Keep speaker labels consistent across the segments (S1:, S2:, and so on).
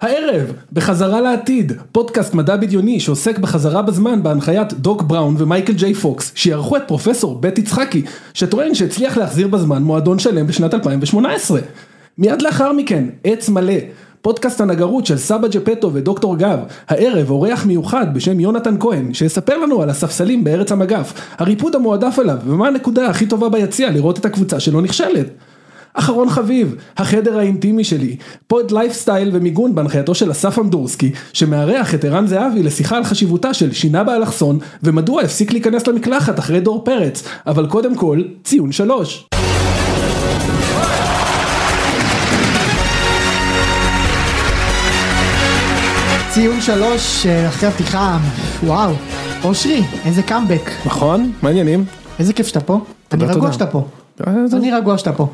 S1: הערב, בחזרה לעתיד, פודקאסט מדע בדיוני שעוסק בחזרה בזמן בהנחיית דוק בראון ומייקל ג'יי פוקס, שיערכו את פרופסור בית יצחקי, שטוען שהצליח להחזיר בזמן מועדון שלם בשנת 2018. מיד לאחר מכן, עץ מלא, פודקאסט הנגרות של סבא ג'פטו ודוקטור גב, הערב אורח מיוחד בשם יונתן כהן, שיספר לנו על הספסלים בארץ המגף, הריפוד המועדף עליו, ומה הנקודה הכי טובה ביציע לראות את הקבוצה שלא נכשלת. אחרון חביב, החדר האינטימי שלי, פוד לייפסטייל ומיגון בהנחייתו של אסף אמדורסקי, שמארח את ערן זהבי לשיחה על חשיבותה של שינה באלכסון, ומדוע הפסיק להיכנס למקלחת אחרי דור פרץ, אבל קודם כל, ציון שלוש.
S2: ציון שלוש אה, אחרי הפתיחה, וואו, אושרי, איזה קאמבק,
S1: נכון? מעניינים.
S2: איזה כיף שאתה פה, אני רגוע
S1: תודה.
S2: שאתה פה, אני רגוע שאתה פה,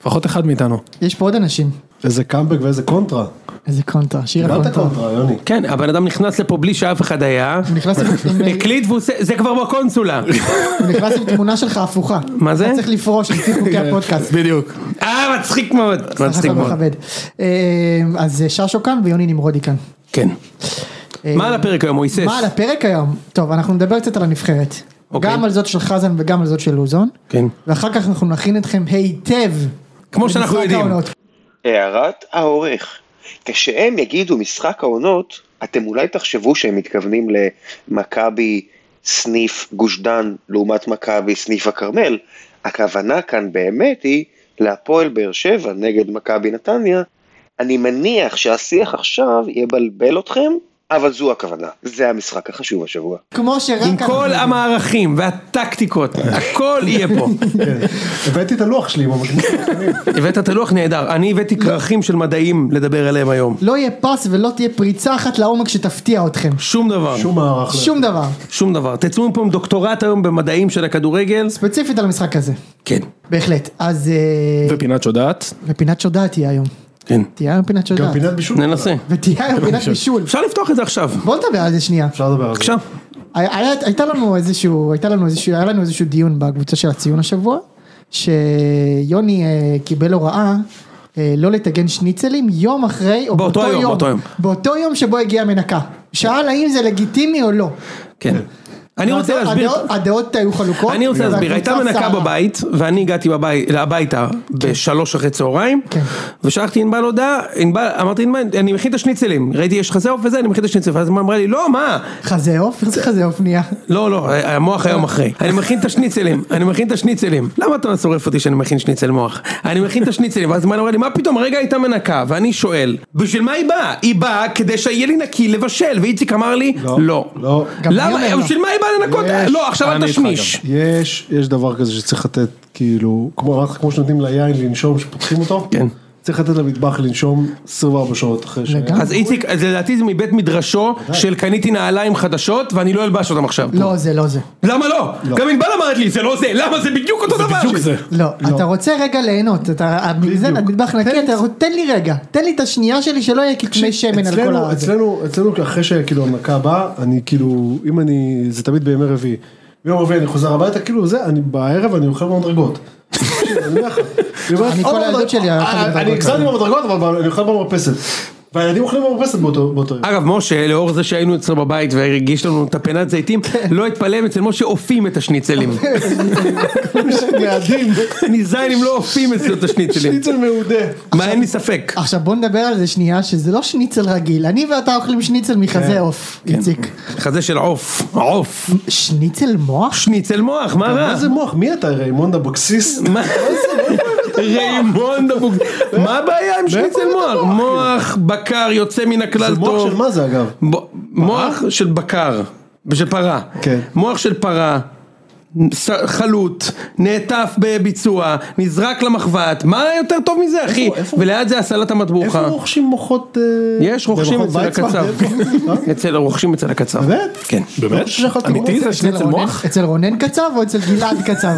S1: לפחות אחד מאיתנו.
S2: יש פה עוד אנשים,
S3: איזה קאמבק ואיזה קונטרה.
S2: איזה קונטרה, שיר
S3: קיבלת
S2: הקונטרה,
S3: קונטרה, יוני.
S4: כן, הבן אדם נכנס לפה בלי שאף אחד היה,
S2: הוא נכנס עם- עם-
S4: הקליט והוא עושה, זה כבר בקונסולה.
S2: הוא נכנס עם תמונה שלך הפוכה,
S4: מה זה?
S2: אתה צריך לפרוש לפי חוקי הפודקאסט,
S4: בדיוק. אה, מצחיק מאוד.
S2: סך
S4: מצחיק
S2: הכל
S4: מאוד.
S2: מכבד, אה, אז אה, ששו כאן ויוני נמרודי כאן,
S4: כן.
S2: אה,
S4: מה על הפרק היום, מויסס?
S2: מה על הפרק היום? טוב, אנחנו נדבר קצת על הנבחרת,
S4: אוקיי.
S2: גם על זאת של חזן וגם על זאת של לוזון,
S4: כן.
S2: ואחר כך אנחנו נכין אתכם היטב,
S4: כמו שאנחנו
S2: למשחק
S4: יודעים.
S2: העונות.
S5: הערת העורך, כשהם יגידו משחק העונות, אתם אולי תחשבו שהם מתכוונים למכבי סניף גוש דן לעומת מכבי סניף הכרמל, הכוונה כאן באמת היא להפועל באר שבע נגד מכבי נתניה. אני מניח שהשיח עכשיו יבלבל אתכם, אבל זו הכוונה, זה המשחק החשוב השבוע.
S2: כמו שרק
S4: עם
S2: אנחנו
S4: כל
S2: יודעים.
S4: המערכים והטקטיקות, הכל יהיה פה.
S3: הבאתי את הלוח שלי עם המגניב.
S4: הבאת את הלוח נהדר, אני הבאתי כרכים של מדעים לדבר עליהם היום.
S2: לא יהיה פס ולא תהיה פריצה אחת לעומק שתפתיע אתכם.
S4: שום דבר,
S3: שום מערך.
S2: שום דבר.
S4: שום דבר. תצאו מפה עם דוקטורט היום במדעים של הכדורגל.
S2: ספציפית על המשחק הזה.
S4: כן,
S2: בהחלט. אז... אה,
S1: ופינת שודעת.
S2: ופינת שודעת תהיה היום.
S4: כן.
S2: תהיה היום פינת
S3: גם
S2: שודעת.
S3: פינת בישול.
S4: ננסה.
S2: ותהיה היום פינת בישול.
S4: אפשר לפתוח את זה עכשיו.
S2: בוא נדבר על זה שנייה.
S3: אפשר לדבר על זה.
S4: בבקשה.
S2: היה- היה- הייתה לנו איזשהו, הייתה לנו איזשהו, היה לנו איזשהו דיון בקבוצה של הציון השבוע, שיוני אה, קיבל הוראה. אה, לא לטגן שניצלים יום אחרי, או
S4: באותו היום, באותו יום.
S2: באותו יום שבו הגיעה המנקה. שאל האם זה לגיטימי או לא.
S4: כן. אני רוצה
S2: הדעות-
S4: להסביר.
S2: הדעות- הדעות היו חלוקות.
S4: אני רוצה להסביר,
S2: והקבוצה
S4: הייתה מנקה
S2: סערה.
S4: בבית, ואני הגעתי בבית- הביתה בשלוש אחרי צהריים,
S2: כן.
S4: ושלחתי ענבל הודעה, ענבל, אמרתי ענבל, אני מכין את השניצלים, ראיתי יש חזה עוף וזה, אני מכין את השניצלים, ואז היא אמרה לי, לא, מה?
S2: חזה עוף? איזה חזה עוף נהיה?
S4: לא, לא, המוח היום אחרי. אני מכין את השניצלים, אני מכין את השניצלים. למה אתה שורף אותי שאני מכין שניצל מוח? אני מכין את השניצלים, ואז מה אמרה לי, מה פתאום, הרגע הייתה מנקה, ואני שואל, בשביל מה היא באה? היא באה כדי שיהיה לי נקי לבשל, ואיציק אמר לי, לא.
S3: לא.
S2: גם אני
S4: למה,
S2: אומר לא.
S4: בשביל מה היא באה לנקות?
S3: יש.
S4: לא, עכשיו אל תשמיש.
S3: יש, יש דבר כזה שצריך לתת, כאילו, כמו אמרתי לך, כמו שנותנים ליין לנשום, שפותחים אותו.
S4: כן.
S3: צריך לתת למטבח לנשום 24 שעות אחרי ש...
S2: וגם-
S4: אז איציק, אז לדעתי זה מבית מדרשו של קניתי נעליים חדשות ואני לא אלבש אותם עכשיו.
S2: לא זה, לא זה.
S4: למה לא? גם ענבל אמרת לי, זה לא זה, למה זה בדיוק אותו דבר?
S1: בדיוק זה.
S2: לא, אתה רוצה רגע ליהנות, אתה המאזן, המטבח נקי, אתה רוצה- תן לי רגע, תן לי את השנייה שלי שלא יהיה כתמי שמן על כל
S3: אצלנו,
S2: הזה.
S3: אצלנו, אצלנו אחרי שכאילו המנקה באה, אני כאילו, אם אני, זה תמיד בימי רביעי. ביום רביעי אני חוזר הביתה, כאילו זה, אני בערב אני אוכל במדרגות. אני אומר לך, אני אומר,
S2: אני
S3: "עוד
S2: כל הילדות
S3: מדרגות."
S2: שלי אכלתי
S3: אני- אני
S2: במדרגות.
S3: הגזמתי במדרגות, אבל אני אוכל במרפסת. והילדים אוכלים במרפסת באותו באותו יום.
S4: אגב, משה, לאור זה שהיינו אצלו בבית והגיש לנו את הפנת זיתים, לא התפלא אם אצל משה אופים את השניצלים.
S3: מאדים,
S4: נזיין אם לא אופים אצלו את השניצלים.
S3: שניצל מעודה.
S4: מה, אין לי ספק.
S2: עכשיו בוא נדבר על זה שנייה, שזה לא שניצל רגיל, אני ואתה אוכלים שניצל מחזה עוף, איציק.
S4: חזה של עוף, עוף.
S2: שניצל מוח?
S4: שניצל מוח, מה רע?
S3: מה זה מוח? מי אתה, ריימונד אבוקסיס?
S4: אה. מה ריימונד אבוק... מה הבעיה עם שניצל מוח? מוח בקר יוצא מן הכלל
S3: זה
S4: טוב.
S3: מוח של מה זה אגב?
S4: ב- מוח של בקר, של פרה,
S3: כן.
S4: מוח של פרה, ס- חלוט, נעטף בביצוע, נזרק למחבת, מה יותר טוב מזה אחי?
S3: איפה-
S4: וליד זה הסלט המטבוחה,
S3: איפה רוכשים מוחות? אה,
S4: יש רוכשים
S3: במכון
S4: אצל
S3: ויצמן? אה?
S4: הקצב, אצל רוכשים אצל הקצב,
S3: באמת?
S4: כן,
S3: לא חושב שיכולתי
S1: אמיתי
S3: לראות.
S1: זה שניצל
S2: רונן-
S1: מוח?
S2: אצל רונן קצב או אצל גלעד קצב?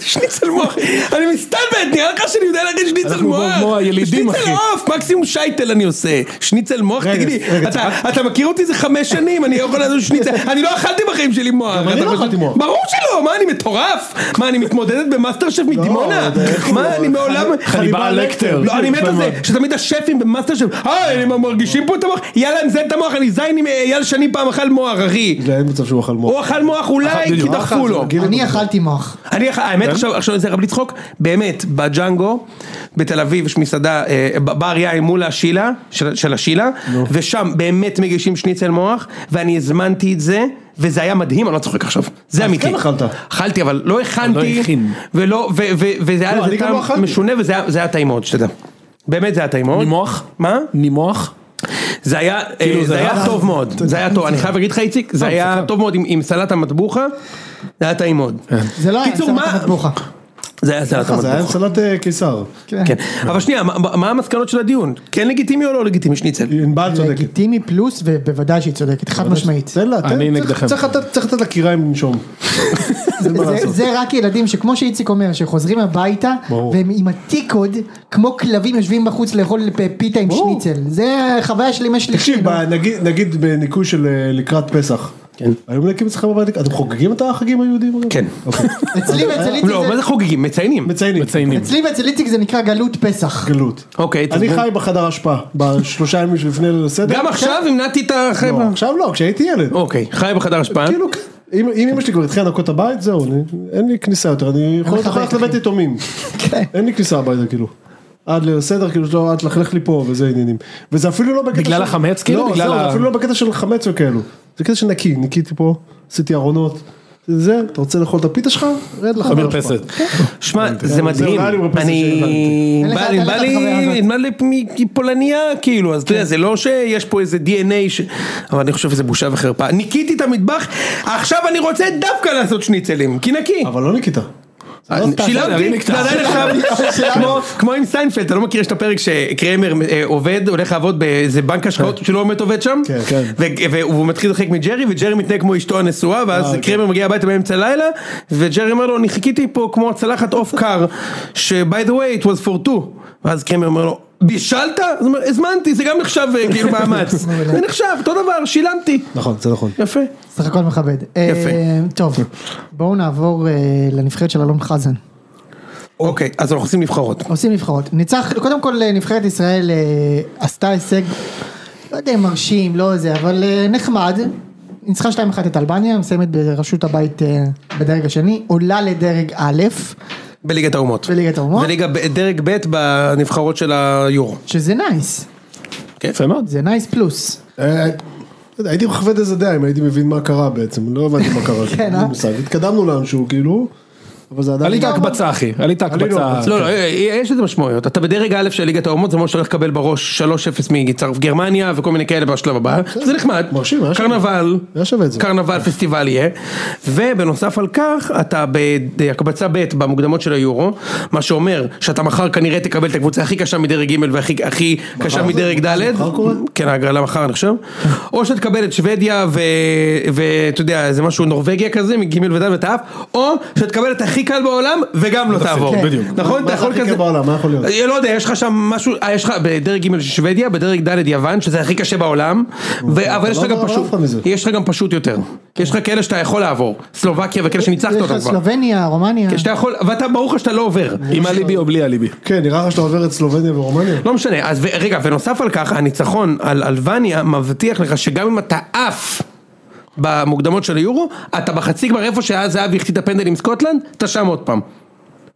S4: שניצל מוח, אני מסתלבט, נראה לך שאני יודע להגיד שניצל
S1: אנחנו
S4: מוח,
S1: כמו הילידים, אחי.
S4: שניצל עוף, מקסימום שייטל אני עושה, שניצל מוח,
S3: רגע,
S4: תגידי,
S3: רגע,
S4: אתה- אתה מכיר אותי זה חמש שנים, אני יכול לעשות שניצל, אני לא אכלתי בחיים שלי מוח,
S3: גם אני
S4: אתה
S3: לא
S4: חושב-
S3: אכלתי מוח.
S4: ברור שלא, מה אני אני מטורף? מה, אני מתמודדת במאסטר שף מדימונה?
S3: לא, זה איך
S4: מה, אני מעולם...
S3: חליבה על לקטר.
S4: לא, אני מת על זה, שתמיד השפים במאסטר שף, היי, הם מרגישים פה את המוח? יאללה, אני מזיין את המוח, אני זין עם אייל שני פעם אכל מוח, אחי.
S3: זה אין מצב שהוא אכל מוח.
S4: הוא אכל מוח אולי, אוקיי, כי
S3: בדיוק.
S4: דחפו
S3: אכל,
S4: לו.
S3: רגיל.
S2: אני אכלתי מוח.
S4: אני, האמת עכשיו, עכשיו זה רק בלי צחוק, באמת, בג'אנגו, בתל אביב יש מסעדה, אה, ב- בר יין מול השילה, של, של השילה, ושם באמת מגישים שניצל מוח, ואני הזמנתי את זה. וזה היה מדהים, אני לא צוחק עכשיו, זה אמיתי.
S3: כן אכלת.
S4: אכלתי, אבל לא הכנתי,
S6: הכין.
S4: ולא, ו- ו- וזה היה
S3: לא,
S4: לזה
S3: אני גם לא
S4: טעם
S3: אכלתי.
S4: משונה, וזה היה- זה היה טעים מאוד, שתדע. באמת זה היה טעים מאוד.
S6: נימוח?
S4: מה?
S6: נימוח?
S3: לא
S4: זה היה, אה, זה היה טוב מאוד, זה היה טוב, אני חייב להגיד לך איציק, זה היה טוב מאוד עם- עם סלט המטבוחה, זה היה טעים מאוד.
S2: זה לא היה
S4: קיצור,
S2: סלט
S4: מה-
S2: המטבוחה.
S4: זה היה סלט
S3: אה, זה היה
S4: המטבוחה.
S3: עם סלט אה, קיסר.
S4: כן, אבל שנייה, מה- מה המסקנות של הדיון? כן לגיטימי או לא לגיטימי שניצל?
S3: ענבל צודקת.
S2: לגיטימי פלוס, ובוודאי שהיא צודקת, חד משמעית.
S3: תן לה, תן-
S6: אני
S3: צריך-
S6: נגדכם.
S3: צריך לתת- צריך לתת לה קיריים לנשום. אין מה
S2: זה-
S3: לעשות.
S2: זה רק ילדים שכמו שאיציק אומר, שחוזרים הביתה,
S3: ברור.
S2: והם עם התיק עוד, כמו כלבים יושבים בחוץ לאכול פ- פיתה עם שניצל. זה חוויה של אמא שלי.
S3: תקשיב,
S2: כאילו.
S3: ב- נגיד- נגיד בניקוי של אה, לקראת פסח.
S4: כן.
S3: היו מנקים אצלך בבית? אתם חוגגים את החגים היהודיים? אגב?
S4: כן.
S3: אוקיי.
S2: אצלי ואצל איציק
S4: לא,
S2: זה-
S4: מה זה חוגגים? מציינים.
S3: מציינים.
S6: מציינים.
S2: אצלי ואצל איציק זה נקרא גלות פסח.
S3: גלות.
S4: אוקיי,
S3: אני
S4: תסביר.
S3: חי בחדר אשפה, בשלושה ימים שלפני ליל הסדר.
S4: גם עכשיו המנעתי את החי...
S3: כן. לא, עכשיו לא, כשהייתי ילד.
S4: אוקיי, חי בחדר השפעה.
S3: כאילו, כן. אם אם אמא שלי כבר התחילה לנקות את הבית, זהו, אני- אין לי כניסה יותר, אני יכול
S2: לך
S3: יכול
S2: בית,
S3: ללכת לבית
S2: אחי.
S3: יתומים. אין לי כניסה הביתה, כאילו. עד ליל הסדר, כאילו, שלא, עד תלכלך לי פה, וזה עניינים. וזה אפילו לא בקטע
S6: בגלל
S3: של-
S6: החמץ, כאילו?
S3: לא,
S6: בגלל
S3: זהו,
S6: ה-
S3: זה אפילו לא בקטע של חמץ וכאלו. זה קטע של נקי, ניקיתי פה, עשיתי ארונות. זה, אתה רוצה לאכול את הפיתה שלך? רד לך.
S6: במרפסת.
S3: כן.
S4: שמע, זה מדהים.
S3: נראה לי מרפסת
S2: שהבנתי.
S4: אני... בא
S2: אין
S4: לי,
S2: לך-
S4: בא
S2: אין לך את החוויה
S4: לי,
S2: הזאת.
S4: נדמה לי מ- פולניה, כאילו, אז אתה יודע, זה לא שיש פה איזה DNA, ש- אבל אני חושב שזה בושה וחרפה. ניקיתי את המטבח, עכשיו אני רוצה דווקא לעשות שניצלים, כי נקי.
S3: אבל לא ניקית.
S4: אה,
S3: לא
S4: שילמתי,
S6: נקטע.
S4: זה עדיין נחשב, כמו- כמו עם סיינפלד, אתה לא מכיר יש את הפרק שקרמר אה, עובד, הולך לעבוד באיזה בנק השקעות שלא באמת עובד שם,
S3: כן, כן.
S4: ו- והוא מתחיל לחלק מג'רי, וג'רי מתנהג כמו אשתו הנשואה,
S3: אה, אוקיי.
S4: ואז קרמר מגיע הביתה באמצע הלילה, וג'רי אומר לו, אני חיכיתי פה כמו הצלחת אוף קאר, ש-by the way it was for two, ואז קרמר אומר לו, בישלת? אז הוא אומר, הזמנתי, זה גם נחשב אה, כאילו מאמץ, זה נחשב, אותו דבר, שילמתי,
S3: נכון, זה נכון.
S4: יפה,
S2: סך הכל מכבד. אה, טוב, בואו נעבור אה, לנבחרת של אלון חזן.
S4: אוקיי, אז אנחנו עושים נבחרות,
S2: עושים נבחרות. ניצח, קודם כל אה, נבחרת ישראל אה, עשתה הישג, לא יודע אם מרשים, לא זה, אבל אה, נחמד. ניצחה 2-1 את אלבניה, מסיימת בראשות הבית אה, בדרג השני, עולה לדרג א',
S4: בליגת האומות.
S2: בליגת האומות,
S4: וליגה ב- דרג ב' בנבחרות של היורו.
S2: שזה נייס,
S6: יפה מאוד.
S2: זה נייס פלוס.
S3: אה, אה, הייתי מכבד איזה דעה אם הייתי מבין מה קרה בעצם, לא הבנתי מה קרה,
S2: כן,
S3: אין לי
S2: אה?
S3: מושג. התקדמנו לאנשהו כאילו, אבל זה עדיין...
S6: עלית הקבצה אחי, עלית
S3: עלינו
S6: הקבצה.
S3: הקבצה.
S4: לא, לא,
S3: אוקיי.
S4: יש לזה משמעויות. אתה בדרג א' של ליגת האומות, זה מה שאתה הולך לקבל בראש 3-0 מגרמניה וכל מיני כאלה בשלב הבא. זה נחמד.
S3: מרשים, היה שווה.
S4: קרנבל.
S3: היה שווה את זה.
S4: קרנבל פסטיבל יהיה. ובנוסף על כך, אתה בהקבצה ב' במוקדמות של היורו, מה שאומר שאתה מחר כנראה תקבל את הקבוצה הכי קשה מדרג ג' והכי הכי קשה
S3: זה?
S4: מדרג ד'.
S3: מחר קורה?
S4: כן, ההגרלה מחר אני חושב. או שתקבל את שוודיה ו- ואתה יודע, זה משהו נורבגיה כזה, מג' וד' ותעף, או שתקבל את הכי קל בעולם וגם לא תעבור.
S6: בדיוק.
S4: נכון? אתה
S3: מה זה
S4: יכול
S3: הכי
S4: כזה...
S3: קל בעולם? מה יכול להיות?
S4: אה, לא יודע, יש לך שם משהו, אה, יש לך בדרג ג' שוודיה, בדרג ד' יוון, שזה הכי קשה בעולם, ו- אבל יש לך
S3: לא
S4: גם
S3: עובר
S4: פשוט,
S3: אף אחד מזה.
S4: יש לך גם פשוט יותר. יש לך כאלה שאתה יכול לעבור, סלובקיה וכאלה
S2: יש
S4: שניצחת
S2: לך
S4: אותם כבר.
S2: סלובניה, רומניה,
S4: שאתה יכול, ואתה ברור לך שאתה לא עובר.
S6: עם אליבי או בלי אליבי.
S3: כן, נראה לך שאתה עובר את סלובניה ורומניה?
S4: לא משנה, אז ו- רגע, ונוסף על כך, הניצחון על אלבניה מבטיח לך שגם אם אתה עף במוקדמות של היורו, אתה בחצי כבר איפה שאז זהבי החטיא את הפנדל עם סקוטלנד, אתה שם עוד פעם.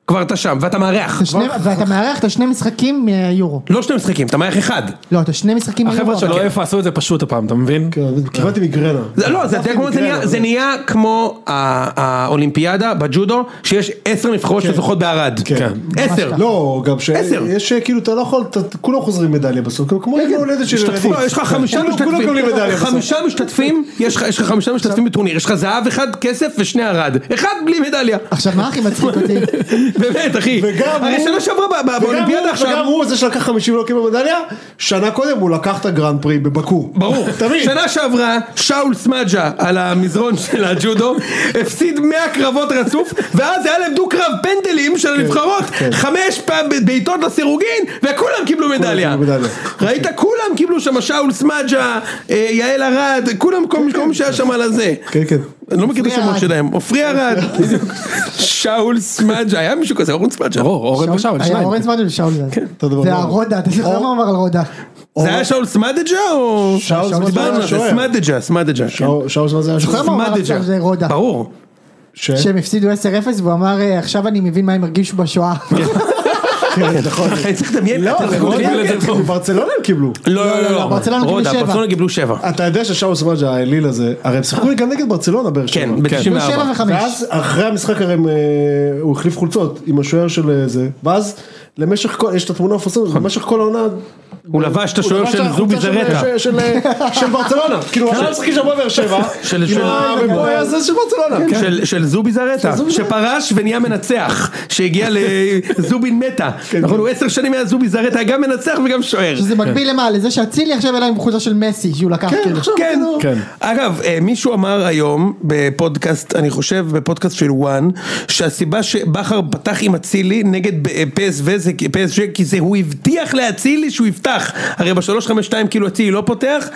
S4: כבר אתה שם, ואתה מארח.
S2: אתה שני- ואתה מארח את השני משחקים מהיורו.
S4: לא שני משחקים, אתה מארח אחד.
S2: לא, אתה שני משחקים מהיורו.
S6: החבר'ה של
S4: לא- אוקיי.
S2: אבל-
S6: אויפה עשו את זה פשוט הפעם, אתה מבין?
S3: כן, אבל קיבלתי מיגרנה.
S4: זה לא, זה- אתה
S3: דווקא
S4: יודע כמו- זה
S3: מיגרנה,
S4: נהיה-
S3: אבל-
S4: זה נהיה כמו ה- האולימפיאדה בג'ודו, שיש עשר נבחרות שזוכות בערד.
S3: כן.
S4: עשר.
S3: לא, גם ש...
S4: עשר.
S3: יש אה, כאילו, אתה לא יכול, אתה- כולם חוזרים מדליה בסוף, כאילו, כמו יום הולדת של ילדים.
S4: לא, יש לך חמישה
S3: כולם- כולם
S4: משתתפים,
S3: מקבלים מדליה בסוף.
S4: חמישה משתתפים, יש לך יש לך חמישה משתתפים בטורניר, יש לך זהב אחד, כסף ושני ערד, אחד בלי מדליה,
S2: עכשיו מה הכי מצחיק אותי?
S4: באמת אחי,
S3: וגם
S4: הרי
S3: הוא-
S4: שנה שעברה ב- ב-
S3: וגם
S4: באולימפיאדה
S3: הוא-
S4: עכשיו,
S3: וגם הוא זה שלקח 50 ולא קיבל מדליה, שנה קודם הוא לקח את הגרנד פרי בבקו.
S4: ברור,
S3: תמיד.
S4: שנה שעברה שאול סמג'ה על המזרון של הג'ודו הפסיד 100 קרבות רצוף ואז היה להם דו קרב פנדלים של
S3: כן,
S4: הנבחרות חמש פעם ב- בעיטות לסירוגין וכולם קיבלו מדליה.
S3: קיבלו מדליה.
S4: ראית כולם קיבלו שם שאול סמג'ה, אה, יעל ארד, כולם כל מי- כל מי שהיה שם על הזה.
S3: כן, כן.
S4: אני לא מכיר את
S2: עופרי
S4: השמות
S2: ארד.
S4: שלהם, עופרי ארד, בדיוק. שאול סמדג'ה, היה מישהו כזה, אורן סמדג'ה.
S6: ברור, אורן ושאול,
S2: היה
S6: שניים.
S2: אורן זמן ושאול זה.
S4: כן,
S3: אותו דבר.
S2: זה הרודה, אתה זוכר מה הוא אמר על רודה.
S4: זה היה שאול סמדג'ה או...
S3: שאול סמדג'ה
S4: דיברנו על
S3: היה
S4: זה,
S3: שוער.
S4: סמדג'ה, סמדג'ה. כן.
S3: שאול- שאול זמן זה היה
S2: זוכר
S3: שוער.
S2: מה הוא אמר
S4: סמדג'ה.
S2: עכשיו זה רודה.
S4: ברור.
S3: ש-
S2: שהם הפסידו 10-0 והוא אמר "אה, עכשיו אני מבין מה הם הרגישו בשואה.
S3: כן, נכון.
S4: אחי, צריך לדמיין. אתה
S3: לא,
S4: צריך
S3: רודה
S4: לדמיין את זה
S3: כן,
S4: טוב.
S3: ברצלונה הם קיבלו.
S4: לא,
S2: לא,
S4: לא,
S2: לא,
S4: לא.
S2: ברצלונה קיבלו
S4: רודה,
S2: שבע. אה,
S4: ברצלונה קיבלו שבע.
S3: אתה יודע ששאול סמדג'ה האליל הזה, הרי הם שיחקו גם נגד ברצלונה באר שבע.
S4: כן,
S2: קיבלו
S4: ב-94.
S2: שבע וחמש.
S3: ואז אחרי המשחק הרי הם, אה, הוא החליף חולצות עם השוער של אה, זה, ואז למשך כל, יש את התמונה המפורסמת, במשך כל העונה,
S4: הוא לבש את השוער
S3: הוא לבש
S4: של
S3: החולצה
S4: זובי
S3: של-
S4: זרטה.
S3: של- של אה, של ברצלונה, כאילו הוא עלה לשחקים שם בבאר שבע,
S4: של-
S3: עם
S4: של- כן.
S3: ה- ופה היה זה של ברצלונה. כן.
S2: כן.
S4: של- של זובי זרטה, שפרש ונהיה מנצח, שהגיע לזובין מתה,
S2: כן,
S4: נכון, הוא עשר שנים היה זובי זרטה, היה גם מנצח וגם שוער.
S2: שזה מקביל למה? לזה שאצילי עכשיו אליי עם חולצה של מסי שהוא לקח
S3: כן,
S2: כאילו.
S3: עכשיו,
S4: כן.
S3: כאילו,
S6: כן.
S4: אגב, אה, מישהו אמר היום בפודקאסט, אני חושב בפודקאסט של וואן, שהסיבה שבכר פתח עם אצילי נגד ב- אה, PSV זה כי- PSG, כי זה הוא הבטיח לאצילי שהוא יפתח. הרי ב-352 כאילו אצילי לא פותח,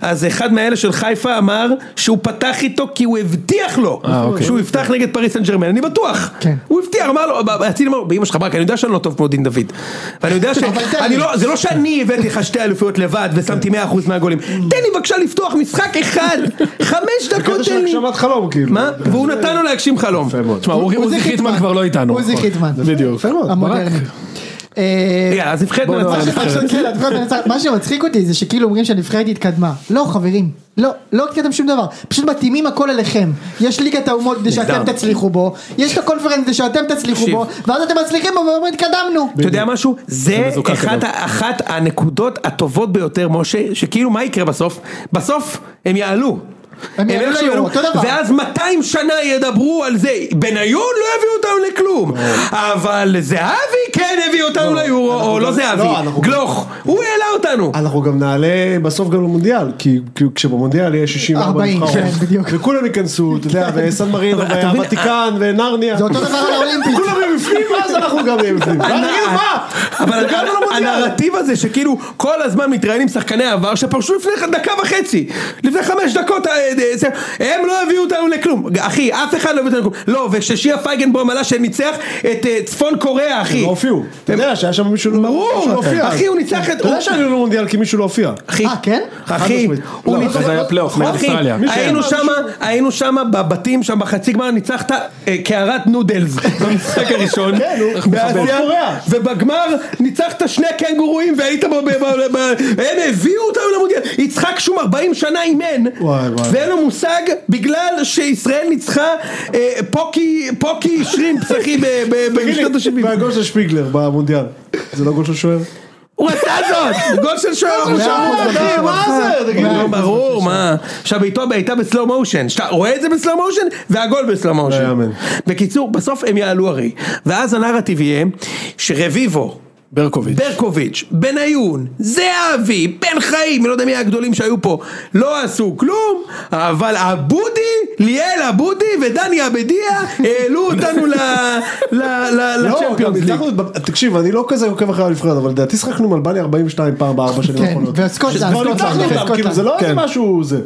S4: אז אחד מאלה של חיפה אמר שהוא פתח איתו כי הוא הבטיח לו
S6: אוקיי.
S4: שהוא יפתח נגד פריס סן ג'רמן, אני בטוח.
S2: כן.
S4: הוא הבטיח, אמר לו, אצילי אמר לו, באמא שלך ברק, אני יודע שאני לא טוב כמו דין דוד. ואני יודע ש...
S2: אבל תן לי.
S4: אני לא- זה לא שאני הבאתי לך שתי אליפויות לבד ושמתי 100% מהגולים. תן לי בבקשה לפתוח משחק אחד, חמש דקות
S3: קטע של
S4: תן לי.
S3: הגשמת חלום, כאילו.
S4: מה? והוא נתן לו להגשים חלום.
S3: יפה מאוד.
S6: תשמע, אורי
S2: עוזי
S6: עוזי חיטמן כבר לא איתנו.
S2: עוזי חיטמן.
S3: בדיוק. יפה מאוד.
S2: המודרני. אה,
S4: יאללה, אז נבחרת
S6: בוא
S4: מנצחת.
S6: נעבור לנבחרת.
S2: כן, הנבחרת מנצחת. מה שמצחיק אותי זה שכאילו אומרים שהנבחרת התקדמה. לא חברים, לא, לא התקדמתם שום דבר. פשוט מתאימים הכל אליכם. יש ליגת האומות כדי שאתם
S4: נהדר.
S2: תצליחו בו, יש את הקונפרנס כדי שאתם תצליחו
S4: תקשיב.
S2: בו, ואז אתם מצליחים בו ואומרים התקדמנו.
S4: אתה יודע משהו? זה
S6: מזוכח
S4: אחת, ה- אחת הנקודות הטובות ביותר, משה, שכאילו מה יקרה בסוף? בסוף הם יעלו.
S2: הם יעלו
S4: איכשהו
S2: ליורו, אותו דבר.
S4: ואז 200 שנה ידברו על זה, בניון לא יביאו אותנו לכלום, אבל זהבי כן הביא אותנו ליורו, או לא
S3: גם-
S4: זהבי,
S3: לא, אנחנו-
S4: גלוך, הוא העלה אותנו.
S3: אנחנו גם נעלה בסוף גם למונדיאל, כי כי כשבמונדיאל יהיה 64
S2: 40,
S3: נבחרות,
S2: כן, בדיוק.
S3: וכולם ייכנסו, אתה יודע, וסן מרינו,
S4: כן. אבל אתה מבין- אה,
S3: והוותיקן, ונרניה,
S2: זה אותו דבר על האולימפית.
S3: כולם יהיו בפנים, ואז אנחנו גם נהיה בפנים. ואז נגיד, מה?
S4: אבל
S3: הגענו למונדיאל.
S4: הנרטיב הזה שכאילו כל הזמן מתראיינים שחקני העבר שפרשו לפני ח- דקה וחצי, לפני חמש דקות, אה, אה, זה- הם לא הביאו אותנו לכלום, אחי אף אחד לא הביא אותנו לכלום, לא וששיה פייגנבוים עלה שניצח את אה, צפון קוריאה אחי,
S3: לא הופיעו. אתה יודע שהיה שם מישהו לא
S4: ברור.
S3: מישהו לא הופיע.
S4: אחי, הוא ניצח את-
S3: אתה יודע שעלינו למונדיאל כי מישהו לא הופיע.
S4: אחי,
S2: אה, כן?
S3: חד
S4: אחי,
S3: משמעית.
S4: הוא
S6: לא,
S4: ניצח,
S6: אז היה פלייאוף נגד
S4: אחי,
S6: אוסטרליה.
S4: מי שהיה היינו
S3: משהו-
S4: שמה, היינו שמה בבתים שם בחצי גמר ניצחת אה, קערת נודלס במשחק הראשון,
S3: כן, נו,
S4: באסיה,
S3: צפון קוריאה.
S4: ובגמר ניצחת שני קנגורואים והיית בו, ב- ב- ב- הם הביאו אותנו למונדיאל, יצחק שום 40 שנה אימן,
S3: וואי, וואי.
S4: ואין לו מושג בגלל שישראל ניצחה אה, פוקי, פוקי שרימפס אחי ב- ב-
S3: תגיד
S4: בשנות
S3: לי,
S4: ה-70,
S3: והגול של שפיגלר במונדיאל, זה לא גול של שוער?
S4: הוא עשה זאת, גול של שוער, שוער,
S3: של שוער,
S4: אחי, מה
S3: מה זה? תגיד
S4: נו,
S3: לי.
S4: ברור, מה? עכשיו בעיטו בעיטה בסלואו מושן, שאתה רואה את זה בסלואו מושן, והגול בסלואו
S3: לא
S4: מושן.
S3: יאמן.
S4: בקיצור, בסוף הם יעלו הרי. ואז הנרטיב יהיה שרביבו,
S6: ברקוביץ'.
S4: ברקוביץ', בניון, זהבי, בן חיים, אני לא יודע מי הגדולים שהיו פה, לא עשו כלום, אבל אבודי, ליאל אבודי ודני אבדיה העלו אותנו ל- ל- ל-
S3: לא, גם
S4: לצ'מפיונס ליג.
S3: ניצחנו את- תקשיב, אני לא כזה עוקב אחרי הנבחרת, אבל לדעתי שחקנו עם אלבניה 42 פעם בארבע שנים
S2: כן,
S3: האחרונות.
S2: וסקוטלנד,
S3: כבר ניצחנו
S2: סקוטלנד,
S3: אותם, כאילו זה לא איזה
S6: כן.
S3: משהו זה.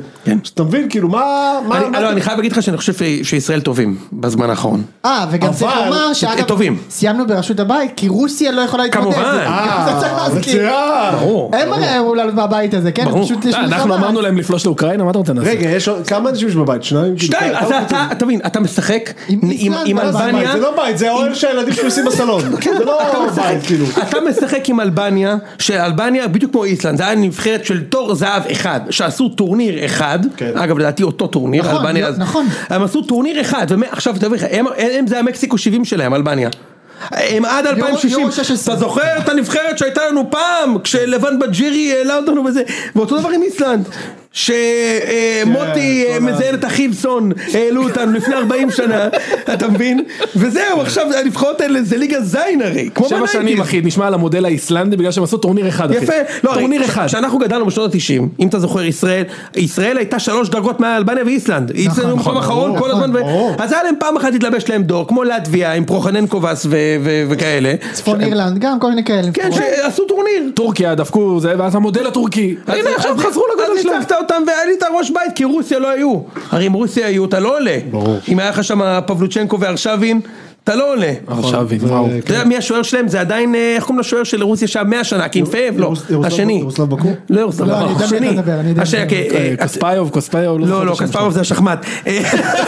S3: שאתה מבין, כאילו מה... מה-
S4: אני,
S3: מה-
S4: לא, אני חייב להגיד לך שאני חושב ש- שישראל טובים בזמן האחרון.
S2: אה, וגם
S3: אבל-
S2: צריך לומר שאגב,
S4: טובים.
S2: סיימנו בראשות הבית, כי רוסיה לא יכולה להתמודד.
S4: כמובן.
S2: גם זה צריך
S3: אה,
S2: להזכיר.
S3: מצוין.
S2: הם הרי אמרו לנו מהבית הזה, כן?
S4: ברור.
S2: פשוט יש
S6: אה, אנחנו
S2: מלחמה.
S6: אמרנו להם לפלוש לאוקראינה, מה אתה רוצה נעשה?
S3: רגע, יש עוד- כמה אנשים יש בבית? שניים? כאילו,
S4: שתיים,
S3: כמה-
S4: אתה, אתה, אתה מבין, אתה משחק
S2: עם
S4: עם-
S2: איסלנד
S4: עם
S2: ועל
S3: זה בית,
S4: אלבניה,
S3: זה לא בית, זה האוהל שהילדים שלי עושים בסלון. זה לא בית, כאילו.
S4: כן, אתה משחק עם אלבניה, שאלבניה בדיוק כמו איסלנד, זה היה נבחרת של תור זהב אחד, שעשו טורניר אחד,
S3: כן.
S4: אגב לדעתי אותו טורניר,
S2: נכון,
S4: אלבניה,
S2: לא-
S4: אז-
S2: נכון.
S4: הם עשו טורניר אחד, ועכשיו תבין לך, הם- הם זה המקסיקו 70 שלהם, אלבניה. הם עד 2060,
S2: יורו 16.
S4: אתה זוכר את הנבחרת שהייתה לנו פעם, כשלבן בג'ירי העלה אותנו וזה, ואותו דבר עם איסלנד, כן, שמוטי
S3: כל ה-
S4: מזיין את אחיו סון, העלו אותנו לפני 40 שנה, אתה מבין? וזהו, עכשיו הנבחרות האלה זה ליגה זין הרי, כמו
S6: שבע
S4: בניינטיז.
S6: שנים אחי, נשמע על המודל האיסלנדי בגלל שהם עשו טורניר אחד אחי.
S4: יפה, לא, הרי
S6: טורניר
S4: כש-
S6: אחד.
S4: כשאנחנו גדלנו בשנות ה-90, אם אתה זוכר, ישראל, ישראל הייתה שלוש דרגות מעל אלבניה ואיסלנד. איסלנד היו מקום אחרון כל הזמן, ו-
S3: ברור.
S4: אז היה להם פעם אחת להתלבש להם דור, כמו לטביה עם פרוחנן קובס ו- ו- וכאלה.
S2: צפון אירלנד, גם כל מיני כאלה.
S4: אה, כן, שעשו טורניר.
S6: טורקיה דפקו זה ואז המודל הטורקי.
S4: אז-
S6: הנה עכשיו
S4: אז-
S6: חזרו לגודל
S4: אז
S6: שלהם.
S4: ניצחת אותם ועלית ראש בית כי רוסיה לא היו. הרי אם רוסיה היו אתה לא עולה.
S3: ברור.
S4: אם היה לך שם פבלוצ'נקו והרשבין, אתה לא עולה.
S6: עכשיו,
S3: זה-
S6: וואו.
S3: כן.
S4: אתה יודע מי השוער שלהם? זה עדיין, אה, איך קוראים לשוער של רוסיה שהיה 100 שנה? קינפייב? לא,
S3: ירוסלב-
S4: השני.
S3: ירוסלב בקו?
S4: לא ירוסלב
S2: לא, אני
S4: בקו,
S2: יודע מי אתה
S4: השני.
S2: מדבר, אני יודע
S4: השני,
S2: מי אתה
S4: כן,
S6: אה,
S4: אה,
S6: קספייב, קספייב.
S4: לא, לא, קספרוב זה השחמט. אה,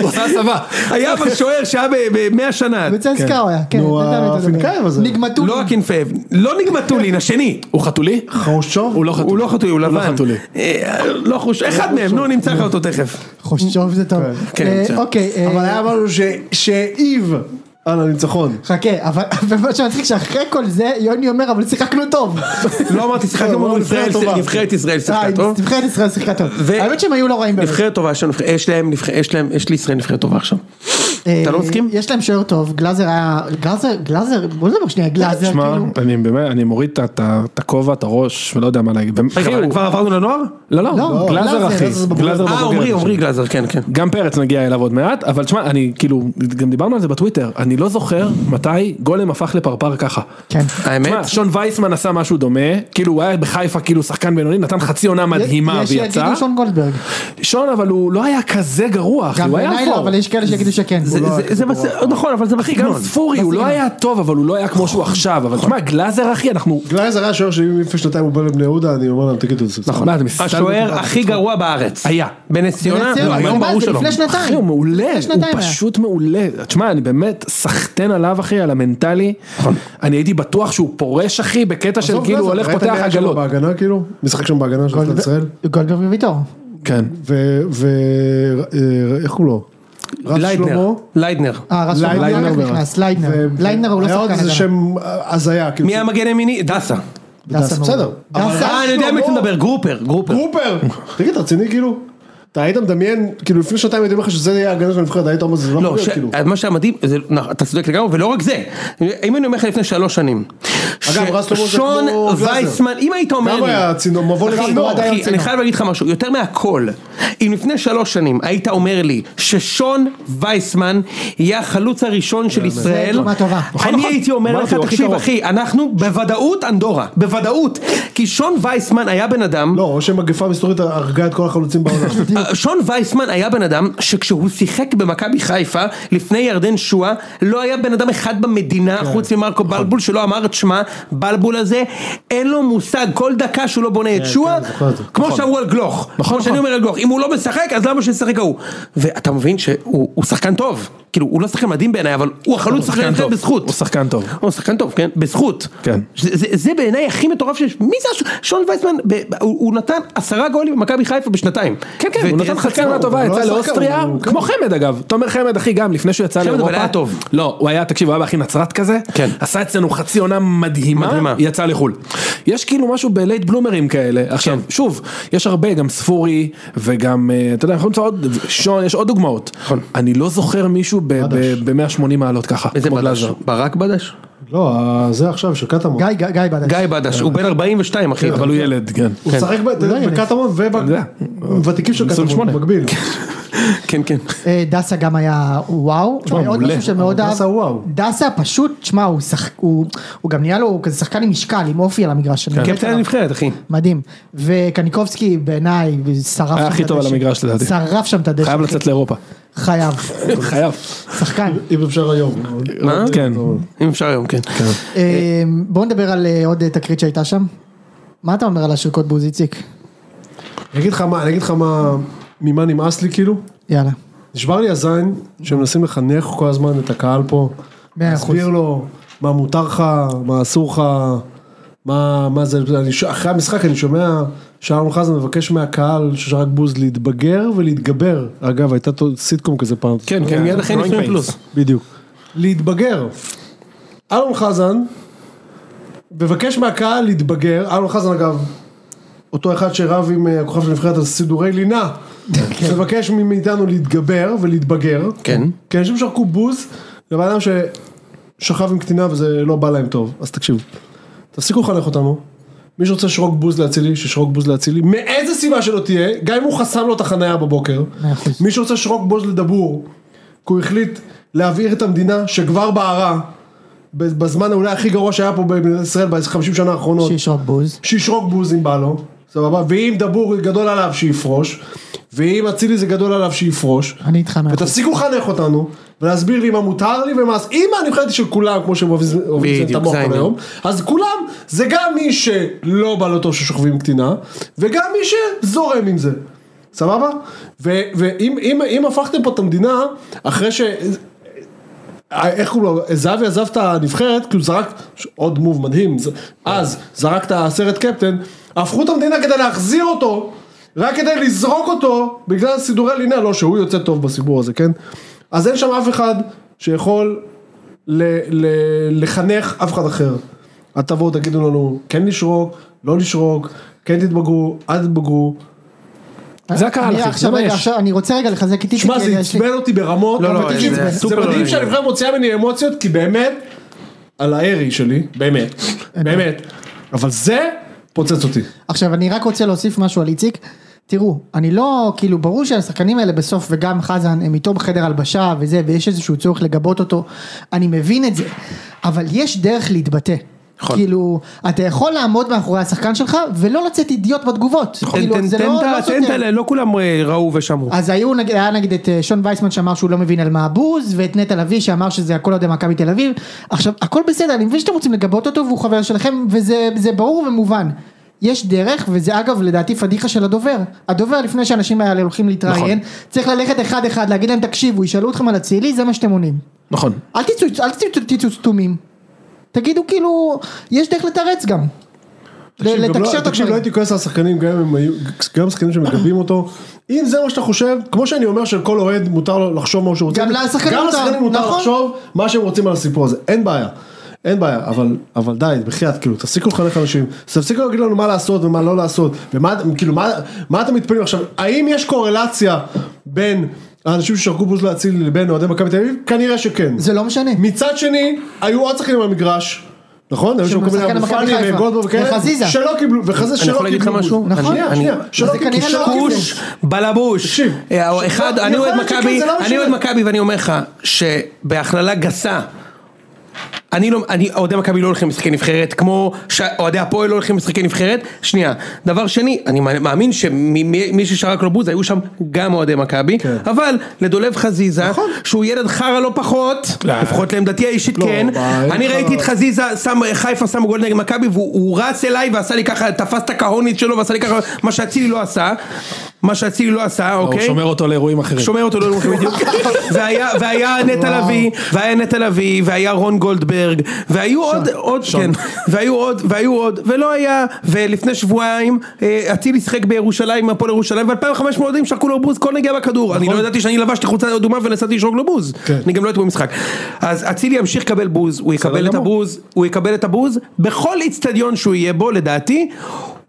S6: הוא עשה הסבה.
S4: היה אבל שוער שהיה ב-100 שנה.
S2: בצסקה הוא היה, כן,
S3: נו,
S2: אתה יודע מי אתה מדבר.
S3: הפינקאי הזה.
S2: נגמטו.
S4: לא הקינפייב, לא נגמטולין, השני.
S6: הוא חתולי?
S3: חרושצ'וב?
S6: הוא לא חתולי.
S4: הוא לא חתולי, הוא לבן.
S6: חתולי.
S4: אה, לא חוש... אחד מהם, נו, נמצא לך אותו תכף.
S2: חושב זה טוב.
S4: כן,
S2: אה,
S4: בסדר.
S2: אוקיי. אה,
S3: אבל היה משהו ש- שהעיב על הניצחון.
S2: חכה, אבל ומה שמצחיק שאחרי כל זה, יוני אומר, אבל שיחקנו טוב.
S4: לא אמרתי, שיחקנו
S3: טוב,
S4: מול
S3: אבל
S4: ישראל,
S3: נבחרת טובה.
S4: נבחרת ישראל
S2: אה,
S4: שיחקה טוב.
S2: נבחרת ישראל שיחקה טוב.
S4: ו-
S2: האמת שהם היו לא רעים באמת.
S4: נבחרת טובה, יש לנו נבח- יש להם, נבח- יש להם, יש לישראל נבחרת טובה עכשיו. אתה לא
S2: אה,
S4: מסכים?
S2: יש להם שוער טוב, גלאזר היה... גלאזר, גלאזר, בוא נדבר שנייה, גלאזר,
S6: תשמע,
S2: כאילו.
S6: אני באמת, אני מוריד את ה- את ה- את הכובע, את הראש, ולא יודע מה להגיד.
S4: רגע,
S6: אחי,
S4: אבל
S6: הוא-
S4: כבר עברנו לנוער?
S6: לא,
S2: לא,
S6: לא,
S2: גלאזר,
S6: גלאזר אחי,
S2: גלאזר בבוגרת.
S6: גלאזר
S4: אה, עמרי,
S6: בבוגרת.
S4: עמרי גלאזר, כן, כן.
S6: גם פרץ נגיע אליו עוד מעט, אבל תשמע, אני כאילו, גם דיברנו על זה בטוויטר, אני לא זוכר מתי גולם הפך לפרפר ככה.
S2: כן.
S4: האמת?
S6: תשמע, שון וייסמן עשה משהו דומה, כאילו הוא היה בחיפה כאילו שחקן בינוני, נתן חצי עונה מדהימה
S2: יש
S6: ויצא.
S2: שיגידו שון גולדברג.
S6: שון אבל הוא לא היה כזה גרוע, אחי,
S2: גם
S6: הוא היה
S2: בעיניי לא,
S6: אפור.
S2: אבל יש כאלה שיגידו שכן.
S4: זה-
S2: הוא לא-
S4: זה- זה בסדר, נכון, אבל זה
S6: גם
S4: בסגנון.
S6: ספורי, הוא לא היה טוב, אבל הוא לא היה כמו שהוא
S4: נכון.
S6: עכשיו, אבל תשמע, גלאזר אחי, אנחנו...
S3: גלייזר היה שוער שאם לפני שנתיים הוא בא לבני יהודה, אני אומר להם, תגידו, זה
S6: נכון, מה, אתם מסתלבטים
S4: השוער
S6: עליו?
S4: הכי גרוע בארץ.
S6: היה.
S4: בנס ציונה?
S2: בנס ציונה,
S4: לא,
S2: אבל
S4: היום
S2: מה,
S4: ברור
S2: זה
S4: שלא.
S2: לפני שנתיים.
S6: אחי הוא מעולה,
S2: לפני
S6: הוא
S2: שנתיים היה.
S6: פשוט מעולה. תשמע, אני באמת סחטיין עליו אחי, על המנטלי.
S4: נכון.
S6: אני הייתי בטוח שהוא פורש אחי, בקטע של
S3: עזוב,
S6: כאילו
S3: גלייזר,
S6: הולך
S3: ראית
S6: פותח
S3: מי היה שם
S6: עגלות.
S3: בהגנה כאילו? משחק שם בהגנה של
S2: גולדברג-
S3: ישראל?
S2: גולדברג וויטור.
S6: כן.
S3: ו... ו- אה, איך קוראים לו? רז
S4: ליידנר.
S3: שלמה?
S4: ליידנר.
S2: אה, רשום,
S3: ליידנר
S2: ליידנר
S3: ברק.
S2: נכנס, ליידנר.
S3: ו-
S2: ליידנר הוא לא
S3: היה עוד
S2: שחקן
S3: איזה
S2: הגנה.
S3: שם אה, הזיה. כאילו,
S4: מי המגן הימיני? דסה.
S2: דסה נו.
S3: בסדר. אבל-
S2: דסה,
S4: אה, אני יודע מי אתה
S3: שלמה.
S4: מדבר, גרופר, גרופר.
S3: גרופר! תגיד, אתה רציני כאילו? אתה היית מדמיין, כאילו לפני שנתיים הייתי אומר לך שזה יהיה ההגנה של הנבחרת, היית אומר זה לא יכול
S4: לא,
S3: להיות
S4: ש-
S3: כאילו.
S4: מה שהיה מדהים, זה- נכון, אתה צודק לגמרי, ולא רק זה, אם אני אומר לך לפני שלוש שנים,
S3: רז שלמה זה
S4: ששון
S3: כמו גלאזר.
S4: וייסמן, אם היית אומר לי,
S3: גם היה צינור, מבוא
S4: אחי,
S3: לרמנו
S4: אחי,
S3: עדיין
S4: אני
S3: צינור.
S4: חייב להגיד לך משהו, יותר מהכל, אם לפני שלוש שנים היית אומר לי ששון וייסמן יהיה החלוץ הראשון של ישראל,
S2: דוגמה טובה.
S6: נכון,
S4: אני
S6: נכון.
S4: הייתי אומר
S6: אמרתי,
S4: לך,
S6: הוא הכי
S4: תקשיב
S6: קרוב."
S4: אחי, אנחנו בוודאות אנדורה, בוודאות, כי שון וייסמן היה בן אדם,
S3: לא, או שמגפה מסתורית הרגה את כל החלוצים בעולם.
S4: אה, שון וייסמן היה בן אדם שכשהוא שיחק במכבי חיפה לפני ירדן שואה לא היה בן אדם אחד במדינה חוץ ממרקו בלבול שלא אמר את שמה בלבול הזה אין לו מושג כל דקה שהוא לא בונה את שואה
S3: זוכר את זה.
S4: כמו שאמרו על גלוך כמו שאני אומר על גלוך אם הוא לא משחק אז למה שישחק ההוא ואתה מבין שהוא הוא שחקן טוב כאילו הוא לא שחקן מדהים בעיניי אבל הוא החלוץ שחקן
S6: שחקן
S4: יותר
S6: טוב.
S4: בזכות
S6: הוא שחקן טוב.
S4: הוא שחקן טוב, כן? בזכות.
S6: כן.
S4: זה, זה, זה בעיניי הכי מטורף שיש. מי זה הש... שון וייסמן, ב... הוא, הוא נתן עשרה גולים במכבי חיפה בשנתיים.
S6: כן כן, הוא
S4: ותראה
S6: נתן
S4: שחקן
S6: חצי עונה
S4: הוא-
S6: טובה,
S3: הוא לא
S6: יצא
S3: שחקן,
S6: לאוסטריה,
S3: הוא-
S6: כמו חמד אגב, תומר חמד אחי גם, לפני שהוא יצא
S4: חמד, אבל
S6: לאירופה,
S4: היה טוב.
S6: לא, הוא היה, תקשיב, הוא היה בהכי נצרת כזה,
S4: כן.
S6: עשה אצלנו חצי עונה
S4: מדהימה.
S6: מדהימה, יצא לחו"ל. יש כאילו משהו בלייט בלומרים כאלה, עכשיו,
S4: כן.
S6: שוב, יש הרבה, גם ספורי, וגם, אה, אתה יודע, אנחנו נמצא עוד, שון, יש עוד דוגמאות,
S4: נכון.
S6: אני לא זוכר מישהו ב-180 מעלות ככה,
S4: איזה
S6: כמו
S4: בדש?
S6: גלאזר.
S4: ברק בדש?
S3: לא, זה עכשיו של קטמון.
S2: גיא, גיא, גיא בדש.
S4: גיא בדש, הוא בן 42 אחי.
S6: אבל הוא ילד, כן.
S3: הוא משחק ב- אתה יודע, בקטמון
S6: יודע.
S3: ובוותיקים של קטמון,
S6: 28.
S3: במקביל.
S4: כן כן.
S2: אה, דסה גם היה וואו. עוד
S6: מעולה.
S2: משהו שמאוד אהב.
S3: דסה וואו.
S2: דסה פשוט, שמע, הוא שחק... הוא הוא גם נהיה לו הוא כזה שחקן עם משקל, עם אופי על המגרש. אני
S6: כן.
S2: מת
S4: קפטן
S2: עליו.
S4: הנבחרת אחי.
S2: מדהים. וקניקובסקי בעיניי שרף
S6: היה
S2: שם
S6: הכי
S2: את
S6: טוב על
S2: הדשא.
S6: המגרש, לדעתי.
S2: שרף שם את הדשא.
S6: חייב
S2: אחי.
S6: לצאת לאירופה,
S2: חייב.
S6: חייב,
S2: שחקן.
S3: אם אפשר היום.
S4: מה?
S6: כן.
S4: אם אפשר היום כן.
S2: אה, בואו נדבר על אה, עוד אה, תקרית שהייתה שם. מה אתה אומר על השריקות בוז איציק?
S3: אני אגיד לך מה, אני אגיד לך מה, ממה נמאס לי כאילו.
S2: יאלה.
S3: נשבר לי הזין שמנסים לחנך כל הזמן את הקהל פה.
S2: מאה אחוז.
S3: להסביר לו מה מותר לך, מה אסור לך, מה, מה זה, אני, ש- אחרי המשחק אני שומע שאלון חזן מבקש מהקהל ששרק בוז להתבגר ולהתגבר. אגב, הייתה תו- סיטקום כזה פעם.
S4: כן כן. מיד אחרי נישואים פלוס.
S3: בדיוק. להתבגר. אלון חזן מבקש מהקהל להתבגר, אלון חזן אגב, אותו אחד שרב עם אה, הכוכב של הנבחרת על סידורי לינה, מבקש מאיתנו להתגבר ולהתבגר.
S4: כן.
S3: כי אנשים שרקו בוז לבן אדם ששכב עם קטינה וזה לא בא להם טוב, אז תקשיב, תפסיקו לחנך אותנו. מי שרוצה שרוק בוז להצילי, ששרוק בוז להצילי, מאיזה סיבה שלא תהיה, גם אם הוא חסם לו את החניה בבוקר.
S2: מאה אחוז.
S3: מי שרוצה שרוק בוז לדבור, כי הוא החליט להבעיר את המדינה שכבר בערה, בזמן אולי הכי גרוע שהיה פה במדינת ישראל ב-50 שנה האחרונות,
S2: שישרוק בוז.
S3: שישרוק בוז אם בא לו, סבבה, ואם דבור גדול עליו שיפרוש, ואם אצילי זה גדול עליו שיפרוש,
S2: אני איתך מאה אחוז.
S3: ותפסיקו לחנך אותנו, ולהסביר לי מה מותר לי ומה... אם הנבחרת היא של כולם, כמו שהם אוהבים אוהבים לציין את
S4: בדיוק,
S3: המוח
S4: זה
S3: כל
S4: העניין.
S3: היום, אז כולם, זה גם מי שלא בא לו טוב ששוכבים עם קטינה, וגם מי שזורם עם זה, סבבה? ו- ואם אם- אם הפכתם פה את המדינה, אחרי ש... איך קוראים לו, זהבי עזב את הנבחרת, כי הוא זרק, עוד מוב מדהים, ז- אז זרק את הסרט קפטן, הפכו את המדינה כדי להחזיר אותו, רק כדי לזרוק אותו, בגלל סידורי לינה, לא שהוא יוצא טוב בסיפור הזה, כן? אז אין שם אף אחד שיכול ל- ל- לחנך אף אחד אחר. אל תבואו תגידו לנו, כן לשרוק, לא לשרוק, כן תתבגרו, אל תתבגרו.
S6: זה הקהל,
S2: אני
S6: אחי,
S2: עכשיו
S6: זה מה
S2: רגע,
S6: יש.
S2: עכשיו אני רוצה רגע לחזק את איציק.
S3: שמע,
S2: רגע,
S3: זה
S2: יש לי-
S3: עצבן אותי ברמות,
S4: לא, לא,
S3: אבל
S4: זה
S3: תקשיב, זה
S4: סופר
S3: מדהים
S4: מעניין.
S3: שהנבחרת מוציאה ממני אמוציות, כי באמת, על הירי שלי, באמת, באמת, אבל זה פוצץ אותי.
S2: עכשיו אני רק רוצה להוסיף משהו על איציק. תראו, אני לא, כאילו ברור שהשחקנים האלה בסוף וגם חזן הם איתו בחדר הלבשה וזה ויש איזשהו צורך לגבות אותו, אני מבין את זה, אבל יש דרך להתבטא. נכון. כאילו, אתה יכול לעמוד מאחורי השחקן שלך ולא לצאת אידיוט בתגובות.
S6: נכון.
S2: כאילו,
S4: נכון. תן-
S2: זה
S4: תן
S2: לא-
S4: את ה-
S2: לא
S4: תן את
S2: סותר.
S4: ה... לא כולם אה, ראו ושמעו.
S2: אז היו, נגיד- היה נגיד את אה, שון וייסמן שאמר שהוא לא מבין על מה הבוז, ואת נטע לביא שאמר שזה הכל אוהדי מכבי תל אביב. עכשיו, הכל בסדר, אני מבין שאתם רוצים לגבות אותו והוא חבר שלכם, וזה זה ברור ומובן. יש דרך, וזה אגב לדעתי פדיחה של הדובר. הדובר לפני שהאנשים האלה הולכים להתראיין,
S3: נכון.
S2: צריך ללכת אחד אחד, להגיד להם תקשיבו, ישאלו אתכם על אצילי, זה מה שאתם עונים.
S6: נכון.
S2: אל תצאו- אל תצאו תצאו סתומים. תגידו כאילו, יש דרך לתרץ גם.
S3: תקשיב, גם
S2: לתקשר
S3: לא-
S2: את
S3: תקשיב, לא
S2: הדברים.
S3: הייתי כועס על השחקנים, גם אם הם היו, גם שחקנים שמגבים אותו, אם זה מה שאתה חושב, כמו שאני אומר שלכל אוהד מותר לו לחשוב מה שהוא רוצה,
S2: גם לשחקנים
S3: גם
S2: מותר,
S3: לשחקנים מותר
S2: נכון.
S3: לחשוב מה שהם רוצים על הסיפור הזה, אין בעיה. אין בעיה, אבל, אבל די, בחייאת, כאילו, תפסיקו לחנך אנשים, תפסיקו להגיד לנו מה לעשות ומה לא לעשות, ומה, כאילו, מה, מה אתם מתפלאים עכשיו, האם יש קורלציה בין האנשים ששרקו בוז להציל לבין אוהדי מכבי תל אביב? כנראה שכן.
S2: זה לא משנה.
S3: מצד שני, היו עוד שחקנים במגרש, נכון? היו שם כל מיני
S2: שחקן
S3: אבו
S2: מכבי
S3: פאני
S2: חיפה.
S3: וגולדברג וכאלה,
S2: וחזיזה.
S3: שלא קיבלו, וחזה שלא קיבלו.
S4: אני יכול להגיד לך משהו?
S3: נכון.
S4: נכון.
S3: שנייה,
S4: אני-
S3: שנייה. שלא
S2: זה
S3: קיבלו.
S2: כנראה לא
S3: קיבלו.
S2: קיבלו.
S4: כוש בלבוש.
S3: תקשיב,
S4: אה,
S3: שוב,
S4: אחד,
S3: יכול
S4: אני אוהד
S3: להיות שכן,
S4: מכבי,
S3: זה לא
S4: אני
S3: משנה.
S4: אוהד מכבי ואני אומר לך שבהכללה גסה. אני לא, אני, אוהדי מכבי לא הולכים לשחקי נבחרת, כמו שאוהדי הפועל לא הולכים לשחקי נבחרת, שנייה. דבר שני, אני מאמין שמי ששרק לו בוז היו שם גם אוהדי מכבי,
S3: כן. נכון.
S4: אבל לדולב חזיזה, שהוא ילד חרא לא פחות, לפחות לעמדתי האישית
S3: לא,
S4: כן,
S3: בעיה,
S4: אני
S3: חרא.
S4: ראיתי את חזיזה, שם, חיפה שם גול נגד מכבי, והוא הוא רץ אליי ועשה לי ככה, תפס את הקהונית שלו ועשה לי ככה, מה שאצילי לא עשה, מה שאצילי לא עשה,
S6: הוא
S4: אוקיי?
S6: שומר אותו לאירועים אחרים.
S4: שומר אותו לא לוקחים בדיוק, והיה והיה נטע לביא, והיה נטע לביא, והיה רון גולדברג, והיו עוד, עוד, כן, והיו עוד, והיו עוד, ולא היה, ולפני שבועיים, אה, אצילי שיחק בירושלים, עם הפועל ירושלים, ו-2500 אוהדים שרקו לו בוז כל נגיעה בכדור, אני לא ידעתי שאני לבשתי חולצה אדומה ונסעתי לשרוק לו בוז,
S3: כן.
S4: אני גם לא הייתי במשחק, אז אצילי ימשיך לקבל בוז, הוא יקבל את הבוז, הוא יקבל את הבוז, בכל איצטדיון שהוא יהיה בו לדעתי,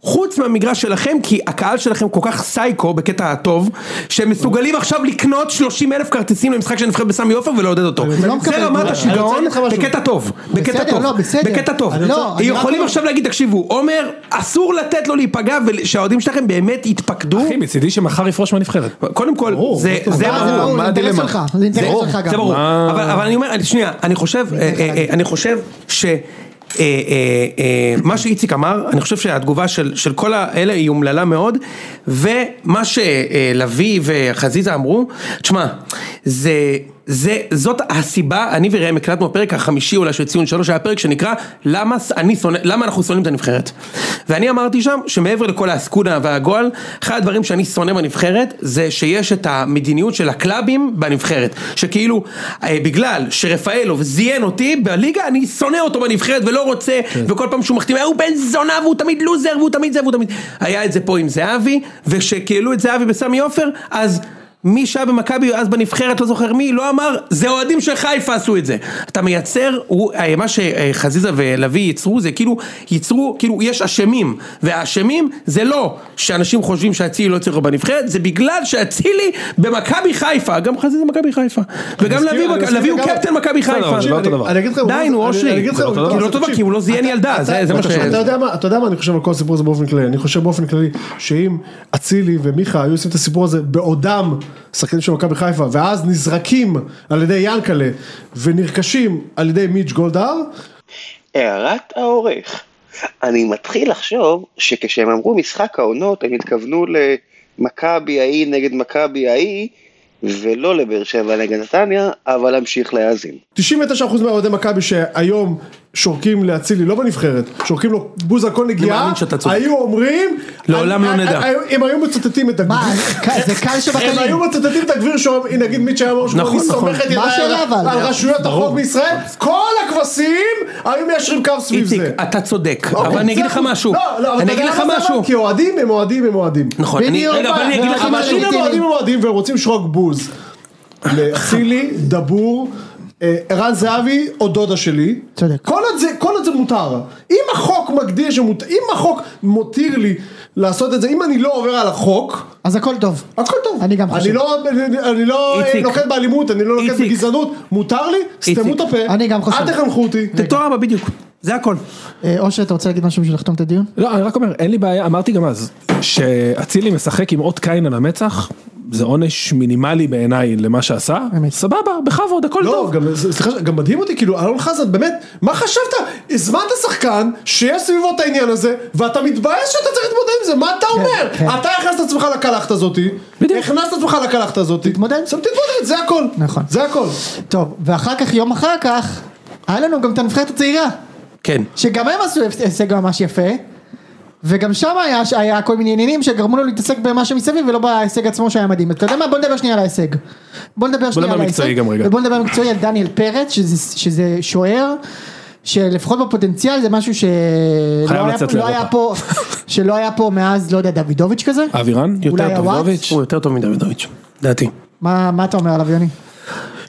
S4: חוץ מהמגרש שלכם, כי הקהל שלכם כל כך סייקו בקטע הטוב, שהם מסוגלים עכשיו לקנות 30 אלף כרטיסים למשחק של הנבחרת בסמי עופר ולעודד אותו.
S2: לא מקבל
S4: זה רמת
S2: תגובה.
S3: אני רוצה
S4: השיגעון
S3: להגיד לך משהו.
S4: בקטע טוב, בקטע
S2: בסדר,
S4: טוב,
S2: לא, בסדר.
S4: בקטע טוב.
S2: אני רוצה- אני רק
S4: יכולים
S2: אומר-
S4: עכשיו להגיד, תקשיבו, עומר, אסור לתת לו להיפגע ושהאוהדים שלכם באמת יתפקדו.
S6: אחי, מצידי שמחר יפרוש מהנבחרת.
S4: קודם כל,
S3: ברור,
S4: זה
S3: מה
S4: זה
S2: אה, זה
S4: ברור.
S2: ברור,
S6: מה
S2: זה אינטרס
S6: הדילמה?
S2: שלך, זה אינטרס
S4: ברור,
S2: שלך גם.
S4: זה ברור, אבל, אבל אני אומר, אני- שנייה, אני חושב, אה, אה, אה, אני חושב ש... אה, אה, אה, מה שאיציק אמר, אני חושב שהתגובה של, של כל האלה היא אומללה מאוד, ומה שלוי וחזיזה אמרו, תשמע, זה, זה, זאת הסיבה, אני וראם הקלטנו הפרק החמישי אולי של ציון שלוש, היה פרק שנקרא למה, ס- אני שונא, למה אנחנו שונאים את הנבחרת. ואני אמרתי שם שמעבר לכל העסקונה והגועל, אחד הדברים שאני שונא בנבחרת זה שיש את המדיניות של הקלאבים בנבחרת. שכאילו, אה, בגלל שרפאלוב זיין אותי בליגה, אני שונא אותו בנבחרת ולא רוצה, וכל פעם שהוא מחתים, "אה, הוא בן זונה והוא תמיד לוזר והוא תמיד זה והוא תמיד... היה את זה פה עם זהבי, וכשכאילו את זהבי בסמי עופר, אז... מי שהיה במכבי אז בנבחרת, לא זוכר מי, לא אמר, זה אוהדים של חיפה עשו את זה. אתה מייצר, הוא, אה, מה שחזיזה ולוי ייצרו, זה כאילו, ייצרו, כאילו, יש אשמים, והאשמים זה לא שאנשים חושבים שאצילי לא צריך להיות בנבחרת, זה בגלל שאצילי במכבי חיפה, גם חזיזה במכבי חיפה, וגם
S3: מסכים,
S4: לוי
S3: אני
S4: במכ-
S3: מסכים
S4: לוי הוא
S3: לגמרי.
S4: קפטן מכבי חיפה.
S6: אבל זה לא אותו
S3: אני-
S6: דבר.
S3: אני אגיד לך,
S4: די, נו,
S3: אני-
S4: אושרי.
S3: אני אגיד לך,
S6: זה לא אותו
S3: אני-
S6: דבר.
S4: כי לא טובה,
S3: תקשיב,
S4: כי הוא לא זיין
S3: אתה-
S4: ילדה,
S3: אתה-
S4: זה זה מה ש...
S3: אתה יודע מה- אתה יודע מה אני חושב על כל הסיפור הזה באופן כללי, אני חושב באופן כללי, שאם אצילי ומיכה היו עושים את הסיפור הזה בעודם שחקנים של מכבי חיפה, ואז נזרקים על ידי ינקלה, ונרכשים על ידי מיץ' גולדהר,
S5: הערת העורך, אני מתחיל לחשוב שכשהם אמרו משחק העונות הם התכוונו למכבי ההיא נגד מכבי ההיא ולא לבאר שבע נגד נתניה, אבל אמשיך להאזין.
S3: 99% מהאוהדי מכבי שהיום שורקים לאצילי, לא בנבחרת, שורקים לו בוז על כל נגיעה,
S4: מאמין שאתה צודק.
S3: היו אומרים,
S4: לעולם
S3: אני-
S4: לא נדע.
S3: אני- אני- הם היו מצטטים את הגביר,
S2: מה, ק- זה קל
S3: הם
S2: שבקלים.
S3: היו מצטטים את הגביר שאומר, הנה נגיד מיץ' היה אומר שהוא,
S4: נכון,
S3: אני
S4: נכון.
S3: סומך את
S2: מה
S3: ידיי על-
S2: השאלה אבל?
S3: על רשויות החוק בישראל, כל הכבשים היו מיישרים קו סביב
S4: איציק,
S3: זה.
S4: אתה צודק,
S3: אוקיי,
S4: אבל אני אגיד
S3: זה-
S4: לך משהו,
S3: לא, לא, אבל
S4: אני
S3: אתה
S4: אגיד
S3: יודע
S4: לך
S3: למה זה אבל?
S4: משהו,
S3: כי אוהדים הם אוהדים הם אוהדים.
S4: נכון, אני-
S2: בדיוק,
S4: רגע, אבל אני אגיד לך
S2: ואנחנו
S4: משהו,
S3: אם הם אוהדים הם אוהדים והם רוצים לשרוק בוז. לאצילי, דבור, אה, ערן זהבי או דודה שלי.
S2: צודק.
S3: כל עוד זה, כל עוד זה מותר. אם החוק מגדיר שמותר, אם החוק מותיר לי לעשות את זה, אם אני לא עובר על החוק,
S2: אז הכל טוב.
S3: הכל טוב.
S2: אני גם חושב.
S3: אני לא, אני- אני לא אה,
S4: איציק.
S3: נוקט באלימות, אני לא נוקט
S4: איציק.
S3: בגזענות, מותר לי, סתמו
S4: איציק.
S3: את הפה.
S2: אני גם חושב.
S3: אל תחנכו אותי.
S4: תתואר אבא בדיוק, זה הכל,
S2: אה, אושר, אתה רוצה להגיד משהו בשביל לחתום את הדיון?
S6: לא, אני רק אומר, אין לי בעיה, אמרתי גם אז, שאצילי משחק עם אות קין על המצח, זה עונש מינימלי בעיניי למה שעשה,
S2: אמת.
S6: סבבה, בכבוד, הכל
S3: לא,
S6: טוב.
S3: גם, סליחה, גם מדהים אותי, כאילו, אלון חזן, באמת, מה חשבת? הזמנת שחקן שיש סביבו את העניין הזה, ואתה מתבאס שאתה צריך להתמודד עם זה, מה אתה אומר?
S2: כן.
S3: אתה הכנסת את עצמך לקלחת הזאתי, הכנסת את עצמך לקלחת הזאתי,
S2: תתמודד.
S3: סתם תתמודד, זה הכל.
S2: נכון.
S3: זה הכל.
S2: טוב, ואחר כך, יום אחר כך, היה לנו גם את הנבחרת הצעירה,
S4: כן,
S2: שגם הם עשו הישג ממש יפה, וגם שם היה, היה כל מיני עניינים שגרמו לו להתעסק במה שמסביב ולא בהישג עצמו שהיה מדהים. אתה יודע מה? בוא נדבר שנייה על ההישג. בוא נדבר שנייה על
S6: נדבר מקצועי
S2: ההישג,
S6: גם רגע.
S2: ובוא נדבר מקצועי על דניאל פרץ, שזה, שזה שוער. שלפחות בפוטנציאל זה משהו שלא
S6: חייב
S2: היה,
S6: לצאת
S2: לא היה פה, שלא היה פה מאז, לא יודע, דוידוביץ' כזה?
S6: אבירן?
S2: אולי
S4: יותר טוב
S2: הוואט?
S4: דוביץ', הוא יותר טוב מדוידוביץ', דעתי,
S2: מה, מה אתה אומר עליו יוני?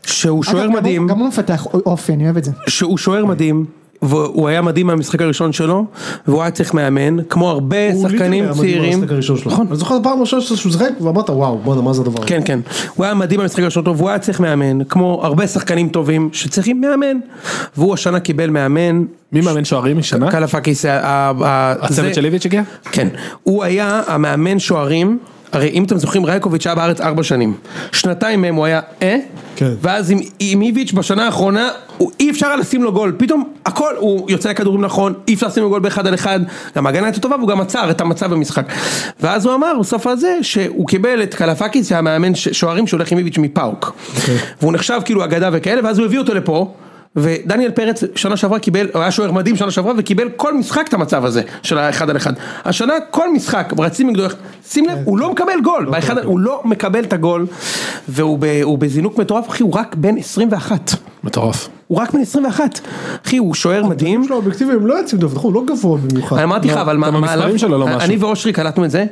S4: שהוא שוער
S2: אגב, גם הוא-
S4: מדהים,
S2: גם הוא מפתח א- אופי, אני אוהב את זה.
S4: שהוא שוער מדהים. והוא היה מדהים מהמשחק הראשון שלו, והוא היה צריך מאמן, כמו הרבה שחקנים צעירים.
S3: נכון. אני זוכר פעם ראשונה שהוא זחק, ואמרת, וואו, בואנה, מה זה הדבר הזה?
S4: כן כן, הוא היה מדהים במשחק הראשון טוב, הוא היה צריך מאמן, כמו הרבה שחקנים טובים שצריכים מאמן, והוא השנה קיבל מאמן,
S6: מי מאמן שוערים משנה?
S4: קלפקיס, ה- ה- ה- זה-
S6: הצוות של איביץ' הגיע?
S4: כן, הוא היה המאמן שוערים, הרי אם אתם זוכרים רייקוביץ' היה בארץ ארבע שנים, שנתיים מהם הוא היה אה,
S3: כן.
S4: ואז עם, עם איביץ' בשנה האחרונה, הוא, אי אפשר היה לשים לו גול, פתאום הכל, הוא יוצא לכדורים נכון, אי אפשר לשים לו גול באחד על אחד, גם ההגנה הייתה טובה והוא גם עצר את המצב במשחק. ואז הוא אמר בסוף הזה שהוא קיבל את קלפקיס שהמאמן ש- שוערים שהולך עם איביץ' מפאוק, והוא נחשב כאילו אגדה וכאלה, ואז הוא הביא אותו לפה. ודניאל פרץ שנה שעברה קיבל, הוא היה שוער מדהים שנה שעברה וקיבל כל משחק את המצב הזה של האחד על אחד. השנה כל משחק, רצים נגדו, שים לב, הוא לא מקבל גול, באחד, הוא לא מקבל את הגול, והוא ב- הוא בזינוק מטורף, אחי, הוא רק בן 21.
S6: מטורף.
S3: כן,
S4: הוא רק בן 21. אחי, הוא שוער מדהים.
S3: יש לו אובייקטיביים, הם לא יוצאים דווקא, הוא לא גבוה במיוחד.
S4: אני אמרתי לך, אבל מה,
S6: גם
S4: מה
S6: המספרים שלו לא משהו.
S4: אני ואושרי קלטנו את זה,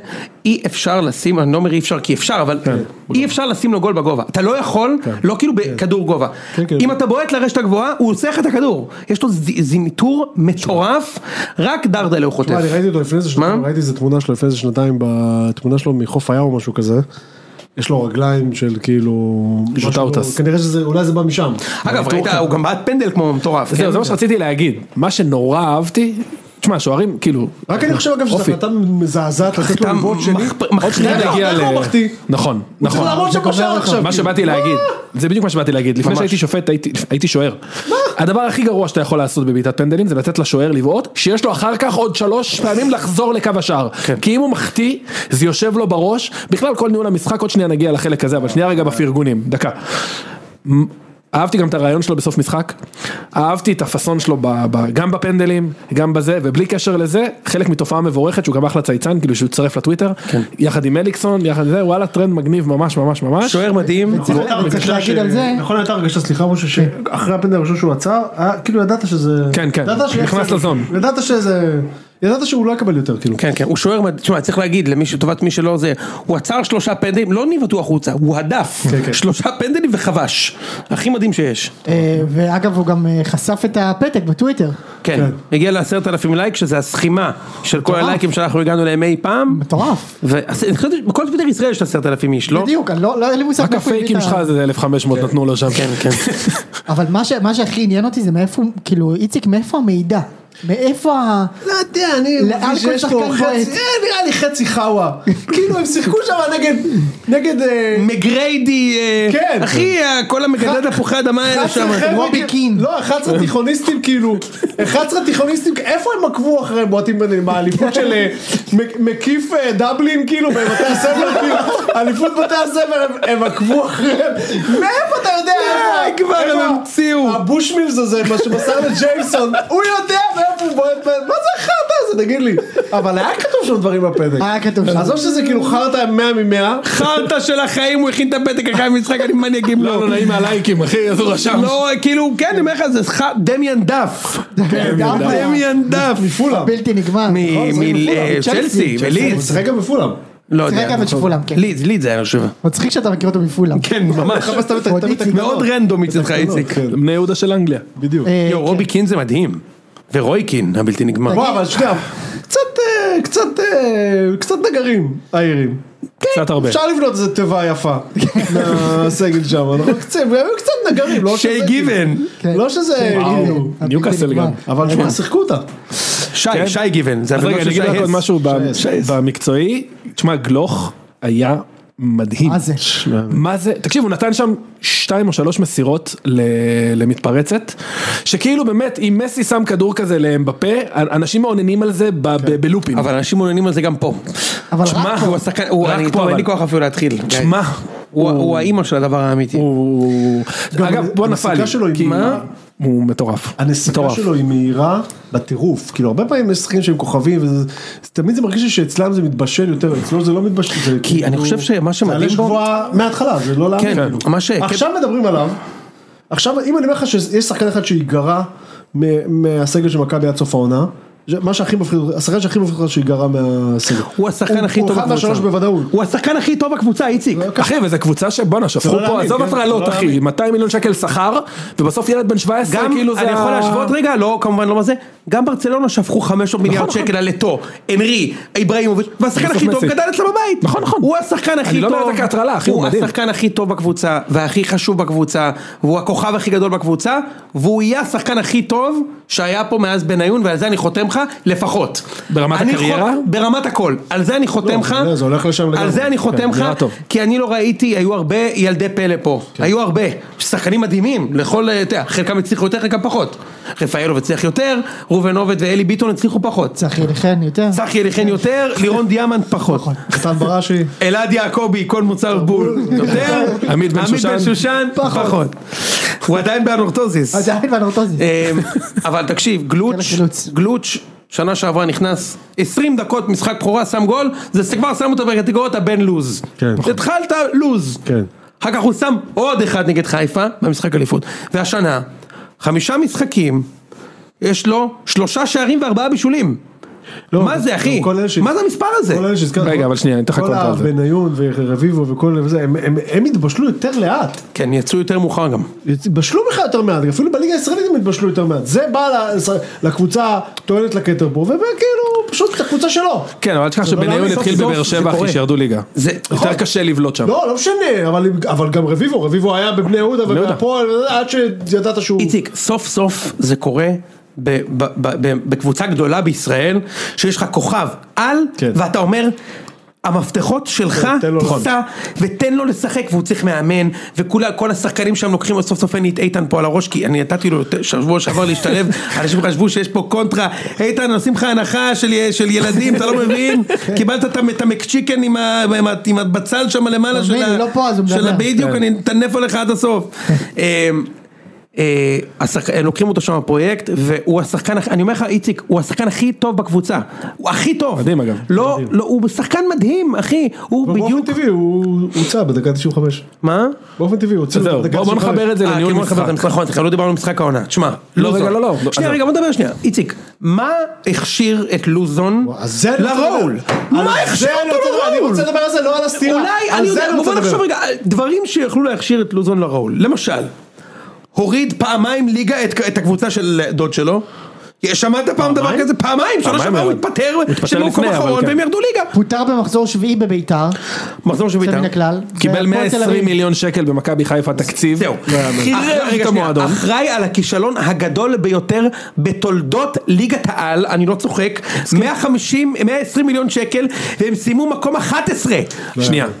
S4: אי אפשר לשים, אני לא אומר אי אפשר כי אפשר, אבל
S6: כן.
S4: אי אפשר לשים לו גול בגובה. אתה לא יכול, לא כאילו בכדור גובה.
S3: כן.
S4: אם אתה בועט לרשת הגבוהה, הוא עושה לך את הכדור. יש לו ז- זינטור מטורף, רק דרדלה הוא חוטף.
S3: מה, אני ראיתי אותו לפני איזה שנתיים,
S4: מה?
S3: ראיתי איזה תמונה שלו לפני איזה שנתיים, בתמונה שלו מחוף הים או משהו כזה. יש לו רגליים של כאילו...
S6: ז'וטאוטס.
S3: משהו- כנראה שזה, אולי זה בא משם.
S4: אגב, ראית, הוא גם בעט פנדל כמו מטורף. כן?
S6: זהו, זה מה שרציתי להגיד. מה שנורא אהבתי, תשמע, שוערים, כאילו...
S3: רק אני חושב אגב שזו
S6: אופי.
S3: החלטה מזעזעת לתת לו
S4: אתה
S3: לבעוט שני.
S4: מחפ- מחריד
S3: שנייה, אוקיי.
S4: להגיע
S3: איך הוא מחטיא?
S6: נכון,
S3: לא, הוא צריך
S6: נכון.
S3: לעמוד שם בשער עכשיו. אה!
S6: מה שבאתי להגיד, זה בדיוק מה שבאתי להגיד, לפני שהייתי שופט הייתי- הייתי שוער. הדבר הכי גרוע שאתה יכול לעשות בבעיטת פנדלים זה לתת לשוער לבעוט, שיש לו אחר כך עוד שלוש פעמים לחזור לקו השער.
S3: כן.
S6: כי אם הוא מחטיא, זה יושב לו בראש, בכלל כל ניהול המשחק, עוד שנייה נגיע לחלק הזה, אבל שנייה רגע בפרגונים, דקה. מ- אהבתי גם את הרעיון שלו בסוף משחק, אהבתי את הפאסון שלו ב, ב, גם בפנדלים, גם בזה, ובלי קשר לזה, חלק מתופעה מבורכת שהוא גם אחלה צייצן, כאילו שהוא יצטרף לטוויטר, כן. יחד עם אליקסון, יחד עם זה, וואלה טרנד מגניב ממש ממש ממש.
S4: שוער מדהים.
S6: לא,
S3: נכון, הייתה הרגשה
S2: צריך
S3: ש-
S2: להגיד על זה-
S3: נכון הייתה הרגשה, סליחה משה, שאחרי הפנדל הראשון שהוא עצר, היה- כאילו ידעת שזה...
S6: כן, כן,
S3: ידעת שיש-
S6: נכנס לזון.
S3: ידעת שזה... ידעת שהוא לא יקבל יותר, כאילו.
S4: כן, כן, הוא שוער, מד- תשמע, צריך להגיד, למי שטובת מי שלא זה, הוא עצר שלושה פנדלים, לא ניבטו החוצה, הוא הדף,
S3: כן.
S4: שלושה פנדלים וכבש, הכי מדהים שיש.
S2: אה, ואגב, הוא גם אה, חשף את הפתק בטוויטר.
S4: כן, הגיע לעשרת אלפים לייק, שזה הסכימה של כל
S2: מטורף.
S4: הלייקים שאנחנו הגענו אליהם אי פעם,
S2: מטורף.
S4: ואני חושב שבכל טוויטר ישראל יש עשרת אלפים איש, לא?
S2: בדיוק, אני לא, לא, אין לי מושג
S6: רק
S2: מאיפה הוא הביא
S6: הפייקים
S2: את
S6: שלך
S2: ה-
S6: זה 1500 נתנו לו שם.
S4: כן, כן.
S2: אבל מה, ש, מה שהכי עניין אותי זה מאיפה, הוא- כאילו, איציק, מאיפה המידע? מאיפה ה...
S3: לא יודע, אני
S2: לאן
S3: מרגיש
S2: כל
S3: שיש
S2: שחקן
S3: פה חצי,
S2: בועט?
S3: אה, נראה לי חצי חאווה. כאילו הם שיחקו שם נגד, נגד, אה,
S4: מגריידי, אה,
S3: כן.
S4: אחי, ה- כל המגדלי תפוחי האדמה האלה
S3: 11
S4: שם.
S3: חבר'ה,
S2: רובי
S3: כ-
S2: קין.
S3: לא, 11 תיכוניסטים כאילו, 11 תיכוניסטים, איפה הם עקבו אחרי בועטים בנ- באליפות של אה, מק- מקיף אה, דבלין כאילו בבתי הספר, כאילו, אליפות בתי הספר, הם- הם עקבו אחריהם, מאיפה אתה יודע?
S4: די,
S3: איפה-
S4: כבר,
S3: איפה
S4: הם המציאו.
S3: הבושמילס הזה, מה שמסר לג'יימסון, הוא יודע מאיפה הוא בועט, מה זה החרטא הזה, תגיד לי, אבל היה כתוב שם דברים בפתק,
S2: היה כתוב שם.
S3: עזוב שזה כאילו חרטא 100 מ-100,
S4: חרטא של החיים, הוא הכין את הפתק אחרי המשחק, אני מניאגים לו.
S6: לא נעים מהלייקים אחי, אז הוא רשם.
S4: לא, כאילו, כן, אני אומר לך, זה ח- דמיאן דף.
S2: דף היה
S4: דמיאן דף.
S3: מפולה,
S2: בלתי נגמר. נכון? זה
S4: אה,
S2: מפולם.
S4: מצ'לסי,
S3: הוא
S4: ולידס.
S3: משחק גם בפולם,
S4: לא
S2: שיחק
S4: יודע.
S2: גם בפולם, כן.
S4: לידס, לידס היה, אני חושב.
S2: מצחיק שאתה מכיר אותו מפולה.
S4: כן, ממש.
S3: חפש את
S2: עוד
S3: המתקנות,
S2: איציק.
S4: מאוד אוקיי, רנדום
S3: לא,
S4: מצדך, איציק.
S3: כן.
S6: בני יהודה של אנגליה.
S4: כן.
S3: בדיוק.
S2: אה,
S4: יו, רובי קין זה מדהים. ורוי קין, הבלתי נגמר.
S3: בוא אבל שנייה, קצת אה, קצת אה, קצת נגרים האירים.
S6: קצת הרבה.
S3: אפשר לבנות איזה תיבה יפה מהסגל שם, נכון? קצת- הם היו קצת נגרים, לא שזה...
S4: שי גיבן.
S2: כן.
S3: לא שזה...
S2: וואו.
S3: כאילו,
S2: הבלתי
S6: ניוקאסל
S2: נגמר.
S6: גם.
S3: אבל שמע, שיחקו אותה.
S4: שי,
S6: כן.
S4: שי גיבן. זה
S6: אז רגע,
S4: הבנות
S6: אני
S4: של
S6: אגיד
S4: שי
S6: לך עוד
S4: הס.
S6: משהו ב-
S3: שייס.
S6: במקצועי. תשמע, גלוך היה מדהים.
S2: מה זה?
S6: מה זה? תקשיב, הוא נתן שם שתיים או שלוש מסירות ל- למתפרצת, שכאילו באמת, אם מסי שם כדור כזה לאמבפה, אנשים מעוננים על זה
S3: כן.
S6: ב- ב- בלופים.
S4: אבל אנשים מעוניינים על זה גם פה.
S2: אבל
S6: שמע,
S2: רק פה.
S4: הוא השחקן, הוא-
S6: רק
S4: אני-
S6: פה,
S4: טוב, אין
S6: אבל.
S4: לי כוח אפילו להתחיל.
S6: תשמע,
S4: הוא- הוא האימא של הדבר האמיתי.
S6: הוא... אגב, בוא נפל לי.
S3: הנסיקה שלו היא
S6: כי-
S3: מה?
S6: הוא מטורף.
S3: הנסיקה
S6: מטורף.
S3: שלו היא מהירה בטירוף, כאילו הרבה פעמים יש שחקנים שהם כוכבים, וזה- זה- תמיד זה מרגיש לי שאצלם זה מתבשל יותר, אצלו זה לא מתבשל, זה
S4: כי אני
S3: כאילו-
S4: חושב שמה
S3: זה
S4: שמדהים
S3: עלה
S4: בו,
S3: גבוהה מההתחלה, זה לא
S4: כן,
S3: להאמין. כאילו.
S4: מה ש-
S3: עכשיו מדברים עליו, עכשיו אם אני אומר לך שיש שחקן אחד שייגרע מ- מהסגל של מכבי עד סוף העונה, זה מה שהכי מפחיד, השחקן שהכי מפחיד אותך שייגרע מהסגל.
S4: הוא השחקן הכי
S3: הוא
S4: טוב
S3: אחד
S4: בקבוצה.
S3: מהשלוש בוודאות.
S4: הוא השחקן הכי טוב בקבוצה, איציק.
S6: אחי, וזו קבוצה שבואנה, שפכו
S3: לא
S6: פה,
S3: להאמין,
S6: עזוב
S3: כן? זה
S6: הטרלות
S3: לא
S6: אחי,
S3: להאמין.
S6: 200 מיליון שקל שכר, ובסוף ילד בן 17,
S4: גם,
S6: כאילו זה...
S4: אני יכול
S6: ה-
S4: להשוות רגע, לא, כמובן לא מה זה, גם ברצלונה שפכו 500 מיליארד
S6: נכון,
S4: שקל על אתו, אנרי, איבראימוביץ', והשחקן
S6: בסוף
S4: הכי טוב
S6: מסי.
S4: גדל אצלו בבית.
S6: נכון, נכון.
S4: הוא השחקן הכי טוב.
S6: לא אומר את זה כהטרלה, אחי, הוא מדהים.
S4: השחקן הכי טוב בקבוצה, והכי חשוב בקבוצה, והוא הכוכב הכי גדול בקבוצה, והוא יהיה השחקן הכי טוב שהיה פה מאז בניון, ועל זה אני חותם לך, לפחות.
S6: ברמת
S4: אני
S6: הקריירה?
S4: חות- ברמת הכל. על זה אני חותם
S3: לא,
S4: לך.
S3: אתה יודע, זה הולך לשם
S4: על
S3: לגמרי.
S4: זה אני חותם
S6: כן,
S4: לך.
S6: נראה טוב.
S4: כי אני לא ראיתי, היו הרבה ילדי פלא פה,
S6: כן.
S4: היו הרבה, שחקנים מדהימים, לכל, אה, אתה יודע, חלקם הצליחו יותר, חלקם פחות. רפאלוב הצליח יותר, ראובן עובד ואלי ביטון הצליחו פחות.
S2: צחי אליכן יותר.
S4: צחי אליכן יותר, לירון דיאמנט פחות.
S3: קטן בראשי.
S4: אלעד יעקבי, כל מוצר בול, יותר,
S6: עמית בן שושן,
S4: פחות. הוא עדיין באנורטוזיס.
S2: עדיין לא באנורטוזיס.
S4: אמ, אבל תקשיב, גלוץ',
S2: כן, גלוץ'.
S4: גלוץ', שנה שעברה נכנס 20 דקות משחק בכורה, שם גול, זה כבר שם אותו בקטגוריית הבן לוז.
S3: כן.
S4: התחלת לוז.
S3: כן.
S4: אחר כך הוא שם עוד אחד נגד חיפה במשחק אליפות. והשנה, חמישה משחקים, יש לו שלושה שערים וארבעה בישולים.
S3: לא,
S4: מה זה אחי?
S3: כל אלה ש-
S4: מה זה המספר הזה?
S3: כל אלה שהזכרת.
S6: רגע, אבל שנייה, אני אתן לך
S3: כל
S6: קונטרה על זה.
S3: הבניון ורביבו וכל זה, הם- הם- הם התבשלו יותר לאט.
S4: כן, יצאו יותר מאוחר גם.
S3: התבשלו בכלל יותר מעט, אפילו בליגה הישראלית הם התבשלו יותר מעט. זה בא ל- לקבוצה, טוענת לכתר פה, וכאילו, פשוט את הקבוצה שלו.
S6: כן, אבל אל תשכח
S3: זה לא
S6: שבניון
S3: להאמין,
S6: התחיל
S3: סוף סוף
S6: בבאר
S3: זה
S6: שבע, אחי,
S3: קורה. נכון.
S6: שירדו ליגה.
S4: זה-
S6: יותר קשה לבלוט שם.
S3: לא, לא משנה, אבל, אבל גם רביבו, רביבו היה בבני יהודה ובהפועל, עד שידעת שהוא...
S4: איציק, סוף סוף זה קורה ב- ב- ב- ב- בקבוצה גדולה בישראל, שיש לך כוכב על,
S3: כן.
S4: ואתה אומר... המפתחות שלך,
S3: כן, תן לו
S4: תיסע ותן לו לשחק והוא צריך מאמן וכל השחקנים שם לוקחים לו סוף סוף אין לי את איתן פה על הראש כי אני נתתי לו יותר- שבוע שעבר להשתלב, אנשים חשבו שיש פה קונטרה, איתן עושים לך הנחה של י- של ילדים, אתה לא מבין?
S2: כן.
S4: קיבלת את המ- את המקצ'יקן עם ה- עם ה- עם הבצל שם למעלה של
S2: מילא,
S4: ה-
S2: לא פה, אז הוא
S4: של
S2: מדבר.
S4: ה-
S6: כן.
S4: בדיוק, אני אטנף עליך עד הסוף. אמ, אה, השחק- הם לוקחים אותו שם בפרויקט, והוא השחקן, הכ- אני אומר לך, איציק, הוא השחקן הכי טוב בקבוצה. הוא הכי טוב.
S6: מדהים, אגב.
S4: לא, לא, הוא שחקן מדהים, אחי. הוא
S3: באופן
S4: בדיוק...
S3: טבעי הוא הוצא בדקה 95.
S4: מה?
S3: באופן טבעי הוא הוצא
S6: אז זהו,
S3: בדקה
S6: בוא בוא
S3: 95.
S6: נחבר את זה
S4: אה,
S6: לניהול
S4: כן,
S6: משחק.
S4: משחק, נכון, סליחה, לא דיברנו על משחק העונה. תשמע, לוזון.
S6: רגע, לא, לא, לא,
S4: שנייה,
S6: עזוב.
S4: רגע, בוא נדבר שנייה. איציק, מה הכשיר את לוזון
S3: אז זה
S6: לא
S3: אני רוצה
S4: לרול?
S3: לדבר. על
S4: מה
S3: זה
S4: הכשיר
S3: אני
S4: אותו
S3: רוצה- אני
S4: לרול?
S3: רוצה לדבר על זה, לא על הסטירה.
S4: אולי,
S3: על
S4: אני
S3: זה לא
S4: יודע,
S3: רוצה
S4: בוא
S3: לדבר.
S4: נחשוב רגע, על דברים שיכלו להכשיר את לוזון לראול, למשל, הוריד פעמיים ליגה את, את הקבוצה של דוד שלו, שמעת פעם דבר כזה? פעמיים, שנה
S6: פעמיים,
S4: שעברה הוא
S6: אבל-
S4: התפטר,
S6: הוא התפטר
S4: שבמקום
S6: לפני, אבל
S4: אחרון
S6: כן.
S4: והם ירדו ליגה.
S2: פוטר במחזור שביעי בביתר,
S4: מחזור של
S2: יוצא
S4: בית"ר.
S2: מן הכלל.
S6: קיבל
S2: והפועל תל
S6: 120
S2: אביב.
S6: מיליון שקל במכבי חיפה תקציב. לא,
S4: זהו.
S6: חירב
S4: אחראי- רגע,
S6: את
S4: שנייה.
S6: המועדון.
S4: אחראי על הכישלון הגדול ביותר בתולדות ליגת העל, אני לא צוחק, 150, 120 מיליון שקל, והם סיימו מקום 11.
S6: שנייה, לא,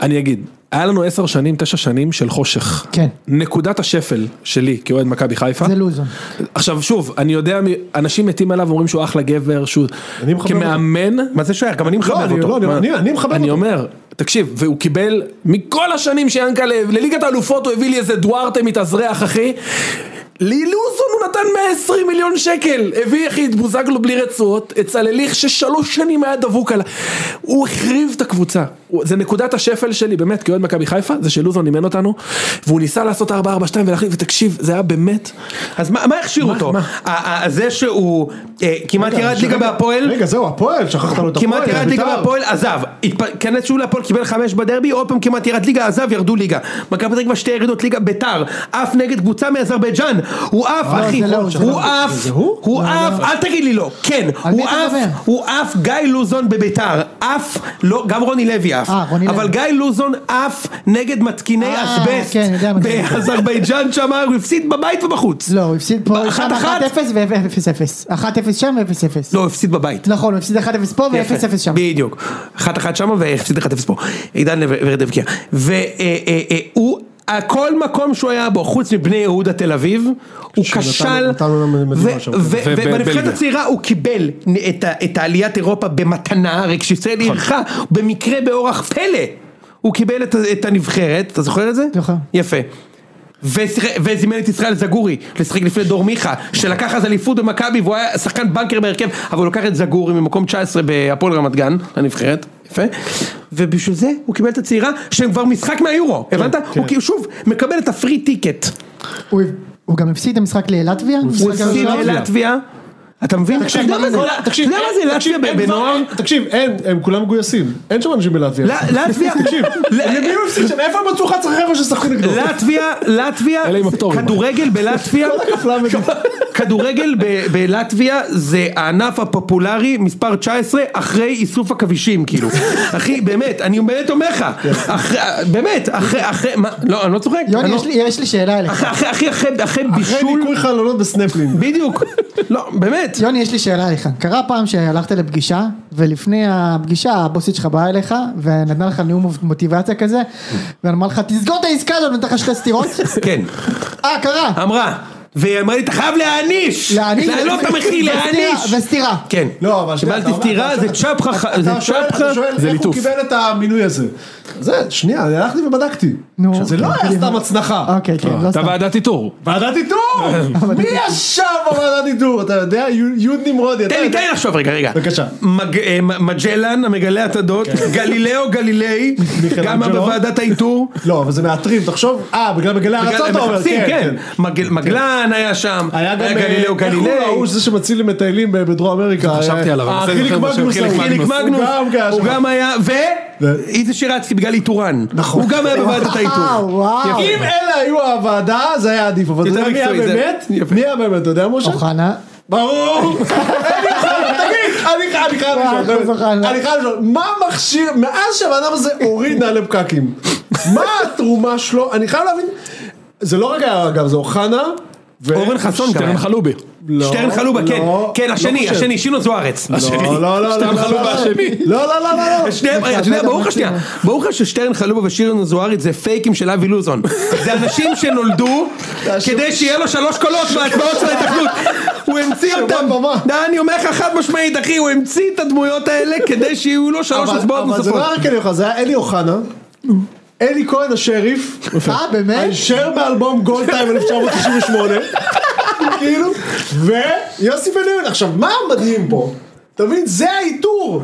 S6: אני אגיד, היה לנו עשר שנים, תשע שנים של חושך.
S2: כן.
S6: נקודת השפל שלי כאוהד מכבי חיפה.
S2: זה לא- לוזון.
S6: עכשיו שוב, אני יודע, מי- אנשים מתים עליו, אומרים שהוא אחלה גבר, שהוא
S3: אני מחבב אותו.
S6: כמאמן.
S4: מה זה שייך? גם אני
S3: לא,
S4: מחבב
S3: אני-
S4: אותו.
S3: לא,
S6: מה-
S3: אני- אני- אני מחבב
S6: אני
S3: אותו.
S6: אומר, תקשיב, והוא קיבל מכל השנים שיענקל'ה, לליגת האלופות הוא הביא לי איזה דוארטה מתאזרח אחי. לילוזון הוא נתן 120 מיליון שקל, הביא אחי את בוזגלו בלי רצועות, את סלליך ששלוש שנים היה דבוק על... ה- הוא החריב את הקבוצה, הוא- זה נקודת השפל שלי באמת כאוהד מכבי חיפה, זה שלוזון אימן אותנו, והוא ניסה לעשות 4-4-2 ולהחליף, ותקשיב, זה היה באמת,
S4: אז מה מה הכשיר אותו?
S6: מה?
S4: ה- ה- זה שהוא אה, כמעט ירד ליגה בהפועל,
S3: רגע,
S2: לא
S3: זהו, הפועל, שכחת לו את הפועל.
S4: כמעט ירד ליגה
S3: בית"ר.
S4: בהפועל, עזב. התפ- כנס שוב להפועל, קיבל חמש בדרבי, עוד פעם כמעט ירד ליגה, עזב, ירדו ליגה. מכבי תל אביב שתי ירידות ליגה, ביתר, עף נגד קבוצה מאזרבייג'אן. הוא עף, אחי,
S2: זה לא הוא, זה
S4: הוא
S2: לא
S4: עף,
S3: זה הוא?
S4: הוא עף, אל תגיד לי לא, כן,
S2: על
S4: הוא
S2: מי אתה
S4: עף,
S2: מדבר?
S4: הוא עף, גיא לוזון בביתר, עף, לא, גם רוני לוי עף,
S2: אה, רוני
S4: אבל
S2: לוי.
S4: גיא לוזון עף נגד מתקיני
S2: אה,
S4: אסבסט,
S2: כן, יודע מה זה.
S4: באזרבייג'אן שם, הוא הפסיד בבית ובחוץ.
S2: לא, הוא הפסיד פה שם
S4: 1-1.
S2: 1-0 ו-0-0. 1-0 שם ו-0-0.
S4: לא, הוא הפסיד בבית.
S2: נכון, הוא הפסיד 1-0 פה ו-0-0 שם.
S4: בדיוק. אחת אחת שמה והפסיד אחת אפס פה. עידן לב- אה, ורד הבקיע. והוא, כל מקום שהוא היה בו, חוץ מבני יהודה תל אביב, הוא
S3: שנתן-
S4: כשל,
S3: נתן לו מדינה
S4: ו-
S3: שם. כן.
S4: ו- ו- ובנבחרת
S6: ובלגיה.
S4: הצעירה הוא קיבל את ה- את העליית אירופה במתנה, הרי כשישראל אירחה, במקרה באורח פלא, הוא קיבל את ה- את הנבחרת, אתה זוכר את זה?
S2: זוכר.
S4: יפה. ושיחק- וזימן את ישראל זגורי לשחק לפני דור מיכה שלקח אז אליפות במכבי והוא היה שחקן בנקר בהרכב אבל הוא לקח את זגורי ממקום 19 בהפועל רמת גן לנבחרת יפה ובשביל זה הוא קיבל את הצעירה שהם כבר משחק מהיורו
S3: כן,
S4: הבנת? הוא כאילו שוב מקבל את הפרי טיקט
S2: הוא- הוא גם הפסיד את המשחק ללטביה?
S4: הוא
S3: משחק
S4: הפסיד
S3: ללטביה.
S4: ללטביה אתה מבין? אתה
S3: לא תקשיב,
S4: יודע מה זה
S3: כל ה-
S4: אתה
S3: תקשיב,
S4: יודע
S3: אין-
S4: מה זה
S3: תקשיב,
S4: ללטביה
S3: אין
S4: בנוער?
S3: כבר- תקשיב, אין, הם כולם מגויסים. אין שם אנשים בלטביה.
S4: ל- לטביה
S3: תקשיב, למי הוא הפסיד שם? איפה הם מצאו 11 חבר'ה ששחקו נגדו?
S4: לטביה, לטביה,
S6: אלה עם הפטורים.
S4: כדורגל בלטביה, כדורגל ב- בלטביה זה הענף הפופולרי מספר 19 אחרי איסוף עכבישים כאילו, אחי באמת, אני באמת אומר לך, אחרי- באמת, אחרי, אחרי, מה- לא אני לא צוחק,
S2: יוני,
S4: אני לא-
S2: יש לי- יש לי שאלה אליך.
S4: אחי, אחי, אחי, אחרי
S3: אחרי
S4: בישול,
S3: ניקוי חלונות בסנפלינג.
S4: בדיוק, לא באמת,
S2: יוני, יש לי שאלה אליך. קרה פעם שהלכת לפגישה, ולפני הפגישה הבוסית שלך באה אליך, ונתנה לך נאום מוטיבציה כזה, ואמר לך, תסגור את העסקה הזאת, נתן לך שתי סטירות?
S4: כן,
S2: אה, קרה.
S4: אמרה, והיא אמרה לי אתה חייב להעניש,
S2: להעניש-
S4: להעלות את המחיר,
S2: וסטירה-
S4: להעניש,
S2: וסטירה.
S4: כן,
S3: לא, אבל... אתה יודע,
S4: קיבלתי
S3: אתה-
S4: סטירה,
S3: אתה-
S4: זה
S3: אתה-
S4: צ'פחה,
S3: אתה-
S4: זה
S3: אתה שואל- אתה
S4: צ'פחה,
S3: שואל
S6: זה
S3: איך הוא
S6: ליטוף.
S3: קיבל את המינוי הזה. זה, שנייה, אני הלכתי ובדקתי.
S2: נו.
S3: זה לא היה סתם הצנחה.
S2: אוקיי, כן, לא
S6: הייתה
S2: סתם.
S6: ועדת איתור.
S3: ועדת איתור! מי ישב בוועדת איתור? אתה יודע, יו- יוד נמרודי. אתה
S4: תן לי,
S3: יודע.
S4: תן לי לחשוב רגע, רגע.
S3: בבקשה.
S4: מג- אה, מ- מג'לן, המגלה התדות,
S3: אוקיי.
S4: גלילאו גלילי, גם
S3: מיכלאנג'לו.
S4: בוועדת האיתור.
S3: לא, אבל זה מאתרים, תחשוב. אה, בגלל מגלי
S4: בגלל-
S3: הארצות
S4: הם
S3: אתה אומר.
S4: מחפשים, כן. מגל- מגלן היה שם,
S3: היה גם
S4: היה
S3: אה,
S4: גלילאו
S3: איך הוא
S4: גלילי.
S3: ההוא זה שמציל למטיילים ב- בדרום אמריקה.
S6: לא, חשבתי עליו, אבל
S3: אה,
S6: בסדר,
S3: חיליק
S6: חבר'ה,
S3: מגנוס.
S6: חיליק
S3: ההוא.
S4: חיליק
S6: מגנוס,
S3: הוא
S4: מגנוס,
S3: גם היה
S4: הוא
S3: שם.
S4: גם היה, ו...
S3: ו-
S4: איזה שירצקי בגלי טורן.
S3: נכון.
S4: הוא גם היה בוועדת האיתור.
S2: וואו, אה, וואו.
S3: אם אלה היו הוועדה, זה היה עדיף. אבל אתה
S4: יותר
S3: יודע מי היה
S4: מקצועי, זה-
S3: באמת?
S4: יפה.
S3: מי היה באמת? אתה יודע, משה?
S2: אוחנה.
S3: ברור! אני חייב, תגיד, אני חייב- אני חייב
S2: וואי,
S3: לשאול,
S2: אחוז
S3: באמת.
S2: אוחנה.
S3: אני חייב לשאול, מה המכשיר, מאז שהבן אדם הזה הוריד נעלי פקקים, מה התרומה שלו, אני חייב להבין, זה לא רק היה, אגב, זה אוחנה, ו-
S4: אורן חסון גם היה.
S6: שטרן חלובי.
S3: לא,
S4: שטרן חלובה, כן.
S3: לא,
S4: כן,
S3: לא
S4: השני,
S3: חושב.
S4: השני, שינו זוארץ. השני.
S3: לא, לא, לא,
S4: שטרן
S3: לא,
S4: חלובה
S3: לא,
S4: השני.
S3: לא, לא, לא, לא, לא.
S4: שניהם, אתה יודע, ברור לך שנייה, ברור לך ששטרן חלובה ושירן זוארץ זה פייקים של אבי לוזון. זה אנשים שנולדו כדי שיהיה לו שלוש קולות בהצבעות של ההתאחדות. הוא המציא
S3: שבוע
S4: אותם.
S3: במה.
S4: די, אני אומר לך חד משמעית, אחי, הוא המציא את הדמויות האלה כדי שיהיו לו שלוש
S3: אבל-
S4: הצבעות
S3: אבל זה
S4: נוספות.
S3: לא רק אלי אוחנה, זה היה אלי אוחנה, אלי כהן השריף,
S2: אה, באמת?
S3: הישר מאלבום גולדטיים 1998, כאילו, ויוסי בן-אליון. עכשיו, מה מדהים פה? אתה מבין? זה האיתור.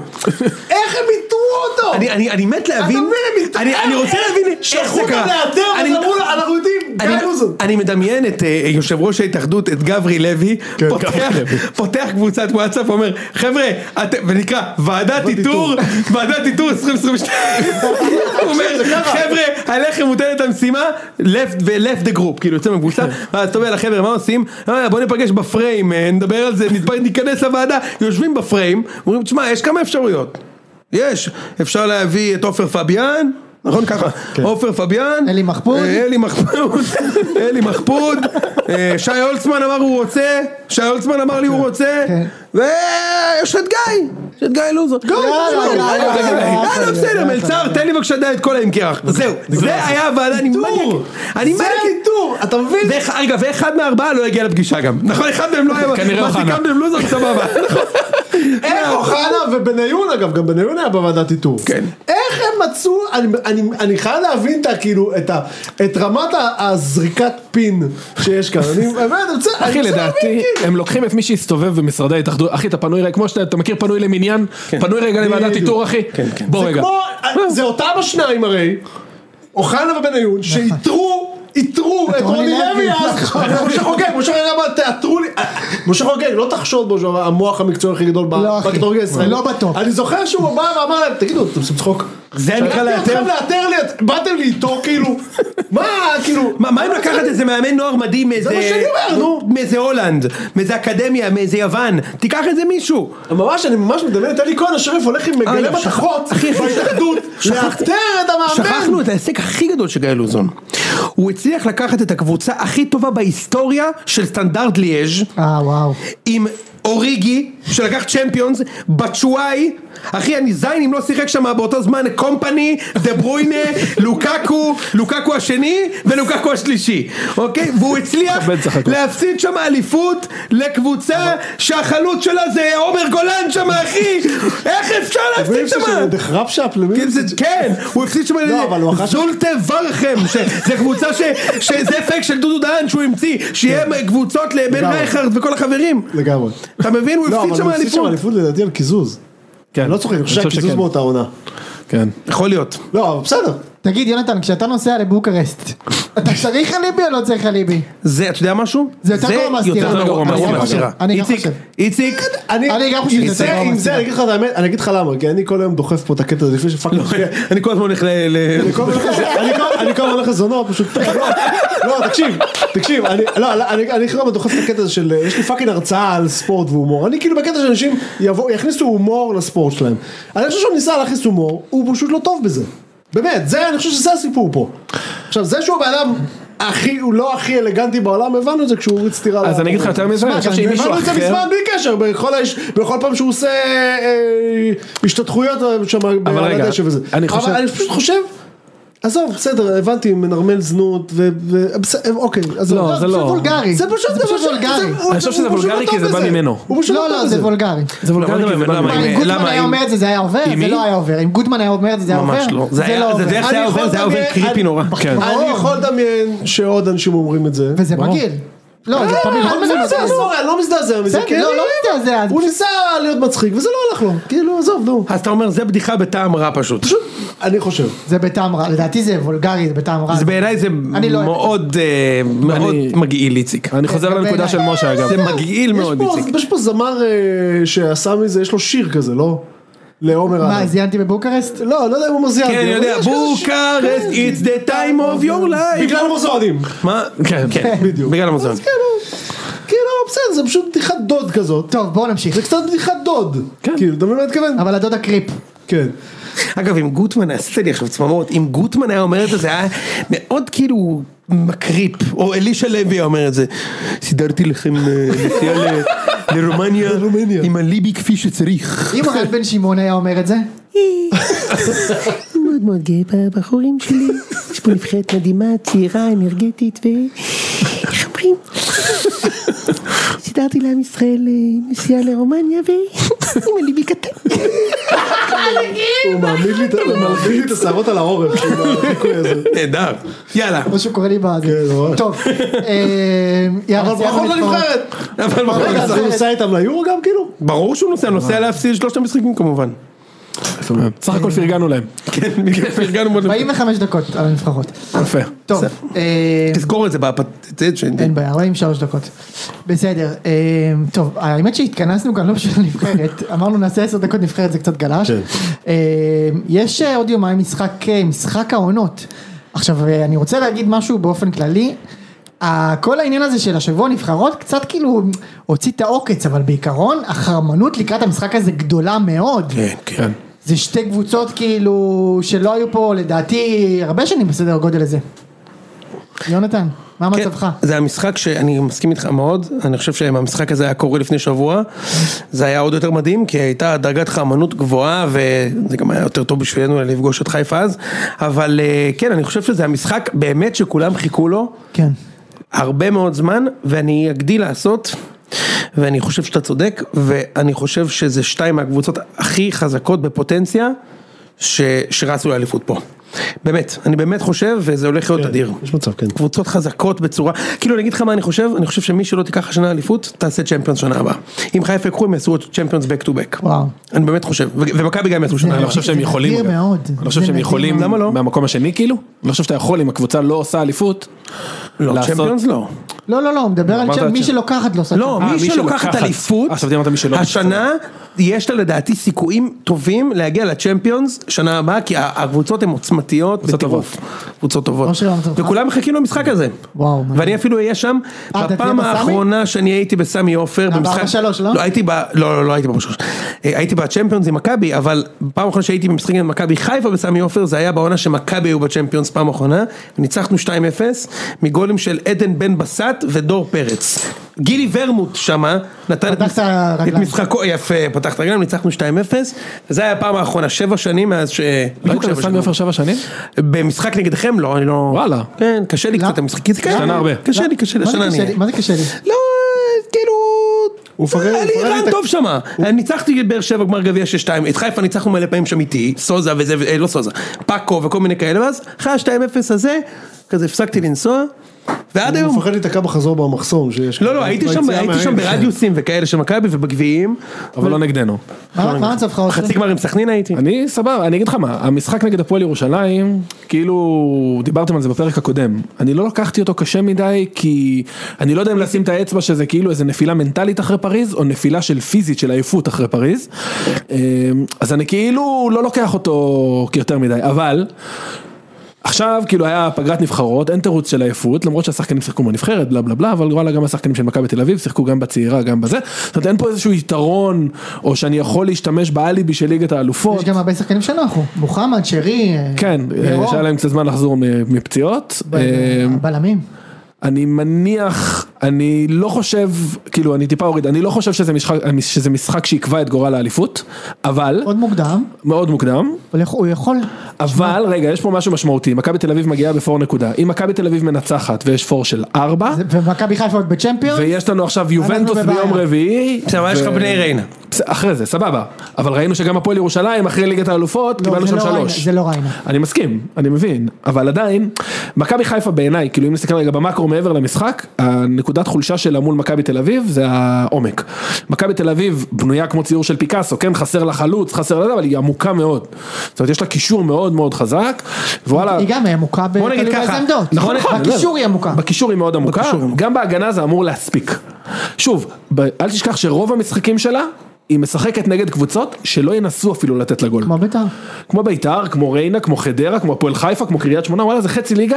S3: איך הם איתרו אותו!
S4: אני- אני אני מת
S3: אתה
S4: להבין,
S3: מבין, הם התקדמו.
S4: אני אני רוצה להבין איך
S3: שלחו
S4: זה
S3: אותם
S4: קרה.
S3: לאתר,
S4: אני-
S3: ואז אמרו לו, אנחנו יודעים,
S4: אני-
S3: גיא לוזון.
S4: אני מדמיין את אה, יושב ראש ההתאחדות, את גברי לוי,
S3: כן,
S4: פותח- פותח קבוצת וואטסאפ, אומר, חבר'ה, אתם- ונקרא ועדת איתור, ועדת איתור 2022, הוא אומר, חבר'ה, עליכם מוטלת המשימה, left ו-left the group, כאילו יוצא מהקבוצה, ואז אתה אומר לחבר'ה, מה עושים? "אה, בוא ניפגש בפריים, אה, נדבר על זה, נתפ- ניכנס לוועדה, יושבים בפריים, אומרים, תשמע, יש כמה אפשרויות, יש, אפשר להביא את עופר פביאן, נכון ככה, עופר פביאן,
S2: אלי מחפוד.
S4: אה, אלי מחפוד, אלי מחפוד, אה, שי הולצמן אמר הוא רוצה, שי הולצמן אמר
S3: כן.
S4: לי הוא רוצה, ויש את גיא, יש את גיא לא, לוזון.
S3: לא,
S4: גיא,
S2: יאללה,
S4: לוזון,
S2: יאללה,
S4: יאללה,
S2: יאללה,
S4: יאללה, לא, בסדר, מלצר, תן לי בבקשה די את כל האמקרח,
S3: אוקיי,
S4: זהו, זה היה הוועדה, אני מניאק, אני
S3: זה
S4: מניאק,
S3: הקיטור, אתה מבין?
S4: ואח- רגע, ואחד מהארבעה לא הגיע לפגישה גם, נכון, אחד מהם לא היה,
S6: כנראה
S4: מה
S6: אוחנה.
S4: סיכמתם לוזון, סבבה, נכון.
S3: איך כן, אוחנה ובניון אגב, גם בניון היה בוועדת איתור.
S4: כן.
S3: איך הם מצאו, אני, אני, אני חייב להבין את ה- כאילו, את, ה, את רמת ה- הזריקת פין שיש כאן. אני באמת, אני רוצה,
S6: אחי
S3: אני רוצה להבין,
S6: לדעתי
S3: כאילו.
S6: הם לוקחים את מי שהסתובב במשרדי ההתאחדות אחי אתה פנוי רגע כמו שאתה מכיר פנוי למניין פנוי רגע לוועדת
S3: בדיוק.
S6: איתור אחי בוא
S3: זה
S6: רגע
S3: כמו, זה אותם השניים הרי, אוחנה
S2: נכון.
S3: ובניון, שאיתרו, איתרו את רוני לוי אז,
S2: נכון.
S3: משה חוגג, משה חוגג אמר, תאתרו לי, משה חוגג, לא תחשוד בו שהוא המוח המקצועי הכי גדול
S2: לא, אחי.
S3: בכדורגל הישראלי.
S2: לא בטוח.
S3: אני זוכר שהוא בא ואמר להם, תגידו, אתם עושים צחוק.
S4: זה נקרא
S3: שלחתי
S4: לאתר?
S3: אתכם לאתר לי, את- באתם לי איתו כאילו, מה, כאילו,
S4: מה מה אם לקחת איזה מאמן נוער מדהים מאיזה...
S3: מה שאני אומר, נו.
S4: מאיזה הולנד, מאיזה אקדמיה, מאיזה יוון, תיקח איזה מישהו.
S3: ממש, אני ממש מדמיין את אלי כהן, השריף הולך עם מגלה
S4: רגע,
S3: מתכות,
S4: אה, לא, אחי, אחי,
S3: בהתאחדות,
S4: שכחתי.
S3: לאתר את המאמן.
S4: שכחנו את ההישג הכי גדול של גיא לוזון. הוא הצליח לקחת את הקבוצה הכי טובה בהיסטוריה של סטנדרט ליאז'
S2: אה וואו.
S4: עם אוריגי, שלקח צ'מפיונס, בצ'וואי, אחי אני זין אם לא שיחק שם באותו זמן קומפני, דה ברויינה, לוקקו, לוקקו השני ולוקקו השלישי, אוקיי? והוא הצליח
S6: מכבד סך הכל.
S4: להפסיד שם אליפות לקבוצה שהחלוץ שלה זה עומר גולן שם אחי, איך אפשר להפסיד שם?
S3: דחרפ שהפלמים.
S4: כן, זה- כן, הוא הפסיד שם
S3: לא, אבל הוא אחת-
S4: זולטה ורחם, שזה קבוצה ש... שזה פייק של דודו דהן שהוא המציא, שיהיה קבוצות לבן
S3: לגמרי.
S4: רייכרד וכל החברים.
S3: לגמרי.
S4: אתה מבין? הוא
S3: לא,
S4: הפסיד
S3: אבל
S4: שם
S3: הוא הפסיד שם
S4: אליפות.
S3: אליפות לדעתי על קיזוז.
S6: כן.
S3: לא צוחק, אני חושב
S6: חושב
S3: שהקיזוז
S6: שכן.
S3: מאותה עונה.
S6: כן.
S4: יכול להיות.
S3: לא, אבל בסדר.
S2: תגיד יונתן כשאתה נוסע לבוקרשט אתה צריך אליבי או לא צריך אליבי?
S4: זה, אתה יודע משהו?
S2: זה יותר גרוע מהסתירה.
S4: יותר גרוע
S6: אני גם
S4: מהסתירה.
S2: חושב, אני גם
S4: איציק,
S2: חושב.
S4: איציק,
S2: אני גם חושב
S3: עם
S2: שזה
S3: זה,
S2: גרוע
S3: עם
S2: מהסיבה.
S3: זה, אני אגיד לך את האמת, אני אגיד לך למה, כי אני כל היום דוחף פה את הקטע הזה לפני שפאק
S4: לא,
S3: משקיע.
S4: אני כל הזמן הולך ל... ל-
S3: אני כל הזמן הולך לז- אני כל- אני כל הזמן הולך לזונו, פשוט, לא, לא, תקשיב, תקשיב, אני, לא, לא, אני, אני כל הזמן דוחף את הקטע הזה של, אה, יש לי פאקינג הרצאה על ספורט והומור, אני כאילו בקטע שאנשים יבואו, יכניסו הומור לספורט שלהם. אני חושב שהוא ניסה להכניס הומור, הוא פשוט לא טוב בזה. באמת, זה, אני חושב שזה הסיפור פה. עכשיו, זה שהוא הבן אדם הכי, הוא לא הכי אלגנטי בעולם, הבנו את זה כשהוא הוריד סטירה.
S6: אז אני אגיד לך יותר מזה אני חושב שאם מישהו
S3: הבנו את זה
S6: אחר
S3: מזמן בלי קשר, בכל, האש, בכל פעם שהוא עושה אה, השתתחויות אה, שם,
S6: אבל
S3: על
S6: רגע,
S3: הדשא וזה.
S6: אני חושב-
S3: אבל אני פשוט חושב, עזוב, בסדר, הבנתי, מנרמל זנות, ו... ו- בס- אוקיי, עזוב.
S6: לא, זה
S2: זה
S6: לא
S2: וולגרי.
S3: זה פשוט
S2: זה
S3: דבר
S2: פשוט
S3: ש-
S2: וולגרי.
S3: זה- הוא-
S6: אני חושב
S3: הוא
S6: שזה
S3: פשוט
S6: וולגרי
S3: לא
S6: כי
S3: טוב
S6: זה בא
S3: בזה.
S6: ממנו.
S3: הוא פשוט
S2: לא
S3: טוב
S2: לא זה
S3: בזה.
S2: וולגרי.
S6: זה וולגרי
S4: למה,
S6: כי זה בא
S4: למה,
S6: ממנו.
S2: אם
S4: למה,
S2: גוטמן היה
S4: אם-
S2: אומר את זה זה היה עובר,
S6: עם
S2: זה
S6: מי?
S2: לא היה עובר, אם גוטמן היה אומר את זה זה היה עובר,
S4: ממש לא. זה
S2: זה
S4: היה-
S2: לא
S4: זה
S2: עובר,
S4: דרך זה היה
S3: אני יכול
S4: עובר, זה היה עובר
S3: לדמיין-
S4: קריפי
S3: אני-
S4: נורא.
S6: כן.
S3: אני יכול לדמיין שעוד אנשים אומרים את זה.
S2: וזה מגעיל. לא, זה
S3: אה,
S2: תמיד
S3: אני
S2: הולמן
S3: לא
S2: עושה את זה.
S3: מזדעזע, אני לא מזדעזע מזה,
S2: בסדר,
S3: כי
S2: לא,
S3: אני-
S2: לא מזדעזע.
S3: הוא ניסה להיות מצחיק וזה לא הלך לו, כאילו עזוב נו,
S4: אז אתה אומר, זה בדיחה בטעם רע פשוט.
S3: פשוט אני חושב,
S2: זה בטעם רע, לדעתי זה וולגרי, זה בטעם רע.
S4: אז בעיניי זה
S2: אני לא אוהב.
S4: מאוד אה, מאוד מגעיל, איציק.
S6: אני חוזר
S2: גם
S6: לנקודה
S2: בעיניי.
S6: של משה אגב
S4: זה מגעיל
S3: יש
S4: מאוד,
S3: פה-
S4: איציק.
S3: יש פה זמר אה, שעשה מזה, יש לו שיר כזה, לא? לעומר
S2: מה,
S3: אדם.
S2: זיינתי בבוקרשט?
S3: לא, לא יודע אם הוא מזיע.
S4: כן, אני יודע, בוקרסט, it's the time of your life.
S3: אוקיי. כן. בגלל המוזיאונים.
S4: מה? כן, כן,
S3: בדיוק.
S4: בגלל המוזיאון.
S3: אז כאילו, כאילו, בסדר, זה פשוט בדיחת דוד כזאת.
S2: טוב בואו נמשיך.
S3: זה קצת בדיחת דוד. כאילו, אתה מבין מה אני מתכוון?
S2: אבל הדודה קריפ.
S3: כן.
S4: אגב, אם גוטמן, עשית לי עכשיו צמרמורת, אם גוטמן היה אומר את זה, זה היה מאוד כאילו מקריפ, או אלישע לוי היה אומר את זה. סידרתי לכם אה, נסיעה ל- לרומניה,
S3: לרומניה.
S4: עם הליבי כפי שצריך.
S2: אם הרן בן שמעון היה אומר את זה?
S7: אני מאוד מאוד גאה בבחורים שלי, יש פה נבחרת מדהימה, צעירה, אנרגטית ו... איך אומרים? סידרתי לעם ישראל אה, נסיעה לרומניה ו... עם הליבי קטן.
S3: הוא מעמיד לי את- הוא מעמיד לי את השערות על העורף. כאילו. עם החיקוי הזה.
S4: נהדר. יאללה.
S2: משהו קורה לי בזה.
S3: כן, ממש.
S2: טוב. אה, יאללה,
S3: אבל
S2: סיימנו
S4: לא
S3: ברכות
S2: להתפרק.
S3: לנבחרת.
S4: אבל
S3: רגע, אז הוא נוסע איתם ליורו גם כאילו?
S4: ברור שהוא נוסע, נוסע להפסיד שלושת המשחקים כמובן.
S6: לפעמים. סך הכל פרגנו להם.
S4: כן, בגלל זה ארגנו מאוד.
S2: 45 דקות על הנבחרות.
S6: יפה.
S2: טוב, אה,
S4: תזכור את זה בפטנט שאני...
S2: אין בעיה, 43 דקות. בסדר, אה, טוב, האמת שהתכנסנו כאן לא בשביל הנבחרת, אמרנו נעשה 10 דקות נבחרת, זה קצת גלש. אה, יש אה, עוד יומיים משחק, אה, משחק העונות. עכשיו, אה, אני רוצה להגיד משהו באופן כללי. ה- כל העניין הזה של השבוע נבחרות קצת כאילו הוציא את העוקץ, אבל בעיקרון החרמנות לקראת המשחק הזה גדולה מאוד.
S4: כן, כן.
S2: זה שתי קבוצות כאילו שלא היו פה לדעתי הרבה שנים בסדר הגודל הזה. יונתן, מה
S4: כן,
S2: מצבך?
S4: זה המשחק שאני מסכים איתך מאוד, אני חושב שאם המשחק הזה היה קורה לפני שבוע, זה היה עוד יותר מדהים, כי הייתה דרגת חמנות גבוהה, וזה גם היה יותר טוב בשבילנו לפגוש את חיפה אז, אבל אה, כן, אני חושב שזה המשחק באמת שכולם חיכו לו,
S2: כן.
S4: הרבה מאוד זמן, ואני אגדיל לעשות, ואני חושב שאתה צודק, ואני חושב שזה שתיים מהקבוצות הכי חזקות בפוטנציה, ש... שרצו לאליפות פה. באמת, אני באמת חושב, וזה הולך להיות אדיר.
S3: יש מצב, כן.
S4: קבוצות חזקות בצורה, כאילו אני אגיד לך מה אני חושב, אני חושב שמי שלא תיקח השנה אליפות, תעשה צ'מפיונס שנה הבאה. אם חיפה יקחו, הם יעשו צ'מפיונס בק טו בק.
S2: וואו.
S4: אני באמת חושב, ו- ומכבי גם יעשו שנה
S6: אני לא
S4: הבאה.
S6: חושב שהם
S2: זה
S6: יכולים.
S2: נדיר
S6: אגב.
S2: מאוד.
S6: אני לא חושב
S2: זה
S6: שהם
S2: נדיר
S6: יכולים.
S2: מאוד.
S4: למה לא?
S6: מהמקום השני כאילו? אני לא חושב שאתה יכול אם הקבוצה לא עושה אליפות.
S4: לא,
S6: לעשות-
S4: צ'מפיונס לא.
S2: לא, לא, לא, הוא מדבר על
S6: אמרת
S2: שם, מי
S6: שם.
S2: שלוקחת לו סתם.
S4: לא,
S6: אה,
S4: מי
S6: מי
S4: שלוקחת
S6: שלוקחת.
S4: אליפות,
S6: אה, חשבתי אמרת מי שלא.
S4: השנה יש לה לדעתי סיכויים טובים להגיע לצ'מפיונס שנה הבאה, כי ה- הקבוצות הן עוצמתיות בטירוף. קבוצות טובות.
S2: אושר, למה אתה מוכן?
S4: וכולם מחכים למשחק הזה.
S2: וואו,
S4: ואני אפילו אהיה שם,
S2: אה, אתה תהיה
S4: בפעם
S2: בסמי?
S4: האחרונה שאני הייתי בסמי עופר,
S2: אה,
S4: במשחק...
S2: ב-4-3, לא?
S4: הייתי ב... לא, לא, לא הייתי ב-4-3. אה, הייתי בצ'מפיונס עם מכבי, אבל פעם אחרונה שהייתי במשחק עם מכבי חיפה בסמי עופר, זה היה בעונה שמכבי היו בצ'מפיונס פעם אחרונה, ניצחנו 2-0, מגולים של עדן בן בסט ודור פרץ. גילי ורמוט שמה, נתן את,
S2: פתח את הרגליים.
S4: את משחקו, יפה, פתח את הרגליים, ניצחנו 2-0, וזה היה הפעם האחרונה, שבע שנים מאז ש...
S6: לא
S4: בדיוק
S6: היית
S4: שבע
S6: בסמי
S4: שנים.
S6: עופר שבע שנים?
S4: במשחק נגדכם לא, אני לא...
S6: וואלה.
S4: כן, קשה לי
S2: למה?
S4: קצת המשחק, זה
S6: השתנה הרבה.
S4: קשה לי, קשה לי,
S2: לא? מה זה
S4: השנה
S2: קשה
S4: אני...
S2: לי? מה זה קשה לי?
S4: לא, כאילו...
S3: הוא מפרגן-
S4: היה לי
S3: הוא מפרגן
S4: רן
S3: את ה-
S4: טוב שמה, אני ניצחתי את באר שבע גמר גביע 6-2, את חיפה ניצחנו מלא פעמים שם איתי, סוזה וזה, ו- אה, לא סוזה, פאקו וכל מיני כאלה, ואז אחרי ה-2-0 הזה, כזה הפסקתי לנסוע, ועד
S3: הוא
S4: היום,
S3: מפחד להיתקע בחזור במחסום שיש.
S4: לא לא הייתי שם,
S3: ביציאה
S4: הייתי
S3: מהעיר.
S4: שם ברדיוסים וכאלה של מכבי ובגביעים,
S6: אבל לא נגדנו.
S2: מה מה מצבך אושר?
S4: חצי גמר עם סכנין הייתי,
S6: אני סבבה, אני אגיד לך מה, המשחק נגד הפועל ירושלים, כאילו, דיברתם על זה בפרק הקודם, אני לא לקחתי אותו קשה מדי, כי אני לא יודע אם לשים את האצבע שזה כאילו איזה נפילה מנטלית אחרי פריז, או נפילה של פיזית של עייפות אחרי פריז, אמ, אז אני כאילו לא לוקח אותו כיותר מדי, אבל... עכשיו כאילו היה פגרת נבחרות, אין תירוץ של עייפות, למרות שהשחקנים שיחקו בנבחרת, בלה בלה בלה, אבל וואלה גם השחקנים של מכבי תל אביב שיחקו גם בצעירה, גם בזה. זאת אומרת אין פה איזשהו יתרון, או שאני יכול להשתמש באליבי של ליגת האלופות.
S2: יש גם הרבה שחקנים שנחו. מוחמד, שרי, אה,
S6: כן,
S2: לירון,
S6: שהיה להם קצת זמן לחזור מ- מפציעות.
S2: ב-
S6: אה,
S2: בלמים.
S6: אני מניח, אני לא חושב, כאילו אני טיפה אוריד, אני לא חושב שזה משחק, שזה משחק שיקבע את גורל האליפות, אבל,
S2: עוד מוקדם,
S6: מאוד מוקדם,
S2: אבל יכול- הוא יכול...
S6: אבל רגע, יש פה משהו משמעותי, מכבי תל אביב מגיעה בפור נקודה, אם מכבי תל אביב מנצחת ויש פור של ארבע,
S2: זה- ומכבי חיפה עוד בצ'מפיון?
S6: ויש לנו עכשיו יובנטוס
S2: בבעיה.
S6: ביום רביעי,
S4: בסדר, יש לך
S6: ו-
S4: בני ריינה,
S6: בס- אחרי זה, סבבה, אבל ראינו שגם הפועל ירושלים אחרי ליגת האלופות,
S2: לא,
S6: קיבלנו
S2: זה
S6: שם
S2: לא ריינה,
S6: שלוש.
S2: זה לא ריינה.
S6: אני מסכים, אני מבין, אבל עדיין, מכבי חיפה בעיניי, כאילו אם נסתכל רגע במקרו מעבר למשחק, הנקודת חולשה שלה מול מכבי תל אביב זה העומק. מכבי תל אביב בנויה כמו ציור של פיקאסו, כן, חסר לה חלוץ, חסר לה זה, אבל היא עמוקה מאוד. זאת אומרת, יש לה קישור מאוד מאוד חזק, ווואלה...
S2: היא גם עמוקה ב...
S4: אה. בוא נגיד
S2: תלוי
S4: ככה,
S2: באיזה עמדות.
S4: נכון, נכון,
S2: בקישור היא עמוקה.
S6: בקישור היא מאוד עמוקה,
S4: בקישור היא עמוקה.
S6: גם בהגנה זה אמור להספיק. שוב, ב- אל תשכח שרוב המשחקים שלה, היא משחקת נגד קבוצות שלא ינסו אפילו לתת לה גול.
S2: כמו בית"ר.
S6: כמו בית"ר, כמו ריינה, כמו חדרה, כמו הפועל חיפה, כמו קריית שמונה, וואלה זה חצי ליגה,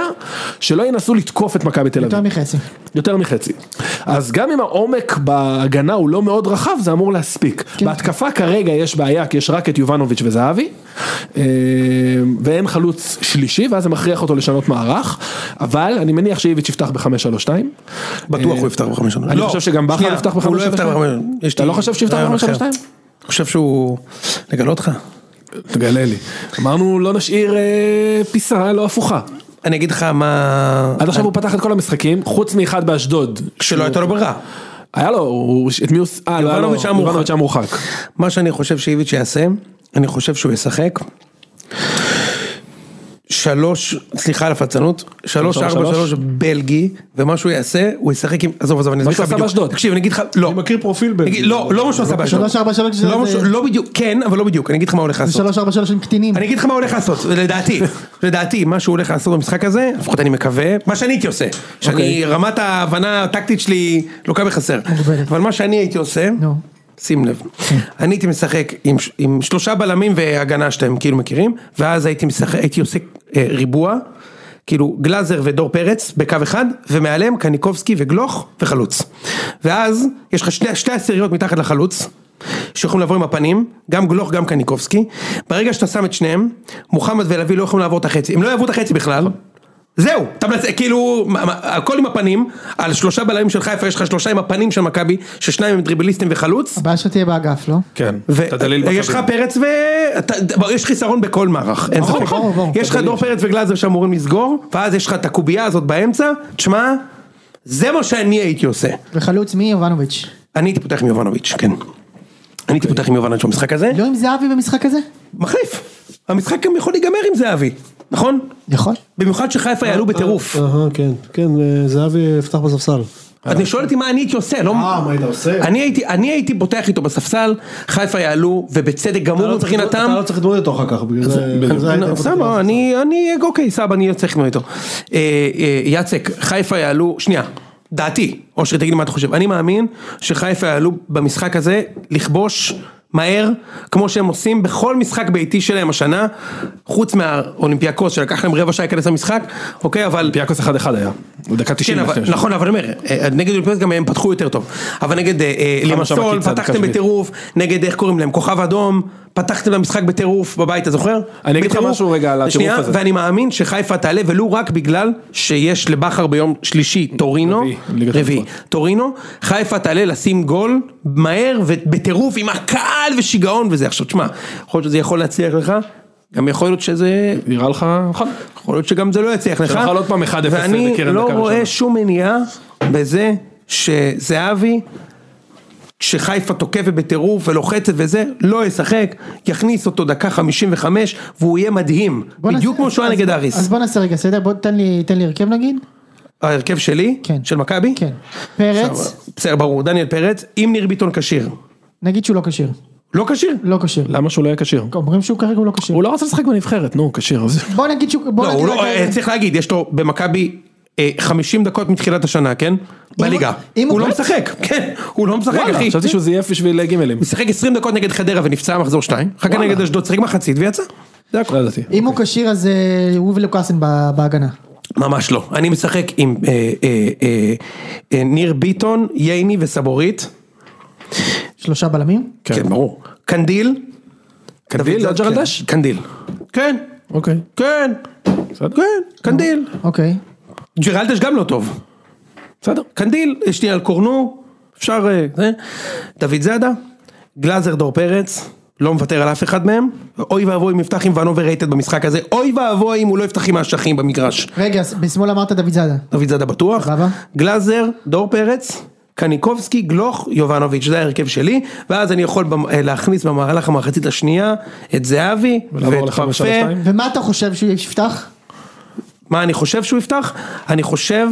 S6: שלא ינסו לתקוף את מכבי תל
S2: יותר
S6: אביב.
S2: מחצי.
S6: יותר מחצי. אז גם אם העומק בהגנה הוא לא מאוד רחב, זה אמור להספיק. בהתקפה כרגע יש בעיה, כי יש רק את יובנוביץ' וזהבי, אה, ואין חלוץ שלישי, ואז זה מכריח אותו לשנות מערך, אבל אני מניח שאיביץ' יפתח ב-5-3-2.
S4: בטוח הוא יפתח בחמש שנים,
S6: אה, אני חושב שגם בכר יפתח
S4: הוא לא
S6: ב-5-3-2.
S4: יפתח בחמש, יש
S6: אתה
S4: לי אה, אוקיי.
S6: לא חושב שיפתח
S4: רעיון אחר.
S6: ב-5-3-2?
S4: אני חושב שהוא... לגלות אותך?
S6: תגלה לי. אמרנו לא נשאיר אה, פיסה לא הפוכה.
S4: אני אגיד לך מה...
S6: עד עכשיו הוא פתח את כל המשחקים, חוץ מאחד באשדוד.
S4: שלא הייתה לו ברירה.
S6: היה לו, הוא- את מי הוא... ס- אה, לא, היה לו,
S4: יובנוביץ' היה מורחק.
S6: יובנוביץ' היה מורחק.
S4: מה שאני חושב שאיביץ' יעשה, אני חושב שהוא ישחק. שלוש, סליחה על הפצנות, שלוש ארבע שלוש בלגי, ומה שהוא יעשה, הוא ישחק עם, עזוב עזוב, אני אסביר לך
S6: שהוא עשה
S4: בדיוק,
S6: באשדוד.
S4: תקשיב אני אגיד לך, לא,
S3: אני מכיר פרופיל בלגי.
S4: נגיד, לא, לא מה שהוא עשה באשדוד.
S2: שלוש, ארבע, שלוש,
S4: לא מה
S2: זה-
S4: שהוא- לא בדיוק, כן, אבל לא בדיוק, אני אגיד לך מה הוא הולך
S2: זה
S4: לעשות.
S2: שלוש ארבע שלוש עם קטינים.
S4: אני אגיד לך מה הוא הולך לעשות, לדעתי, לדעתי, מה שהוא הולך לעשות במשחק הזה, לפחות אני מקווה, מה שאני הייתי עושה, שאני, רמת ההבנה הטקטית שלי לוקה בחסר,
S2: מוגבלת.
S4: אבל מה שאני הייתי עושה,
S2: נו.
S4: אוקיי? שים לב, אני הייתי משחק עם, ש- עם שלושה בלמים והגנה שאתם כאילו מכירים, ואז הייתי משחק, הייתי עושה אה, ריבוע, כאילו גלאזר ודור פרץ בקו אחד, ומעליהם קניקובסקי וגלוך וחלוץ. ואז יש לך שתי, שתי עשיריות מתחת לחלוץ. שיכולים לעבור עם הפנים, גם גלוך, גם קניקובסקי. ברגע שאתה שם את שניהם, מוחמד ולוי לא יכולים לעבור את החצי. הם לא יעברו את החצי בכלל. זהו, אתה מנצח, כאילו, מה- מה- הכל עם הפנים, על שלושה בלמים של חיפה יש לך שלושה עם הפנים של מכבי, ששניים הם דריבליסטים וחלוץ.
S2: הבעיה שתהיה באגף, לא?
S6: כן, אתה דליל
S4: ויש לך
S6: בקווים.
S4: פרץ ו... אתה- בוא, יש חיסרון בכל מערך, אין ספק.
S2: ברור, ברור.
S4: יש לך דור פרץ וגלאזר שאמורים לסגור, ואז יש לך את הקובייה הזאת באמצע, תשמע, זה מה שאני הייתי עושה.
S2: וחלוץ מי? יובנוביץ'.
S4: אני הייתי פותח עם יובנוביץ', כן. אני הייתי פותח עם יובנוביץ' במשחק הזה,
S2: לא עם זהבי במשחק הזה?
S4: מחליף. המשחק גם יכול להיגמר עם זהבי, נכון?
S2: יכול.
S4: במיוחד שחיפה יעלו בטירוף.
S3: אהה, כן, כן, אה, זהבי יפתח בספסל.
S2: אה,
S4: אני שואל אותי מה אני הייתי עושה, לא...
S3: אה, מה היית עושה?
S4: אני הייתי, אני הייתי פותח איתו בספסל, חיפה יעלו, ובצדק גמור מבחינתם.
S3: אתה לא צריך להתמודד איתו אחר כך, בגלל זה... בגלל זה היית
S4: לא,
S3: פותח
S4: סבבה,
S3: בספסל.
S4: אני, אני, אוקיי, סבבה, אני צריך לקנות איתו. אה, אה, יצק, חיפה יעלו, שנייה, דעתי, אושרי, תגיד לי מה אתה חושב. אני מאמין שחיפה יעלו במשחק הזה לכבוש מהר, כמו שהם עושים בכל משחק ביתי שלהם השנה, חוץ מהאולימפיאקוס שלקח להם רבע שעה להיכנס למשחק, אוקיי, אבל...
S6: פיאקוס 1-1 היה, דקה 90
S4: כן, אבל,
S6: לפני.
S4: נכון, אבל אני אומר, אה, נגד אולימפיאקוס גם הם פתחו יותר טוב. אבל נגד אה, אה,
S6: שם
S4: לימסול
S6: עקיצה, דקה
S4: פתחתם
S6: שביעית.
S4: בטירוף, נגד איך קוראים להם, כוכב אדום, פתחתם למשחק בטירוף בבית, אתה זוכר?
S6: אני אגיד לך
S4: בטירוף.
S6: משהו רגע על הטירוף
S4: שנייה,
S6: הזה.
S4: ואני מאמין שחיפה תעלה, ולו רק בגלל שיש לבכר ביום שלישי טורינו,
S6: רביעי, ליגת
S4: רביעי,
S6: האלופות.
S4: טורינו, חיפה תעלה לשים גול מהר ובטירוף עם הקהל ושיגעון וזה. עכשיו, תשמע, יכול להיות שזה יכול להצליח לך. גם יכול להיות שזה
S6: נראה לך, נכון.
S4: יכול להיות שגם זה לא יצליח לך.
S6: שנאכל עוד פעם 1-0
S4: ואני
S6: בקרן
S4: לא
S6: דקה
S4: רואה
S6: ראשונה.
S4: שום מניעה בזה שזהבי, כשחיפה תוקפת בטירוף ולוחצת וזה, לא ישחק, יכניס אותו דקה 55 והוא יהיה מדהים.
S2: בוא
S4: בדיוק
S2: נעשה-
S4: כמו שהוא היה
S2: אז-
S4: נגד
S2: אז
S4: אריס.
S2: בוא נעשה רגע סדר, בוא תן לי- תן לי הרכב נגיד.
S4: ההרכב שלי,
S2: כן.
S4: של מכבי,
S2: כן. פרץ,
S4: בסדר ברור, דניאל פרץ, אם ניר ביטון כשיר.
S2: נגיד שהוא לא כשיר.
S4: לא כשיר?
S2: לא כשיר.
S6: למה שהוא לא יהיה כשיר?
S2: אומרים שהוא כרגע הוא לא כשיר.
S6: הוא לא רצה לשחק בנבחרת, נו, כשיר. אז-
S2: בוא נגיד שהוא... בוא
S4: לא,
S2: נגיד
S4: הוא לא,
S2: רק-
S4: אה, צריך להגיד, יש לו במכבי אה, 50 דקות מתחילת השנה, כן? בליגה.
S2: אם הוא
S4: הוא לא
S2: פרץ?
S4: משחק, כן, הוא לא משחק,
S6: וואלה,
S4: אחי.
S6: חשבתי שהוא זייף בשביל גימלים.
S4: הוא שיחק 20 דקות נגד חדרה ונפצע מחזור 2, אחר כך
S6: וואלה.
S4: נגד אשדוד שיחק מחצית ויצא.
S6: זה הכל. לא ידעתי.
S2: אם
S4: אוקיי.
S2: הוא כשיר אז אה, הוא ולוקאסן ב- בהגנה.
S4: ממש לא, אני משחק עם אה, אה, אה, אה, ניר ביטון, ייני וסבורית,
S2: שלושה בלמים?
S4: כן ברור, קנדיל,
S6: קנדיל,
S4: דוד
S6: לא
S4: זאד-
S6: ג'רלדש?
S4: כן, קנדיל, כן,
S6: אוקיי.
S4: כן, כן, קנדיל,
S2: אוקיי.
S4: ג'רלדש גם לא טוב,
S6: בסדר.
S4: קנדיל, יש לי על קורנו, אפשר, אה, זה, דוד זאדה, גלאזר דור פרץ, לא מוותר על אף אחד מהם, אוי ואבוי אם יפתח עם ואנובר רייטד במשחק הזה, אוי ואבוי אם הוא לא יפתח עם האשכים במגרש.
S2: רגע, אז בשמאל אמרת דוד זאדה.
S4: דוד זאדה בטוח,
S2: סבבה.
S4: גלאזר, דור פרץ, קניקובסקי, גלוך, יובנוביץ', זה ההרכב שלי, ואז אני יכול במ- אה, להכניס במהלך המחצית השנייה את זהבי,
S6: ולעבור
S4: ואת
S6: לחמש על
S4: פרפה.
S6: השתיים?
S2: ומה אתה חושב שהוא יפתח?
S4: מה אני חושב שהוא יפתח? אני חושב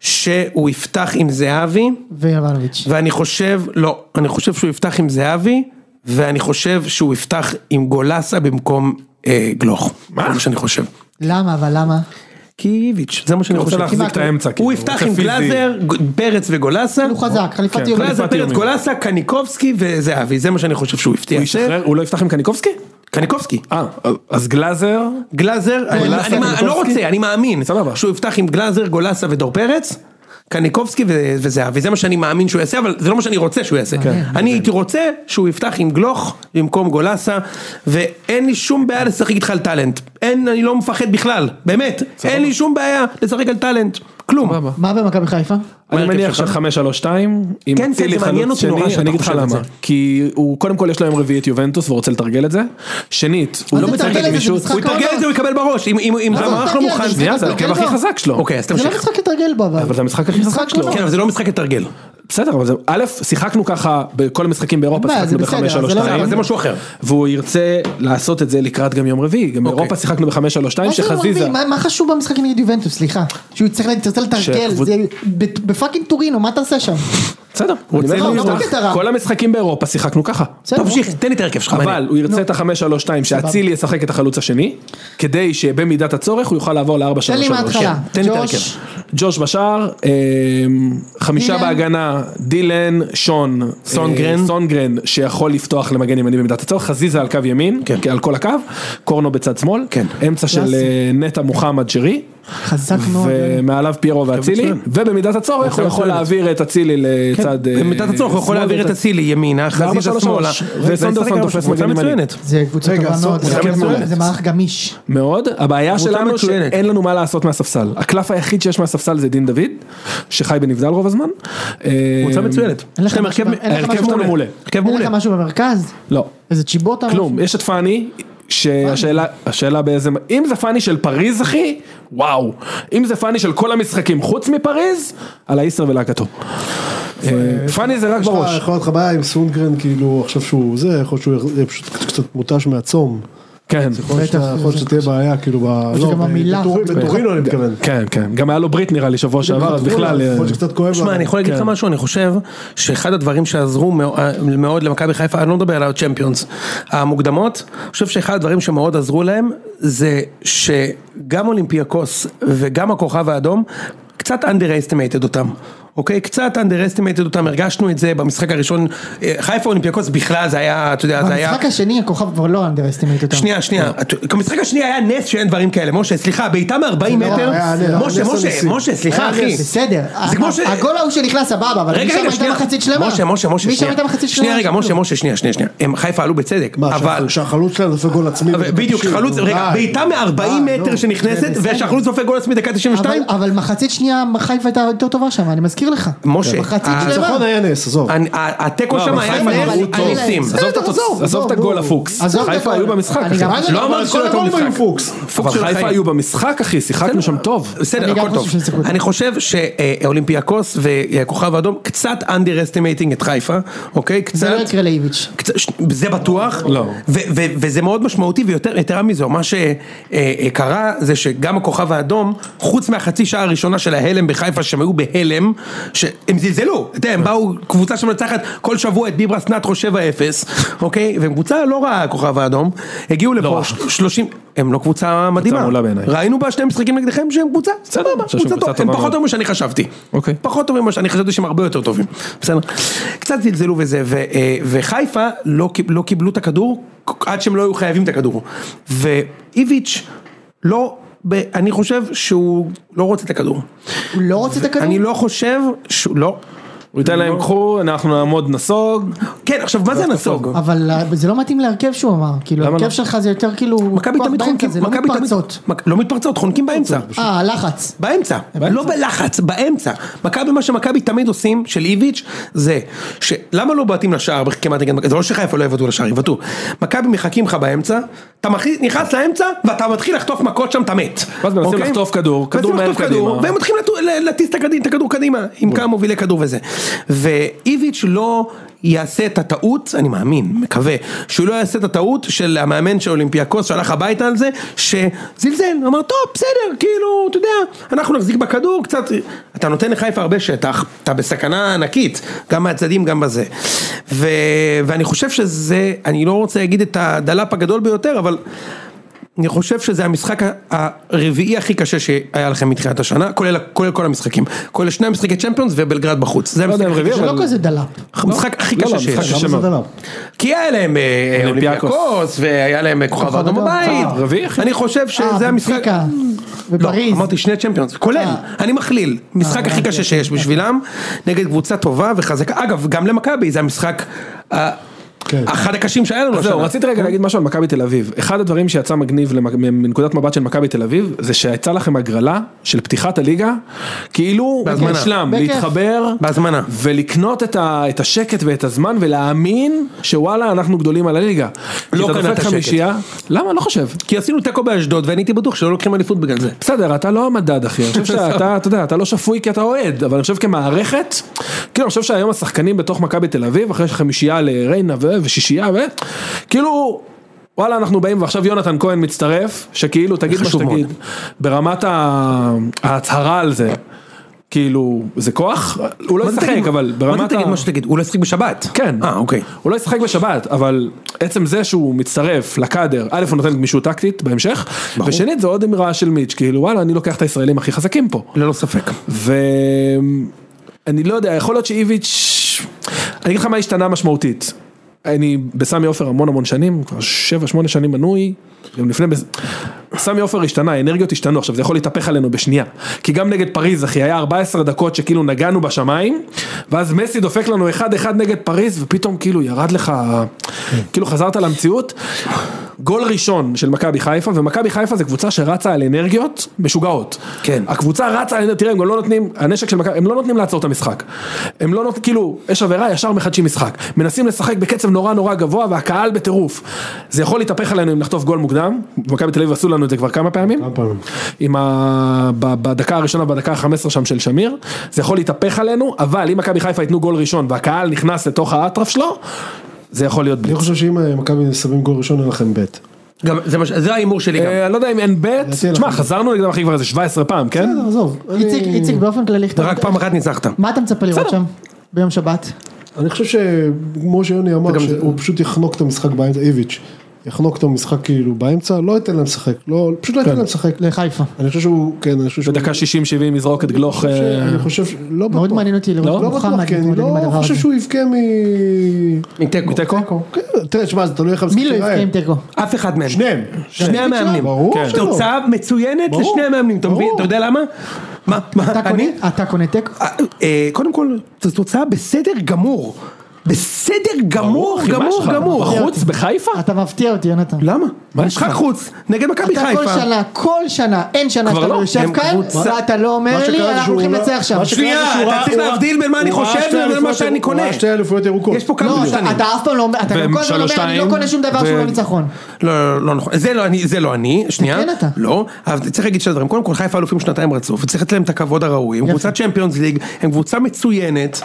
S4: שהוא יפתח עם זהבי,
S2: ויובנוביץ'.
S4: ואני חושב, לא, אני חושב שהוא יפתח עם זהבי, ואני חושב שהוא יפתח עם גולסה במקום אה, גלוך. מה? זה שאני חושב.
S2: למה אבל למה?
S4: כי איביץ', זה מה שאני
S6: הוא
S4: חושב.
S6: רוצה להחזיק את האמצע, כאילו,
S4: הוא
S6: הוא
S4: יפתח
S6: רוצה
S4: עם
S6: פיזי.
S4: גלאזר, ג- פרץ וגולסה.
S2: הוא חזק, חליפת
S6: כן,
S2: יובל.
S4: גלאזר, פרץ,
S6: יומי.
S4: גולסה, קניקובסקי וזהבי, זה מה שאני חושב שהוא הבטיח.
S6: הוא ישחרר, הוא לא יפתח עם קניקובסקי?
S4: קניקובסקי.
S6: אה, אז גלאזר,
S4: גלאזר, אני-
S2: גולסה,
S4: אני מא- אני לא
S6: קניקובסקי?
S4: רוצה, אני מאמין.
S6: סבבה.
S4: שהוא יפתח עם גלאזר, גולסה ודור פרץ. קניקובסקי ו- וזהבי, זה מה שאני מאמין שהוא יעשה, אבל זה לא מה שאני רוצה שהוא יעשה. אני הייתי רוצה שהוא יפתח עם גלוך במקום גולסה, ואין לי שום בעיה לשחק איתך על טאלנט. אין, אני לא מפחד בכלל, באמת. אין לי שום בעיה לשחק על טאלנט, כלום.
S2: מה במכבי חיפה?
S6: אני
S4: ההרכב
S6: מניח
S4: שלך?
S6: שחמש שלוש שתיים, עם
S4: כן,
S6: צילי
S4: זה מעניין
S6: חלוץ
S4: אותי נורא
S6: שני,
S4: שאתה
S6: אני אגיד לך
S4: חושב את
S6: למה,
S4: זה.
S6: כי הוא קודם כל יש להם רביעי את יובנטוס והוא רוצה לתרגל את זה, שנית, הוא
S2: אל
S6: לא
S2: תתרגל את
S6: מתרגל
S2: זה, זה
S6: גמישות,
S2: משחק
S4: הוא יתרגל את זה הוא יקבל בראש, אם- אם אם
S2: לא, זה
S4: המערך לא
S2: תרגיל,
S4: מוכן.
S2: זה
S6: שנייה, זה
S2: תרגל
S6: ההרכב הכי
S2: לא.
S6: חזק שלו,
S4: אוקיי, אז
S2: זה לא
S4: תמשיך.
S2: משחק לא- לתרגל בו אבל.
S6: אבל זה המשחק הכי חזק שלו.
S4: כן, אבל זה לא משחק לתרגל.
S6: בסדר, אבל זה, א', שיחקנו ככה בכל המשחקים באירופה,
S2: אין בעיה,
S6: שיחקנו
S2: זה בסדר, אבל זה לא
S6: ב-5-3-2,
S2: נכון.
S6: זה משהו אחר. והוא ירצה לעשות את זה לקראת גם יום רביעי, גם באירופה שיחקנו ב-5-3-2,
S2: מה זה יום רביעי?
S6: שחזיזה,
S2: מה- מה חשוב במשחק נגד יובנטוס, סליחה. שהוא יצטרך לתרצל לתרגל,
S6: שהקבוצ-
S2: זה ב- בפאקינג טורינו, מה תעשה שם?
S6: בסדר, הוא רוצה
S2: אומר לך, לא
S6: לפתוח,
S2: בקטע רע.
S6: כל המשחקים באירופה שיחקנו ככה.
S2: בסדר,
S4: תמשיך,
S2: אוקיי.
S4: תן לי את ההרכב שלך. מעניין.
S6: אבל הוא ירצה את ה-5-3-2 שאצילי ישחק את החלוץ השני, כדי שבמידת הצורך הוא יוכל לעבור ל-4-3-3.
S2: תן לי מההתחלה.
S6: כן, תן לי את ההרכב.
S2: ג'וש.
S6: ג'וש בשער, אה, חמישה
S2: דילן.
S6: בהגנה, דילן, שון, אה,
S4: סונגרן.
S6: סונגרן שיכול לפתוח למגן ימני במידת הצורך, חזיזה על קו ימין,
S4: כן.
S6: על כל הקו, קורנו בצד שמאל,
S4: כן.
S6: אמצע של אה, נטע מוחמד שרי,
S2: חזק מאוד.
S6: ומעליו פיירו ואצילי,
S4: מצוין.
S6: ובמידת הצורך הוא יכול
S4: מצוין. כן.
S6: להעביר את אצילי לצד... אה,
S4: במידת הצורך הוא יכול
S6: שמאל
S4: להעביר את
S6: וצד-
S4: אצילי ימינה, חזיזה שמאלה.
S6: ו-4-3-3, וסונדרסון תופס
S4: קבוצה
S6: מגן ימני.
S4: מצוינת.
S2: זה קבוצה
S3: רגע,
S2: טובה
S3: סוף-
S2: מאוד, זה
S3: הרכב
S2: מערך-
S3: מעולה.
S2: זה מערך גמיש.
S6: מאוד, הבעיה
S4: קבוצה
S6: שלנו
S4: מצוינת.
S6: שאין לנו מה לעשות מהספסל, הקלף היחיד שיש מהספסל זה דין דוד, שחי בנבדל רוב הזמן,
S4: קבוצה
S6: אה,
S4: מצוינת.
S2: אין לך
S4: יש להם
S2: משהו
S4: הרכב
S2: ב- אין לך
S4: הרכב
S2: משהו
S4: מעולה.
S6: מעולה.
S4: הרכב
S2: אין
S4: מעולה.
S2: לך משהו במרכז?
S6: לא,
S2: איזה צ'יבוטה?
S6: כלום, יש את פאני, שהשאלה, השאלה באיזה, אם זה פאני של פריז אחי, וואו, אם זה פאני של כל המשחקים חוץ מפריז, על האיסר ולהקתו. אה, פאני זה רק
S3: יש לך-
S6: בראש,
S3: יכול להיות לך בעיה עם סונגרן, כאילו, עכשיו שהוא זה, יכול להיות שהוא יח- יהיה פשוט קצת מותש מהצום.
S6: כן,
S3: יכול להיות שאתה- יכול להיות שתהיה בעיה, כאילו, ב... לא,
S2: שגם
S3: ב-
S2: המילה-
S3: בטורינו- בטורינו אני מתכוון.
S6: כן, כן, גם היה לו ברית נראה לי שבוע שעבר, אז בכלל,
S3: יכול
S6: אה,
S3: להיות שקצת כואב.
S4: שמע,
S3: לה.
S4: אני יכול להגיד
S2: כן.
S4: לך משהו, אני חושב שאחד הדברים שעזרו מאו- מאוד למכבי חיפה, אני לא מדבר על הצ'מפיונס, המוקדמות, אני חושב שאחד הדברים שמאוד עזרו להם, זה שגם אולימפיאקוס וגם הכוכב האדום, קצת underestimated אותם. אוקיי, קצת underestimated אותם, הרגשנו את זה במשחק הראשון, אה, חיפה אולימפיאקוס בכלל זה היה, אתה יודע, זה היה...
S2: במשחק השני הכוכב כבר לא אנדרסטימט אותם.
S4: שנייה, שנייה,
S6: לא.
S4: את- המשחק השני היה נס שאין דברים כאלה, משה, סליחה, בעיטה מ-40
S2: לא,
S4: מטר,
S2: היה
S3: נס,
S4: משה,
S3: היה נס
S4: משה,
S3: הניסים.
S4: משה, סליחה
S3: היה
S4: אחי,
S3: נס.
S2: בסדר,
S4: זה כמו ש-
S2: הגול ההוא שנכנס סבבה, אבל
S4: רגע,
S2: משם
S4: רגע,
S2: הייתה
S4: שנייה.
S2: מחצית שלמה.
S4: משה, משה, משה,
S2: משם
S4: שנייה.
S2: הייתה מחצית שלמה.
S4: שנייה, רגע, משה, משה, שנייה, שנייה, שנייה. הם חיפה עלו בצדק,
S3: מה,
S4: אבל...
S3: שהחלוץ שלהם דופק גול עצמי.
S4: אבל-
S3: בדקה
S4: בדיוק,
S3: 90,
S4: חלוץ,
S3: נו,
S4: רגע,
S3: די.
S4: בעיטה מ-40
S3: די,
S4: מטר
S3: נו.
S4: שנכנסת,
S2: בסדר. לא,
S4: והשחלוץ דופק גול עצמי דקה 92.
S2: אבל- אבל מחצית שנייה חיפה הייתה יותר טובה שם, אני מזכיר לך.
S4: משה, אה, נכון.
S2: מחצית
S4: ה-
S2: שלמה.
S3: הניצחון היה נס, עזוב.
S4: הנ- ה- התיקו
S6: לא,
S4: שם
S6: אבל
S4: היה
S6: חיפה
S4: נס
S2: נראו טוב.
S4: הניסים.
S2: בסדר,
S6: עזוב את התוצ-
S2: עזוב,
S6: עזוב את
S2: עזוב,
S6: הגול
S2: עזוב.
S6: הפוקס,
S2: עזוב את
S6: חיפה
S2: הגול.
S6: היו במשחק,
S2: אני
S6: אחי.
S2: גם-
S4: לא אמרתי
S3: כל
S4: שלא הייתה
S3: הגולים היו
S4: במשחק.
S3: פוקס.
S4: פוקס
S6: אבל
S4: של
S6: חיפה
S4: החיים.
S6: היו במשחק אחי, שיחקנו שם טוב.
S4: בסדר,
S2: אני גם
S4: הכל טוב.
S2: חושב שהם שיחקו טוב.
S4: אני חושב שאולימפיאקוס והכוכב האדום קצת underestimating את חיפה, אוקיי? קצת...
S2: זה לא יקרה לאיביץ'.
S4: קצת- ש- זה בטוח,
S6: לא.
S4: ו- ו- וזה מאוד משמעותי ויותר יתרה מזו, מה שקרה זה שגם הכוכב האדום, חוץ מהחצי שעה הראשונה של ההלם בחיפה שהם היו בהלם, שהם זלזלו, אתה יודע,
S6: כן.
S4: הם באו קבוצה שמנצחת כל שבוע את ביברס נטרו 7-0, אוקיי? והם קבוצה לא רעה הכוכב האדום, הגיעו לפה ש- 30, הם לא קבוצה מדהימה,
S6: מעולה בעיניי.
S4: ראינו בה שני משחקים נגדכם שהם קבוצה, סבבה,
S6: חושב שהם
S4: קבוצה
S6: קבוצה
S4: טובה, הם
S6: טובה
S4: פחות
S6: מאוד.
S4: טובים ממה שאני חשבתי.
S6: אוקיי.
S4: פחות טובים ממה שאני חשבתי שהם הרבה יותר טובים. בסדר? קצת זלזלו וזה, ו, אה, וחיפה לא, קיב- לא קיבלו את הכדור עד שהם לא היו חייבים את הכדור. ואיביץ' לא, ב, אני חושב שהוא לא רוצה את הכדור.
S2: הוא לא רוצה את הכדור?
S4: אני לא חושב שהוא, לא.
S6: הוא ייתן להם קחו, אנחנו נעמוד נסוג.
S4: כן, עכשיו מה זה הנסוג?
S2: אבל אה, זה לא מתאים להרכב שהוא אמר, כאילו
S6: למה
S2: ההרכב
S6: לא?
S2: שלך זה יותר כאילו,
S4: מכבי
S2: כוח
S4: תמיד
S2: באמצע,
S4: חונקים,
S2: זה לא
S4: מכבי תמיד,
S2: מתפרצות.
S4: מכ- לא מתפרצות, חונקים באמצע.
S2: אה, לחץ.
S4: באמצע, לא בלחץ, באמצע. מכבי, מה שמכבי תמיד עושים, של איביץ', זה, שלמה לא בעטים לשער כמעט נגד מכבי, זה לא שחיפה לא יבעטו לשער, יבעטו. מכבי מחכים לך באמצע, אתה מכניס- נכנס לאמצע, ואתה מתחיל לחטוף מכות שם, אתה מת.
S6: ואז מנסים
S4: אוקיי?
S6: לחטוף כדור,
S4: מנסים
S6: כדור מהר
S4: לחטוף כדור,
S6: קדימה.
S4: והם מתחילים לטו- ל- להטיס את הכדור- את הכדור קדימה, עם כמה מובילי כדור וזה. ואיביץ' לא... יעשה את הטעות, אני מאמין, מקווה, שהוא לא יעשה את הטעות של המאמן של אולימפיאקוס שהלך הביתה על זה, שזלזל, אמר טוב בסדר, כאילו, אתה יודע, אנחנו נחזיק בכדור קצת, אתה נותן לחיפה הרבה שטח, אתה בסכנה ענקית, גם מהצדדים גם בזה. ו... ואני חושב שזה, אני לא רוצה להגיד את הדלאפ הגדול ביותר, אבל אני חושב שזה המשחק ה- הרביעי הכי קשה שהיה לכם מתחילת השנה, כולל, כולל כל המשחקים, כולל שני המשחקי צ'מפיונס ובלגרד בחוץ, זה המשחק,
S6: יודע אם
S4: הכי
S6: רביעי,
S4: קשה-
S2: זה
S6: אבל-
S2: לא כזה דלה.
S4: המשחק הכי
S6: לא,
S4: קשה
S6: לא,
S4: שיש.
S6: המשחק
S3: למה
S6: קשה
S3: זה
S6: מאוד.
S3: דלם?
S4: כי היה להם אה,
S6: אולימפיאקוס.
S4: אולימפיאקוס, והיה להם אה, כוכב
S2: כוכב
S4: אדום
S2: אדום.
S4: בבית,
S2: אה,
S6: רביעי, אה, אחי.
S4: אני חושב שזה המשחק,
S2: בנפיקה,
S4: לא,
S2: בפריז.
S4: אמרתי שני צ'מפיונס, כולל,
S2: אה.
S4: אני מכליל, משחק הכי
S6: אוקיי.
S4: קשה שיש בשבילם, נגד קבוצה טובה וחזקה, אגב, גם למכבי זה המשחק, אה, אחד הקשים שהיה לנו
S6: כן. זהו,
S4: השנה.
S6: רציתי רגע להגיד משהו על מכבי תל אביב. אחד הדברים שיצא מגניב למק- מנקודת מבט של מכבי תל אביב, זה שיצא לכם הגרלה של פתיחת הליגה, כאילו,
S4: בהזמנה.
S6: מושלם,
S2: בכיף.
S6: להתחבר,
S4: בהזמנה.
S6: ולקנות את ה- את השקט ואת הזמן, ולהאמין שוואלה, אנחנו גדולים על הליגה. כי אתה
S4: קנה
S6: דופק
S4: את השקט.
S6: חמישייה, למה? לא חושב.
S4: כי עשינו תיקו באשדוד ואני הייתי בטוח שלא לוקחים אליפות בגלל זה.
S6: בסדר, אתה לא המדד אחי, אני חושב שאתה, אתה יודע, אתה לא שפוי כי אתה אוהד, אבל אני חושב כמערכת, כאילו אני חושב שהיום השחקנים בתוך מכבי תל אביב, אחרי שחמישייה לריינה ו- ושישייה ו... כאילו, וואלה אנחנו באים ועכשיו יונתן כהן מצטרף, שכאילו תגיד מה
S4: חשוב מאוד.
S6: שתגיד, ברמת ה- ההצהרה על זה, כאילו, זה כוח? הוא לא
S4: מה זה
S6: ישחק,
S4: תגיד-
S6: אבל
S4: מה
S6: ברמת
S4: זה
S6: ה...
S4: תגיד מה שתגיד? הוא לא ישחק בשבת.
S6: כן.
S4: אה אוקיי.
S6: הוא לא ישחק בשבת, אבל עצם זה שהוא מצטרף לקאדר, א' הוא נותן גמישות טקטית בהמשך, ושנית זו עוד אמירה של מיץ', כאילו וואלה אני לוקח את הישראלים הכי חזקים פה.
S4: ללא ספק.
S6: ואני לא יודע, יכול להיות שאיביץ', אני אגיד לך מה השתנה משמעותית. אני בסמי עופר המון המון שנים, כבר שבע שמונה שנים מנוי, גם לפני, בז- סמי עופר השתנה, האנרגיות השתנו, עכשיו זה יכול להתהפך עלינו בשנייה, כי גם נגד פריז אחי, היה 14 דקות שכאילו נגענו בשמיים, ואז מסי דופק לנו 1-1 נגד פריז, ופתאום כאילו ירד לך, כאילו חזרת למציאות, גול ראשון של מכבי חיפה, ומכבי חיפה זה קבוצה שרצה על אנרגיות משוגעות.
S4: כן.
S6: הקבוצה רצה, תראה, הם גם לא נותנים, הנשק של מכבי, הם לא נותנים לעצור את המשחק. הם לא נותנים, כאילו, יש עבירה, ישר מחדשים משחק. מנסים לשחק בקצב נורא נורא גבוה, והקהל בטירוף. זה יכול להתהפך עלינו אם נחטוף גול מוקדם, מכבי תל אביב עשו לנו את זה כבר כמה פעמים.
S3: כמה פעמים.
S6: עם ה... ב- בדקה הראשונה ובדקה ה-15 שם של שמיר, זה יכול להתהפך עלינו, אבל אם מכבי חיפה ייתנו גול ראשון והקהל נכנס לתוך האטרף שלו, זה יכול להיות בלי.
S3: אני חושב שאם אה, מכבי שמים גול ראשון אין לכם בית.
S4: גם זה מה ש- זה ההימור שלי גם.
S6: אה, אני לא יודע אם אין בית,
S3: לדעתי
S6: תשמע
S3: אנחנו-
S6: חזרנו נגדם אחי כבר איזה 17 פעם, כן?
S3: בסדר, עזוב. אני-
S2: איציק, איציק באופן כללי,
S4: ורק פעם אחת ניצחת.
S2: מה אתה מצפה לראות
S6: בסדר.
S2: שם ביום שבת?
S3: אני חושב שכמו שיוני אמר, שהוא פשוט יחנוק את המשחק באמצע, איביץ', יחנוק את המשחק כאילו באמצע, לא ייתן להם לשחק, לא, פשוט
S4: כן.
S3: לא ייתן להם לשחק.
S2: לחיפה.
S3: אני חושב שהוא, כן, אני חושב שהוא...
S6: בדקה 60-70 יזרוק את גלוך.
S3: ש-
S6: אה,
S3: אני חושב, ש- לא בטוח.
S2: מאוד מעניין אותי לראות
S3: לא
S2: את
S3: בטוח,
S2: מוחמד
S3: כי אני
S2: מתמודד עם הדבר
S3: לא
S2: הזה.
S3: חושב שהוא יבכה מ...
S4: מתיקו.
S6: תיקו?
S3: כן, תראה, תשמע, זה תלוי איך המשחק
S2: מי לא יבכה עם תיקו?
S4: אף אחד מהם.
S3: שניהם.
S4: שני המאמנים.
S3: ברור
S6: כן.
S3: שלא.
S4: תוצאה מצוינת
S3: ברור.
S4: לשני המאמנים. אתה מבין?
S3: ברור.
S4: אתה יודע למה? מה? מה?
S2: אתה
S4: אני?
S2: קונה- אתה קונה תיקו?
S4: אה, אה, קודם כל, זו תוצאה בסדר גמור. בסדר גמור,
S6: אחי, מה יש
S4: גמור,
S6: לך?
S4: גמור.
S6: חוץ בחיפה?
S2: אתה מפתיע אותי, יונתן.
S4: למה?
S6: מה יש לך?
S4: משחק חוץ, נגד מכבי
S2: אתה כל
S4: חיפה.
S2: שנה, כל שנה, אין שנה
S6: כבר
S2: שאתה
S6: לא,
S2: לא יושב
S4: הם
S2: כאן,
S4: קבוצה-
S2: ואתה לא אומר
S3: מה
S2: לי,
S3: שקרה
S2: אנחנו
S3: שהוא
S2: הולכים
S3: לא-
S2: לנצח שם.
S3: מה שקרה
S4: שנייה,
S3: זה שהוא
S4: אתה
S3: ראה-
S4: צריך
S3: הוא ראה-
S4: להבדיל בין מה אני
S3: הוא ראה
S4: חושב
S3: שתי
S4: לבין מה
S3: אליפויות-
S4: שאני
S3: הוא
S4: קונה.
S3: ראה שתי אליפויות ירוקות.
S4: יש פה כמה
S2: לא,
S4: משתנים.
S2: אתה- אתה אף פעם לא אומר, אתה גם כל הזמן
S6: ושלוש,
S2: אומר, אני לא
S6: שתיים,
S2: קונה שום דבר
S6: ו-
S2: שהוא לא ניצחון.
S4: לא, לא, לא נכון, זה לא אני, זה לא אני, שנייה,
S2: כן אתה.
S4: לא, אבל צריך להגיד שני דברים, קודם כל חיפה אלופים שנתיים רצוף, וצריך לתת להם את הכבוד הראוי, הם
S2: יפה.
S4: קבוצת צ'מפיונס ליג, הם קבוצה מצוינת,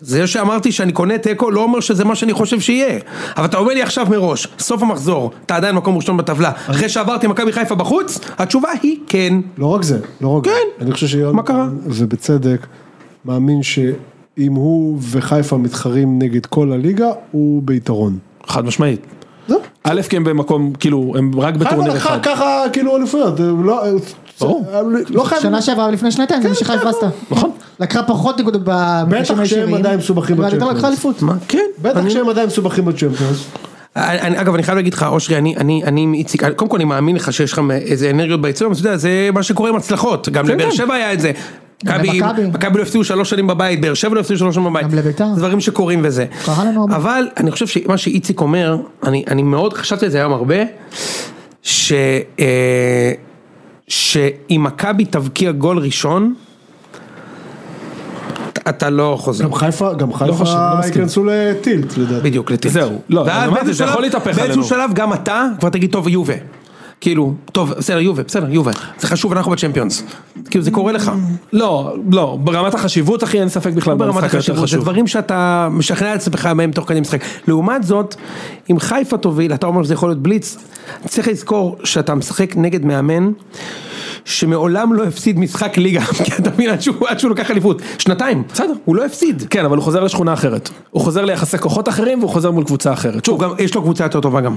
S4: זה לא שאמרתי שאני קונה תיקו לא אומר שזה מה שאני חושב שיהיה, אבל אתה אומר לי עכשיו מראש, סוף המחזור, אתה עדיין מקום ראשון בטבלה, אחרי שעברתי מכבי חיפה בחוץ, התשובה היא כן,
S3: לא רק זה, לא רק זה.
S4: כן.
S3: אני חושב שיונתן,
S4: מה קרה?
S3: ובצדק, מאמין שאם הוא וחיפה מתחרים נגד כל הליגה, הוא ביתרון.
S6: חד משמעית.
S3: זהו.
S6: א' כי הם במקום, כאילו, הם רק
S3: חיפה
S6: בטורניר אחד.
S3: לקחה ככה כאילו אליפויות, הם לא...
S6: ברור.
S3: לא חייבים...
S2: שנה שעברה ולפני שנתיים, זה
S3: כן,
S2: מה שחיפה עשתה.
S6: נכון.
S2: לקחה פחות נקודות במפגשים
S3: שהם עדיין מסובכים
S2: אבל הייתה
S3: בצ'מפיונס.
S2: לקחה אליפות.
S4: מה, כן,
S3: בטח שהם עדיין מסובכים בצ'מפיונס.
S4: אני, אני, אגב, אני חייב להגיד לך, אושרי, אני, אני, אני עם איציק, אני- קודם כל אני מאמין לך שיש לך איזה אנרגיות ביצוע, אבל אתה יודע, זה מה שקורה עם הצלחות, גם לבאר שבע היה את זה.
S2: כן, גם
S4: מכבי-
S2: למכבי.
S4: מכבי לא הפסידו שלוש שנים בבית, באר שבע לא הפסידו שלוש שנים בבית.
S2: גם לביתר.
S4: דברים שקורים וזה.
S2: קרה לנו הרבה.
S4: אבל אני חושב שמה שאיציק אומר, אני, אני מאוד חשבתי על זה היום הרבה, ש... אה, שאם מכבי תבקיע גול ראשון, אתה לא חוזר.
S3: גם חיפה, גם
S6: חושב, לא
S3: חיפה
S6: מסכים.
S3: ייכנסו לטילט לדעתי.
S4: בדיוק, לטילט.
S6: זהו, לא,
S4: ואז
S6: אז אמרתי,
S4: באיזשהו
S6: זה
S4: שלב-
S6: יכול להתהפך
S4: באיזשהו
S6: עלינו.
S4: שלב גם אתה כבר תגיד טוב יובה. כאילו, טוב, בסדר יובה, בסדר יובה. זה חשוב, אנחנו בצ'מפיונס. כאילו זה קורה לך.
S6: לא, לא, ברמת החשיבות אחי אין ספק בכלל,
S4: לא ברמת
S6: במשחק היותר
S4: החשיבות, זה
S6: חשוב.
S4: דברים שאתה משכנע את עצמך מהם תוך כדי משחק. לעומת זאת, אם חיפה תוביל, אתה אומר שזה יכול להיות בליץ, צריך לזכור שאתה משחק נגד מאמן שמעולם לא הפסיד משחק ליגה, כי אתה מבין, עד שהוא- עד שהוא לוקח אליפות, שנתיים, בסדר, הוא לא הפסיד.
S6: כן, אבל הוא חוזר לשכונה אחרת. הוא חוזר ליחסי כוחות אחרים והוא חוזר מול קבוצה אחרת. שוב,
S4: הוא גם, יש לו קבוצה יותר טובה גם.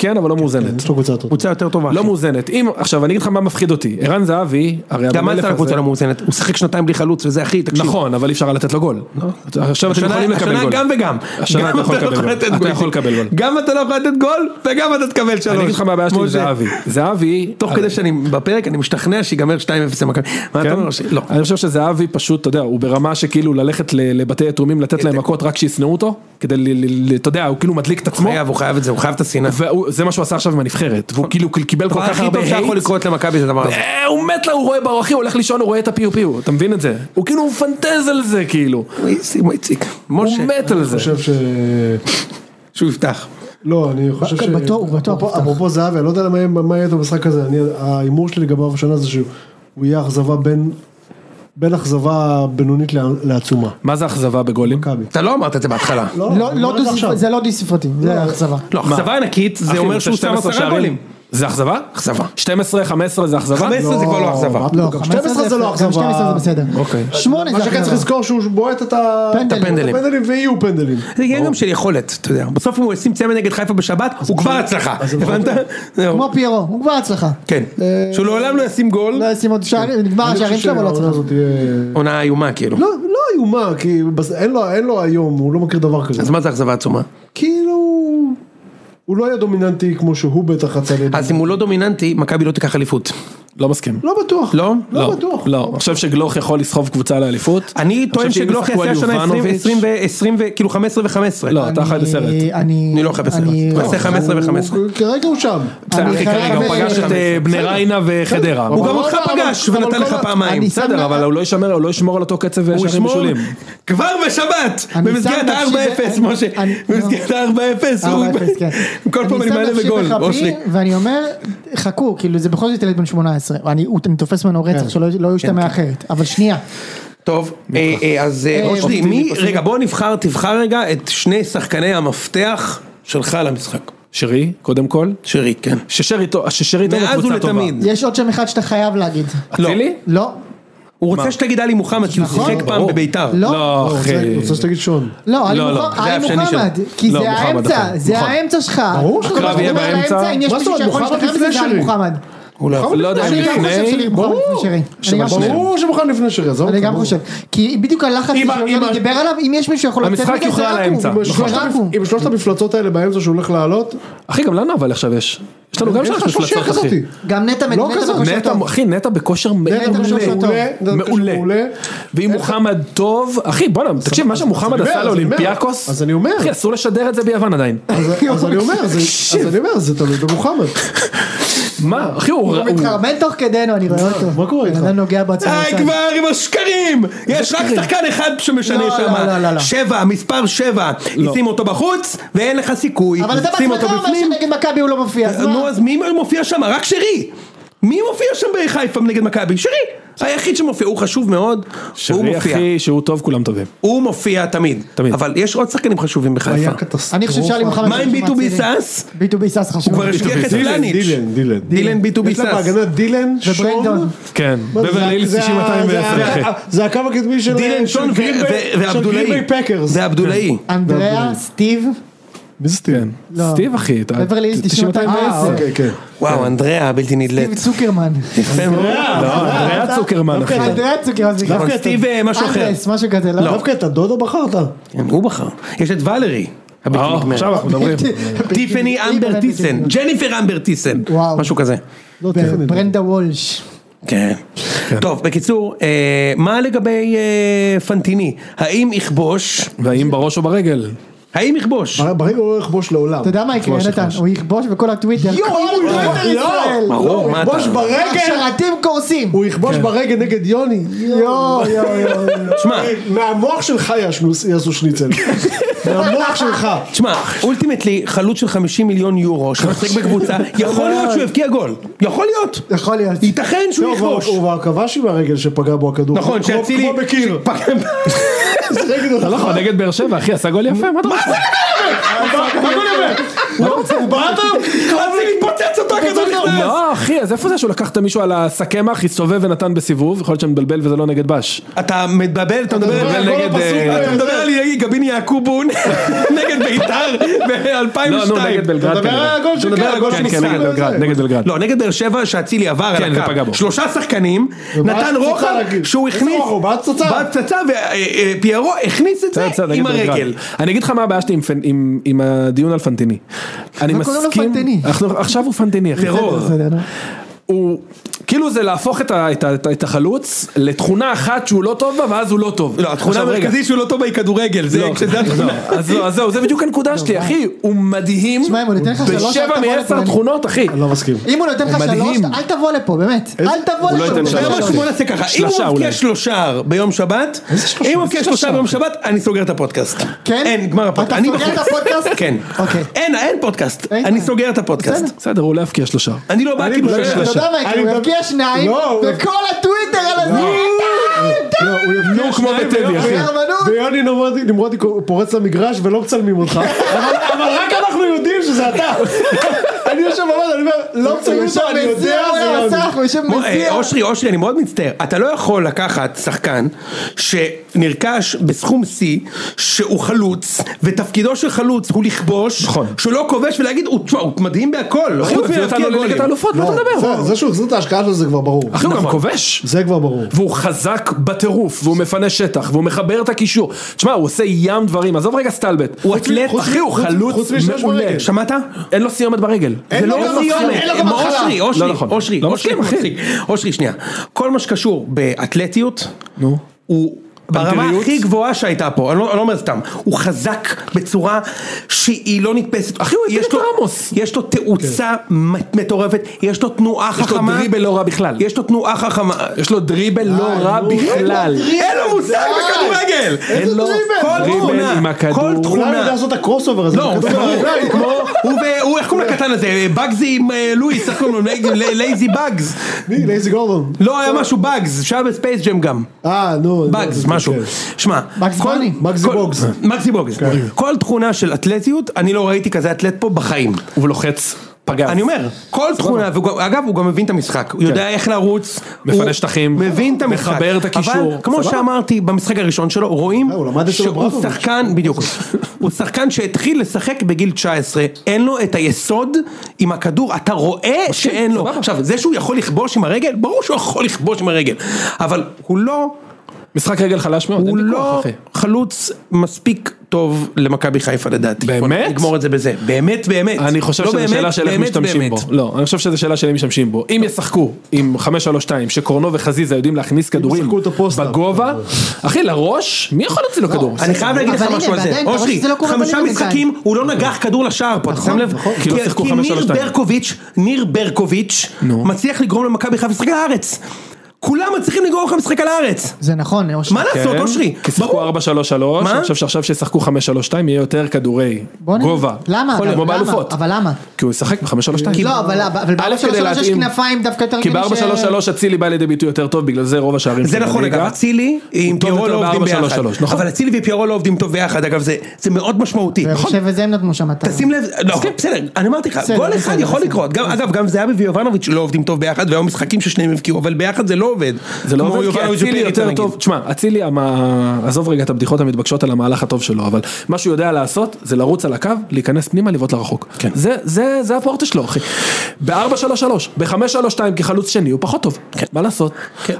S6: כן, אבל לא מאוזנת.
S3: יש לו קבוצה יותר טובה.
S4: קבוצה יותר טובה.
S6: לא
S4: אחי.
S6: מאוזנת. אם, עכשיו, אני אגיד לך מה מפחיד אותי. ערן זהבי, הרי
S4: גם
S6: המלך
S4: אנסה
S6: הזה-
S4: הקבוצה לא מאוזנת, הוא שיחק שנתיים בלי חלוץ וזה אחי, תקשיב.
S6: נכון, אבל אי אפשר היה לתת לו גול. עכשיו אתם
S4: לא? השנה-
S6: יכולים לקבל גול.
S4: השנה גם וגם.
S6: השנה
S4: גם
S6: אתה יכול
S4: אתה לא
S6: לקבל גול.
S4: לתת
S6: אתה
S4: גול.
S6: יכול לקבל גול.
S4: גם אתה לא יכול לתת גול, וגם אתה תקבל שלוש.
S6: אני אגיד לך מה הבעיה שלי עם
S4: משה, אה.
S6: זהבי. זהבי...
S4: תוך
S6: אבל-
S4: כדי שאני בפרק, אני משתכנע שיגמר 2-0 למכבי. מה אתה
S6: כן?
S4: אומר? ש- לא.
S6: אני חושב שזהבי פשוט, אתה יודע, הוא ברמה שכאילו ללכת ל- לבתי יתומים, לתת
S4: כן.
S6: להם מכות רק שישנאו אותו, כדי, ל- ל- ל- אתה יודע, הוא כאילו מדליק את עצמו,
S4: חייב, הוא חייב את זה, הוא חייב את השנאה.
S6: וזה מה שהוא עשה עכשיו עם הנבחרת, והוא כאילו קיבל כל
S4: הדבר
S6: כך
S4: הכי
S6: הרבה
S4: טוב שיכול
S6: hate.
S4: לקרות למכבי זה הדבר הזה.
S6: אה, הוא מת לה, הוא רואה ברור, אחי, הוא הולך לישון, הוא רואה את הפיו פיו, אתה מבין את זה? הוא כאילו מפנטז על זה, כאילו.
S4: איציק, איציק.
S6: הוא
S4: משה,
S6: מת על זה.
S3: אני חושב ש...
S4: שהוא יפתח.
S3: לא, אני חושב ש...
S2: כן, בטוח, הוא בטוח
S3: אפרופו-
S2: יפתח.
S3: אפרופו זהבי, אני לא יודע למה יהיה- מה יהיה איתו במשחק הזה. אני- ההימור שלי לגביו השנה זה שהוא הוא יהיה אכזבה בין... בין אכזבה בינונית לה- לעצומה.
S6: מה זה אכזבה בגולים?
S3: מכבי.
S4: אתה לא אמרת את זה בהתחלה.
S2: לא,
S3: אני אומר
S2: לא
S3: את זה עכשיו.
S2: דו-ספרתי, זה לא דו-ספרתי, זה אכזבה.
S4: לא, אכזבה ענקית, זה
S6: אחי,
S4: אומר
S6: רוצה
S4: שהוא שם
S6: 12
S4: עשרה
S6: שערים?
S4: גולים.
S6: זה אכזבה?
S4: אכזבה.
S6: 12, 15 זה אכזבה?
S4: 15 זה כבר לא אכזבה.
S3: מה
S2: לא,
S3: פתאום, גם
S2: 15
S3: 12 זה לא
S2: גם 12 זה
S3: אכזבה.
S2: בסדר.
S6: אוקיי.
S2: שמונה
S3: מה
S2: זה
S3: שכן צריך
S2: אכזבה.
S3: לזכור שהוא בועט את ה-
S2: פנדלים.
S3: את
S4: הפנדלים.
S3: הפנדלים ויהיו פנדלים.
S4: זה עניין גם של יכולת, אתה יודע. בסוף אם הוא ישים צמד נגד חיפה בשבת, הוא כבר הצלחה. הבנת? זהו.
S2: כמו פיירו, הוא כבר הצלחה.
S4: כן.
S2: אה,
S4: שהוא לעולם לא ישים גול.
S2: לא ישים עוד שערים, נגמר
S3: אני חושב
S2: השערים שלו, אבל לא
S3: שהעונה
S2: הצלחה.
S3: הזאת תהיה-
S4: עונה איומה כאילו.
S3: לא, לא איומה, כי בס- אין לו- אין לו היום, הוא לא מכיר דבר כזה.
S4: אז מה זה אכזבה עצומה?
S3: כאילו... הוא לא היה דומיננטי כמו שהוא בטח רצה להיות.
S4: אז אם הוא לא דומיננטי, מכבי לא תיקח אליפות.
S6: לא מסכים.
S3: לא בטוח.
S4: לא?
S3: לא בטוח.
S6: לא, אני חושב שגלוך יכול לסחוב קבוצה לאליפות.
S4: אני
S6: חושב
S4: טוען
S6: שאם
S4: שגלוך
S6: ישחקו
S4: יעשה
S6: על
S4: השנה 20
S6: יובנוביץ'-
S4: ו- 20 ו... כאילו 15 ו-15.
S6: לא, אתה חי בסרט.
S2: אני- אני...
S4: אני לא חי בסרט.
S2: אני-
S4: הוא יעשה 15 ו-15.
S3: הוא- כרגע הוא שם.
S6: בסדר,
S2: אני
S6: אחי,
S2: חי
S6: כרגע הוא
S2: חמש-
S6: פגש את אה, בני ריינה וחדרה.
S4: הוא גם
S3: אבל
S4: אותך
S3: לא, אבל-
S4: פגש
S3: אבל
S4: ונתן
S3: כל
S4: לך
S3: ה-
S4: פעמיים.
S2: אני-
S6: בסדר,
S2: שם-
S6: אבל הוא לא ישמר, הוא לא ישמור על אותו קצב
S4: הוא
S6: שערים
S4: ישמור
S6: משולים.
S4: כבר בשבת
S2: אני
S4: במסגרת
S2: שם נפשי
S4: ה-4-0
S2: ב-
S4: משה
S2: אני-
S4: במסגרת ה-4-0 הוא
S2: 4-0, כן.
S4: כל פעם אני מעלה
S2: שם נפשי
S4: בגול
S2: בכפי,
S4: אושרי
S2: ואני אומר, חכו, כאילו זה בכל זאת ילד בן 18. אני הוא- אני תופס ממנו
S4: כן.
S2: רצח, שלא לא ישתמע אחרת. אבל שנייה,
S4: טוב אה, אה, אז אה,
S2: אה,
S4: אושרי
S2: אופטימי,
S4: מי רגע בוא נבחר תבחר רגע את שני שחקני המפתח שלך למשחק
S6: שרי, קודם כל.
S4: שרי כן
S6: ששרי טוב, ששרי טוב,
S4: מאז
S6: קבוצה טובה.
S4: ולתמיד
S2: יש עוד שם אחד שאתה חייב להגיד.
S6: אצילי?
S2: לא,
S4: הוא רוצה שתגיד עלי מוחמד כי הוא
S2: נכון.
S4: שיחק פעם
S6: ברור.
S4: בביתר
S2: לא,
S6: לא,
S3: הוא רוצה-
S6: אחי.
S3: הוא רוצה שתגיד שון.
S2: לא, עלי
S6: לא, לא,
S2: מוחמד,
S4: זה
S2: עלי
S4: השני שלו.
S2: מוחמד, כי
S6: לא,
S2: זה
S6: מוחמד,
S2: האמצע,
S6: נכון,
S2: זה
S6: מוחמד.
S2: האמצע שלך.
S3: ברור
S2: כל
S3: שקרב
S2: מה שאתה
S6: יהיה
S2: אומר על
S6: באמצע.
S2: האמצע, אם יש
S3: מה
S2: מישהו
S3: זאת אומרת,
S2: שיכול
S3: מוחמד
S2: להשתחרר
S3: לפני
S2: מזה, זה עלי
S3: שלי.
S2: מוחמד.
S4: הוא לא
S3: נכון,
S4: יכול.
S6: לא יודע אם
S2: אני גם חושב
S6: לפני.
S2: שלי מוחמד לפני שרי. אני גם חושב.
S3: ברור שמוכן לפני שרי, עזוב.
S2: אני גם
S3: ברור.
S2: חושב, כי בדיוק הלחץ
S3: אם- אם-
S2: שאני דיבר עליו, אם יש מישהו שיכול לצאת
S6: המשחק
S2: מזה,
S6: יוכרע
S2: זה
S6: על
S2: רק הוא.
S6: האמצע.
S3: עם
S2: זה
S3: שלושת
S2: רק
S3: המפ-
S2: הוא.
S3: עם שלושת המפלצות האלה באמצע שהוא הולך לעלות,
S6: אחי, גם לנו אבל עכשיו יש. יש לנו לא גם
S3: יש
S6: שלוש
S3: לך שושיה
S6: מפלצות,
S3: כזאתי.
S6: אחי.
S2: גם נטע
S3: לא
S2: נטע
S3: כזאת.
S2: בכושר
S6: נטע,
S2: טוב.
S6: אחי, נטע בכושר
S3: נטע
S6: מעולה.
S3: בכושר
S2: טוב.
S3: מעולה, נטע בכושר
S6: מעולה.
S3: מעולה.
S6: ואם מוחמד טוב, אחי בואנה, תקשיב מה שמוחמד
S3: אני אומר,
S6: עשה
S3: אז אני אומר.
S6: לאולימפיאקוס,
S3: אז אני אומר.
S6: אחי אסור לשדר את זה ביוון עדיין,
S3: אז אז אני אומר, זה- אז אני אומר, זה תלוי במוחמד.
S6: מה אחי הוא,
S2: הוא לא
S6: הוא-
S2: מתחרמן תוך כדינו, אני רואה אותו.
S3: מה קורה איתך?
S2: בן אדם נוגע בעצמו.
S4: די כבר עם השקרים! יש רק שחקן אחד שמשנה
S2: לא,
S4: שם.
S2: לא, לא, לא, לא.
S4: שבע, מספר שבע. שים אותו בחוץ, ואין לך סיכוי.
S2: אבל אתה
S4: שים
S2: בעצמך
S4: אותו
S2: אומר
S4: בפנים. אה,
S2: שנגד מכבי הוא לא מופיע. אז מה?
S4: נו, אז מי מופיע שם? רק שרי! מי מופיע שם בחיפה נגד מכבי? שרי! היחיד שמופיע, הוא חשוב מאוד, הוא
S6: שרי
S4: מופיע,
S6: אחי שהוא טוב כולם טובים,
S4: הוא מופיע תמיד,
S6: תמיד.
S4: אבל יש עוד שחקנים חשובים בחיפה.
S3: היה קטסטרופה.
S2: אני חושב שעלי מוחמד...
S4: מה עם ביטובי סאס?
S2: ביטובי סאס חשוב.
S4: הוא כבר השגיח את
S3: דילן,
S4: פלניץ'.
S3: דילן, דילן.
S4: דילן ביטובי
S3: יש להם
S4: סאס.
S3: בהגנה דילן,
S2: וברנדון.
S3: שון.
S6: כן,
S3: מה זה?
S6: בברלי הילס
S3: זה ה-
S6: 9210
S3: זה
S6: אחי,
S3: ה- זה הקו הקדמי של
S4: דילן
S3: אה, של
S4: שון ו-
S3: גרין ביי-
S4: ו-
S3: של
S4: ועבדולאי.
S3: גרין ביי פקרס.
S4: זה עבדולאי.
S6: כן.
S2: אנדריאה, סטיב.
S3: מי זה סטיבן?
S2: לא.
S6: סטיב אחי, אתה-
S2: בברלי הילס 9210.
S3: אה, אוקיי, כן.
S4: וואו, אנדריה הבלתי נדלית.
S2: סטיב צוקרמן.
S4: יפה מאוד.
S6: לא, אנדריה צוקרמן אחי,
S2: אנדריה צוקרמן. סליחה.
S4: אבל סטיב אה, משהו אחר.
S2: אנדרס, משהו כזה, לא?
S3: דווקא את הדודה בחרת.
S4: כן, הוא בחר. יש את ולרי. הבלתי
S6: אה,
S4: נגמרת.
S6: עכשיו אנחנו מדברים,
S4: טיפני אמבר טיסן. ג'ניפר אמבר טיסן.
S2: וואו.
S4: משהו כזה.
S3: לא, טכנית.
S2: ברנדה וולש.
S4: כן. טוב, בקיצור, אה, מה לגבי אה, פנטיני? האם יכבוש?
S6: והאם בראש או ברגל,
S4: האם יכבוש?
S3: בר- ברגע הוא לא יכבוש לעולם.
S2: אתה יודע מה יקרה, נתן? הוא יכבוש בכל הטוויטר.
S3: יואו,
S2: כל
S3: הוא
S2: הטוויטר
S3: יכבוש-
S2: ישראל.
S3: לא,
S4: ברור,
S3: הוא
S4: מה
S3: יכבוש
S4: אתה-
S3: ברגל.
S2: השרתים קורסים.
S3: הוא יכבוש ברגל נגד יוני. אוקיי,
S2: יואו, יואו, יואו.
S4: שמע,
S3: מהמוח שלך יעשנו- יעשו שניצל. מהמוח שלך.
S4: שמע, אולטימטלי חלוץ של 50 מיליון יורו שמשחק בקבוצה, יכול להיות שהוא יבקיע גול. יכול להיות.
S2: יכול להיות.
S4: ייתכן שהוא
S3: הוא כבר-
S4: יכבוש.
S3: הוא כבר כבש עם הרגל שפגע בו הכדור.
S4: נכון,
S3: כמו-
S4: שאצילי...
S3: כמו בקיר. שיחק איתו.
S6: אתה לא יכול נגד באר שבע אחי עשה גול יפה, מה אתה רוצה,
S3: הוא בעט עליו?
S4: אצילי פוצץ אותו הכדור נכנס.
S6: לא אחי אז איפה זה שהוא לקח את מישהו על הסכמח הסתובב ונתן בסיבוב, יכול להיות שמבלבל וזה לא נגד בש,
S4: אתה מבלבל, אתה מדבר
S3: מדבר על כל
S4: נגד...
S3: הפסוק
S4: אה,
S3: הזה.
S4: אתה מדבר על יאי- גביני יעקובון נגד נגד בית"ר ב-2002.
S6: לא, נו, נגד בלגרד.
S3: אתה מדבר
S6: כנראה.
S3: על הגול של
S6: אתה מדבר
S3: קארה,
S6: על-
S3: גול
S6: כן,
S3: שניסה
S6: כן, נגד
S3: לו את
S6: בלגרד,
S3: זה.
S6: נגד בלגרד.
S4: לא, נגד באר שבע שאצילי עבר
S6: כן,
S4: על
S6: ופגע
S4: הקו,
S6: בו.
S4: שלושה שחקנים,
S3: ובעט
S4: נתן
S3: פצצה
S4: רוחב
S3: להגיד.
S4: שהוא
S3: איזה
S4: הכניס,
S3: רוחב? הוא בעט פצצה.
S4: בעט פצצה ופיירו אה, הכניס את זה
S6: בסדר, בסדר,
S4: עם
S6: נגד בלגרד.
S4: הרגל.
S6: אני אגיד לך מה הבעיה שלי עם פנ- עם- עם הדיון על פנטיני. אני
S2: לא קוראים לו
S6: מסכים,
S2: פנטיני.
S6: אנחנו- עכשיו הוא פנטיני, אחי.
S4: טרור.
S2: בסדר, נו.
S6: הוא, כאילו זה להפוך את, ה, את, ה, את החלוץ לתכונה אחת שהוא לא טוב בה ואז הוא לא טוב.
S4: לא, התכונה
S6: עכשיו, רגע.
S4: המרכזית שהוא לא טוב בה היא כדורגל, זה
S6: לא,
S4: כשזה
S6: לא,
S4: התכונה.
S6: אז לא, אז זהו, זה בדיוק הנקודה שלי, אחי, הוא מדהים,
S2: לא. שמע, אם הוא ניתן לך שלוש, אל
S6: בשבע
S2: תבוא
S6: מעשר
S2: לפולין.
S6: תכונות, אחי.
S3: אני לא מסכים.
S2: אם הוא נותן לך שלוש,
S6: מדהים.
S2: אל תבוא לפה, באמת. אל תבוא
S6: הוא לא ייתן
S2: לפה.
S6: שלוש.
S4: אתה יודע מה, בוא נעשה ככה, אם
S6: שלושה
S4: הוא מבקיע
S6: אולי.
S4: שלושה ביום שבת, אם הוא מבקיע שלושה ביום שבת, אני סוגר את הפודקאסט.
S2: כן?
S4: אין, גמר
S2: אתה
S4: הפודקאסט. אני
S2: סוגר
S4: בחוץ.
S2: את הפודקאסט?
S4: כן.
S2: אוקיי.
S4: אין, אין פודקאסט.
S2: אין
S4: אני
S2: בעיה.
S4: סוגר את הפודקאסט.
S2: בסדר.
S6: בסדר, הוא לא יבקיע שלושה.
S4: אני לא בא כאילו
S3: לא,
S4: של
S3: לא,
S2: אתה
S4: שלושה.
S2: יודע מה יקרה,
S3: אני
S2: הוא
S3: מדבר-
S2: יבקיע שניים,
S3: לא, הוא-
S2: וכל הטוויטר על הזה,
S3: לא, הוא יבקיע
S6: כמו
S3: שניים
S6: בטדי,
S3: ויום-
S6: אחי.
S2: ברמנות.
S3: ויוני נמרודי- נמרודי פורץ למגרש ולא מצלמים אותך, אבל אבל רק אנחנו יודעים שזה אתה. אני יושב בבית, אני אומר, לא
S2: הוא
S3: מצלמים
S2: יושב
S3: אותו, אני
S2: מזיע
S3: יודע,
S2: על
S3: זה יוני.
S2: המסך, הוא יושב
S4: מו- אה,
S2: מזיע.
S4: אושרי, אושרי, אני מאוד מצטער. אתה לא יכול לקחת שחקן שנרכש בסכום שיא, שהוא חלוץ, ותפקידו של חלוץ הוא לכבוש, שהוא לא כובש ולהגיד, "הוא- תשמע, הוא מדהים
S3: לא
S4: בהכל. לא
S6: אחי, הוא אפילו נתן לו לליגת האלופות,
S2: לא,
S6: מה אתה מדבר?
S3: זה- זה שהוא החזיר את ההשקעה שלו זה כבר ברור.
S6: אחי, הוא
S2: נכון.
S6: גם כובש.
S3: זה כבר ברור.
S6: והוא חזק בטירוף, והוא מפנה שטח, והוא מחבר את הקישור. תשמע, הוא עושה ים דברים, עזוב רגע סטלבט. הוא אתלט,
S3: חוץ מ-
S6: אחי, הוא
S3: חוץ מ-
S6: חלוץ
S3: חוץ מ- שיש לו
S6: מעולה.
S3: רגל.
S4: שמעת?
S6: אין לו סיומת ברגל.
S3: אין
S4: זה
S3: לו
S4: לא
S3: גם
S4: סיומת,
S3: התחלה, אין לו גם
S4: הם
S3: התחלה.
S4: אושרי,
S6: לא
S4: אושרי,
S6: נכון.
S4: אושרי,
S6: לא
S4: אושרי,
S6: מסכים, אחי.
S4: מצחיק. אושרי, שנייה. כל מה שקשור באתלטיות, הוא ברמה
S6: בנטריות?
S4: הכי גבוהה שהייתה פה, אני לא אני לא אומר סתם, הוא חזק בצורה שהיא לא נתפסת.
S6: אחי, הוא הפיל
S4: יש
S6: את
S4: לו-
S6: רמוס.
S4: יש לו תאוצה מט- מטורפת, יש לו תנועה
S6: יש לו
S4: חכמה.
S6: דריבל לא רע בכלל.
S4: יש לו תנועה חכמה.
S6: יש לו דריבל לא רע בכלל.
S4: אין לו מושג בכדורגל!
S6: אין לו
S4: כל
S6: דריבל עם
S4: תכונה,
S6: הכדור.
S4: כל
S3: אולי הוא
S4: תכונה.
S3: יודע לעשות את הקרוס אובר הזה.
S4: לא, הוא
S3: בכדור ברגליים,
S4: כמו, הוא ו- הוא, איך קוראים לקטן הזה, בגזי עם אה, לואיס, איך קוראים לו, לייזי- לייזי בגז,
S3: מי? לייזי גורדון.
S4: לא היה משהו בגז, שהיה בספייס ג'ם גם,
S3: אה, נו. נו,
S4: בגז,
S3: כן.
S4: משהו, שמע,
S2: בגז
S4: כל-
S2: בני.
S3: מגזי
S4: כל-
S3: בוגז.
S4: מגזי בוגז, כל תכונה של אתלטיות, אני לא ראיתי כזה אתלט פה בחיים,
S6: הוא לוחץ פגז.
S4: אני אומר, כל תכונה, והוא גם- אגב הוא גם מבין את המשחק, הוא יודע איך לרוץ,
S6: כן. מפנה
S4: הוא
S6: שטחים,
S4: מבין את המשחק,
S6: מחבר את הקישור,
S4: אבל כמו
S6: סבבה.
S4: שאמרתי במשחק הראשון שלו, רואים
S3: אה, הוא למד אצל
S4: שהוא
S3: אוברמוביץ'.
S4: שחקן, בדיוק, הוא שחקן שהתחיל לשחק בגיל 19, אין לו את היסוד עם הכדור, אתה רואה שאין לו,
S6: סבבה.
S4: עכשיו זה שהוא יכול לכבוש עם הרגל, ברור שהוא יכול לכבוש עם הרגל, אבל הוא לא,
S6: משחק רגל חלש מאוד, אין
S4: הוא
S6: ויכוח,
S4: לא
S6: אחי.
S4: חלוץ מספיק. טוב למכבי חיפה לדעתי.
S6: באמת?
S4: בוא נגמור את זה בזה. באמת באמת.
S6: אני חושב
S4: לא
S6: שזו
S4: באמת,
S6: שאלה של איך
S4: באמת,
S6: משתמשים
S4: באמת.
S6: בו. לא, אני חושב שזו שאלה של איך משתמשים בו. אם ישחקו עם 5-3-2, שקורנו וחזיזה יודעים להכניס כדורים
S3: ישחקו את הפוסט-אפ.
S4: לא,
S6: בגובה, אחי, לראש, מי יכול להוציא לו כדור?
S4: אני חייב להגיד לך
S2: אבל
S4: משהו על
S2: הנה,
S4: זה,
S2: ועדיין, אתה רואה
S4: אושרי,
S2: שזה לא קורה
S4: חמישה
S2: בליגה
S4: משחקים הוא לא נגח כדור לשער פה, אתה שם לב?
S6: כי לא
S4: כי-
S6: שיחקו
S4: כי
S6: חמש,
S4: ניר
S6: שלוש, שתיים.
S4: ברקוביץ', ניר ברקוביץ', מצליח לגרום למכבי חיפה לשחק על הארץ. כולם מצליחים לגרום לך לשחק על הארץ.
S2: זה נכון, אושרי.
S4: מה לעשות,
S6: כן,
S4: אושרי?
S6: כי שיחקו
S4: ברור.
S6: 4-3-3,
S4: מה?
S6: אני חושב שעכשיו שישחקו 5-3-2 יהיה יותר כדורי
S2: בוא נ-
S6: גובה.
S2: למה?
S6: יכול להיות,
S2: אבל
S6: כמו
S2: למה?
S6: באלופות. נכון.
S2: אבל למה?
S6: כי הוא ישחק ב-5-3-2.
S2: לא, אבל אבל
S6: א',
S2: ב-4-3-3
S6: כדי
S2: יש
S6: להתאים.
S2: כנפיים דווקא יותר
S6: כי
S2: הגיוני ש-
S6: ב-4-3-3 אצילי בא לידי ביטוי יותר טוב, בגלל זה רוב השערים
S4: זה
S6: שלו
S4: נכון
S6: בליגה.
S4: אגב, אצילי עם
S6: טוב
S4: פיירו
S6: יותר
S4: לא עובדים ביחד,
S6: ב-4-3-3, נכון.
S4: אבל אצילי ופיירו לא עובדים טוב ביחד, אגב זה- זה מאוד משמעותי,
S2: ואני חושב וזה הם נתנו שם אתה.
S4: תשים לב, לא, בסדר, אני אמרתי לך,
S2: בסדר,
S4: גול
S2: בסדר,
S4: אחד יכול
S2: בסדר.
S4: לקרות, גם- אגב גם זהבי ויובנוביץ' לא עובדים טוב ביחד, והיו משחקים ששניהם הבקיעו, אבל ביחד זה לא עובד.
S6: זה לא
S4: כמו
S6: עובד כי
S4: יובנוביץ'
S6: אצילי
S4: ופריצה,
S6: יותר
S4: נגיד.
S6: טוב, תשמע, אצילי, המ- עזוב רגע את הבדיחות המתבקשות על המהלך הטוב שלו, אבל מה שהוא יודע לעשות זה לרוץ על הקו, להיכנס פנימה, לבעוט לרחוק. זה- זה זה הפורטה שלו, אחי. ב-4-3-3, ב-5-3-2 כחלוץ שני הוא פחות טוב, מה לעשות?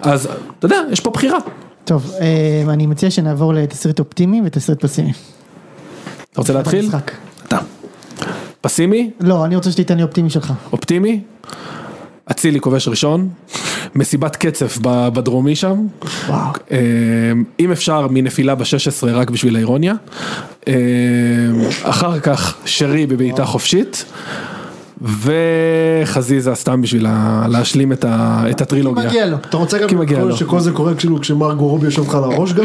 S6: אז אתה יודע, יש פה בחירה.
S2: טוב, אה, אני מציע שנעבור לתסריט אופטימי ותסריט פסימי.
S6: אתה רוצה להתחיל?
S2: המשחק.
S4: אתה.
S6: פסימי,
S2: לא, אני רוצה שתיתן לי אופטימי שלך.
S6: אופטימי, אצילי כובש ראשון, מסיבת קצף ב- בדרומי שם,
S2: וואו.
S6: אה, אם אפשר מנפילה ב-16 רק בשביל האירוניה, אה, אחר כך שרי בבעיטה חופשית. וחזיזה סתם בשביל ה- להשלים את, ה, את הטרילוגיה.
S2: מגיע לו.
S3: אתה רוצה
S6: כי
S3: גם
S6: מגיע
S3: לקרוא
S6: לו.
S3: שכל זה קורה כאילו כשמרגו רובי יושב לך על הראש גם?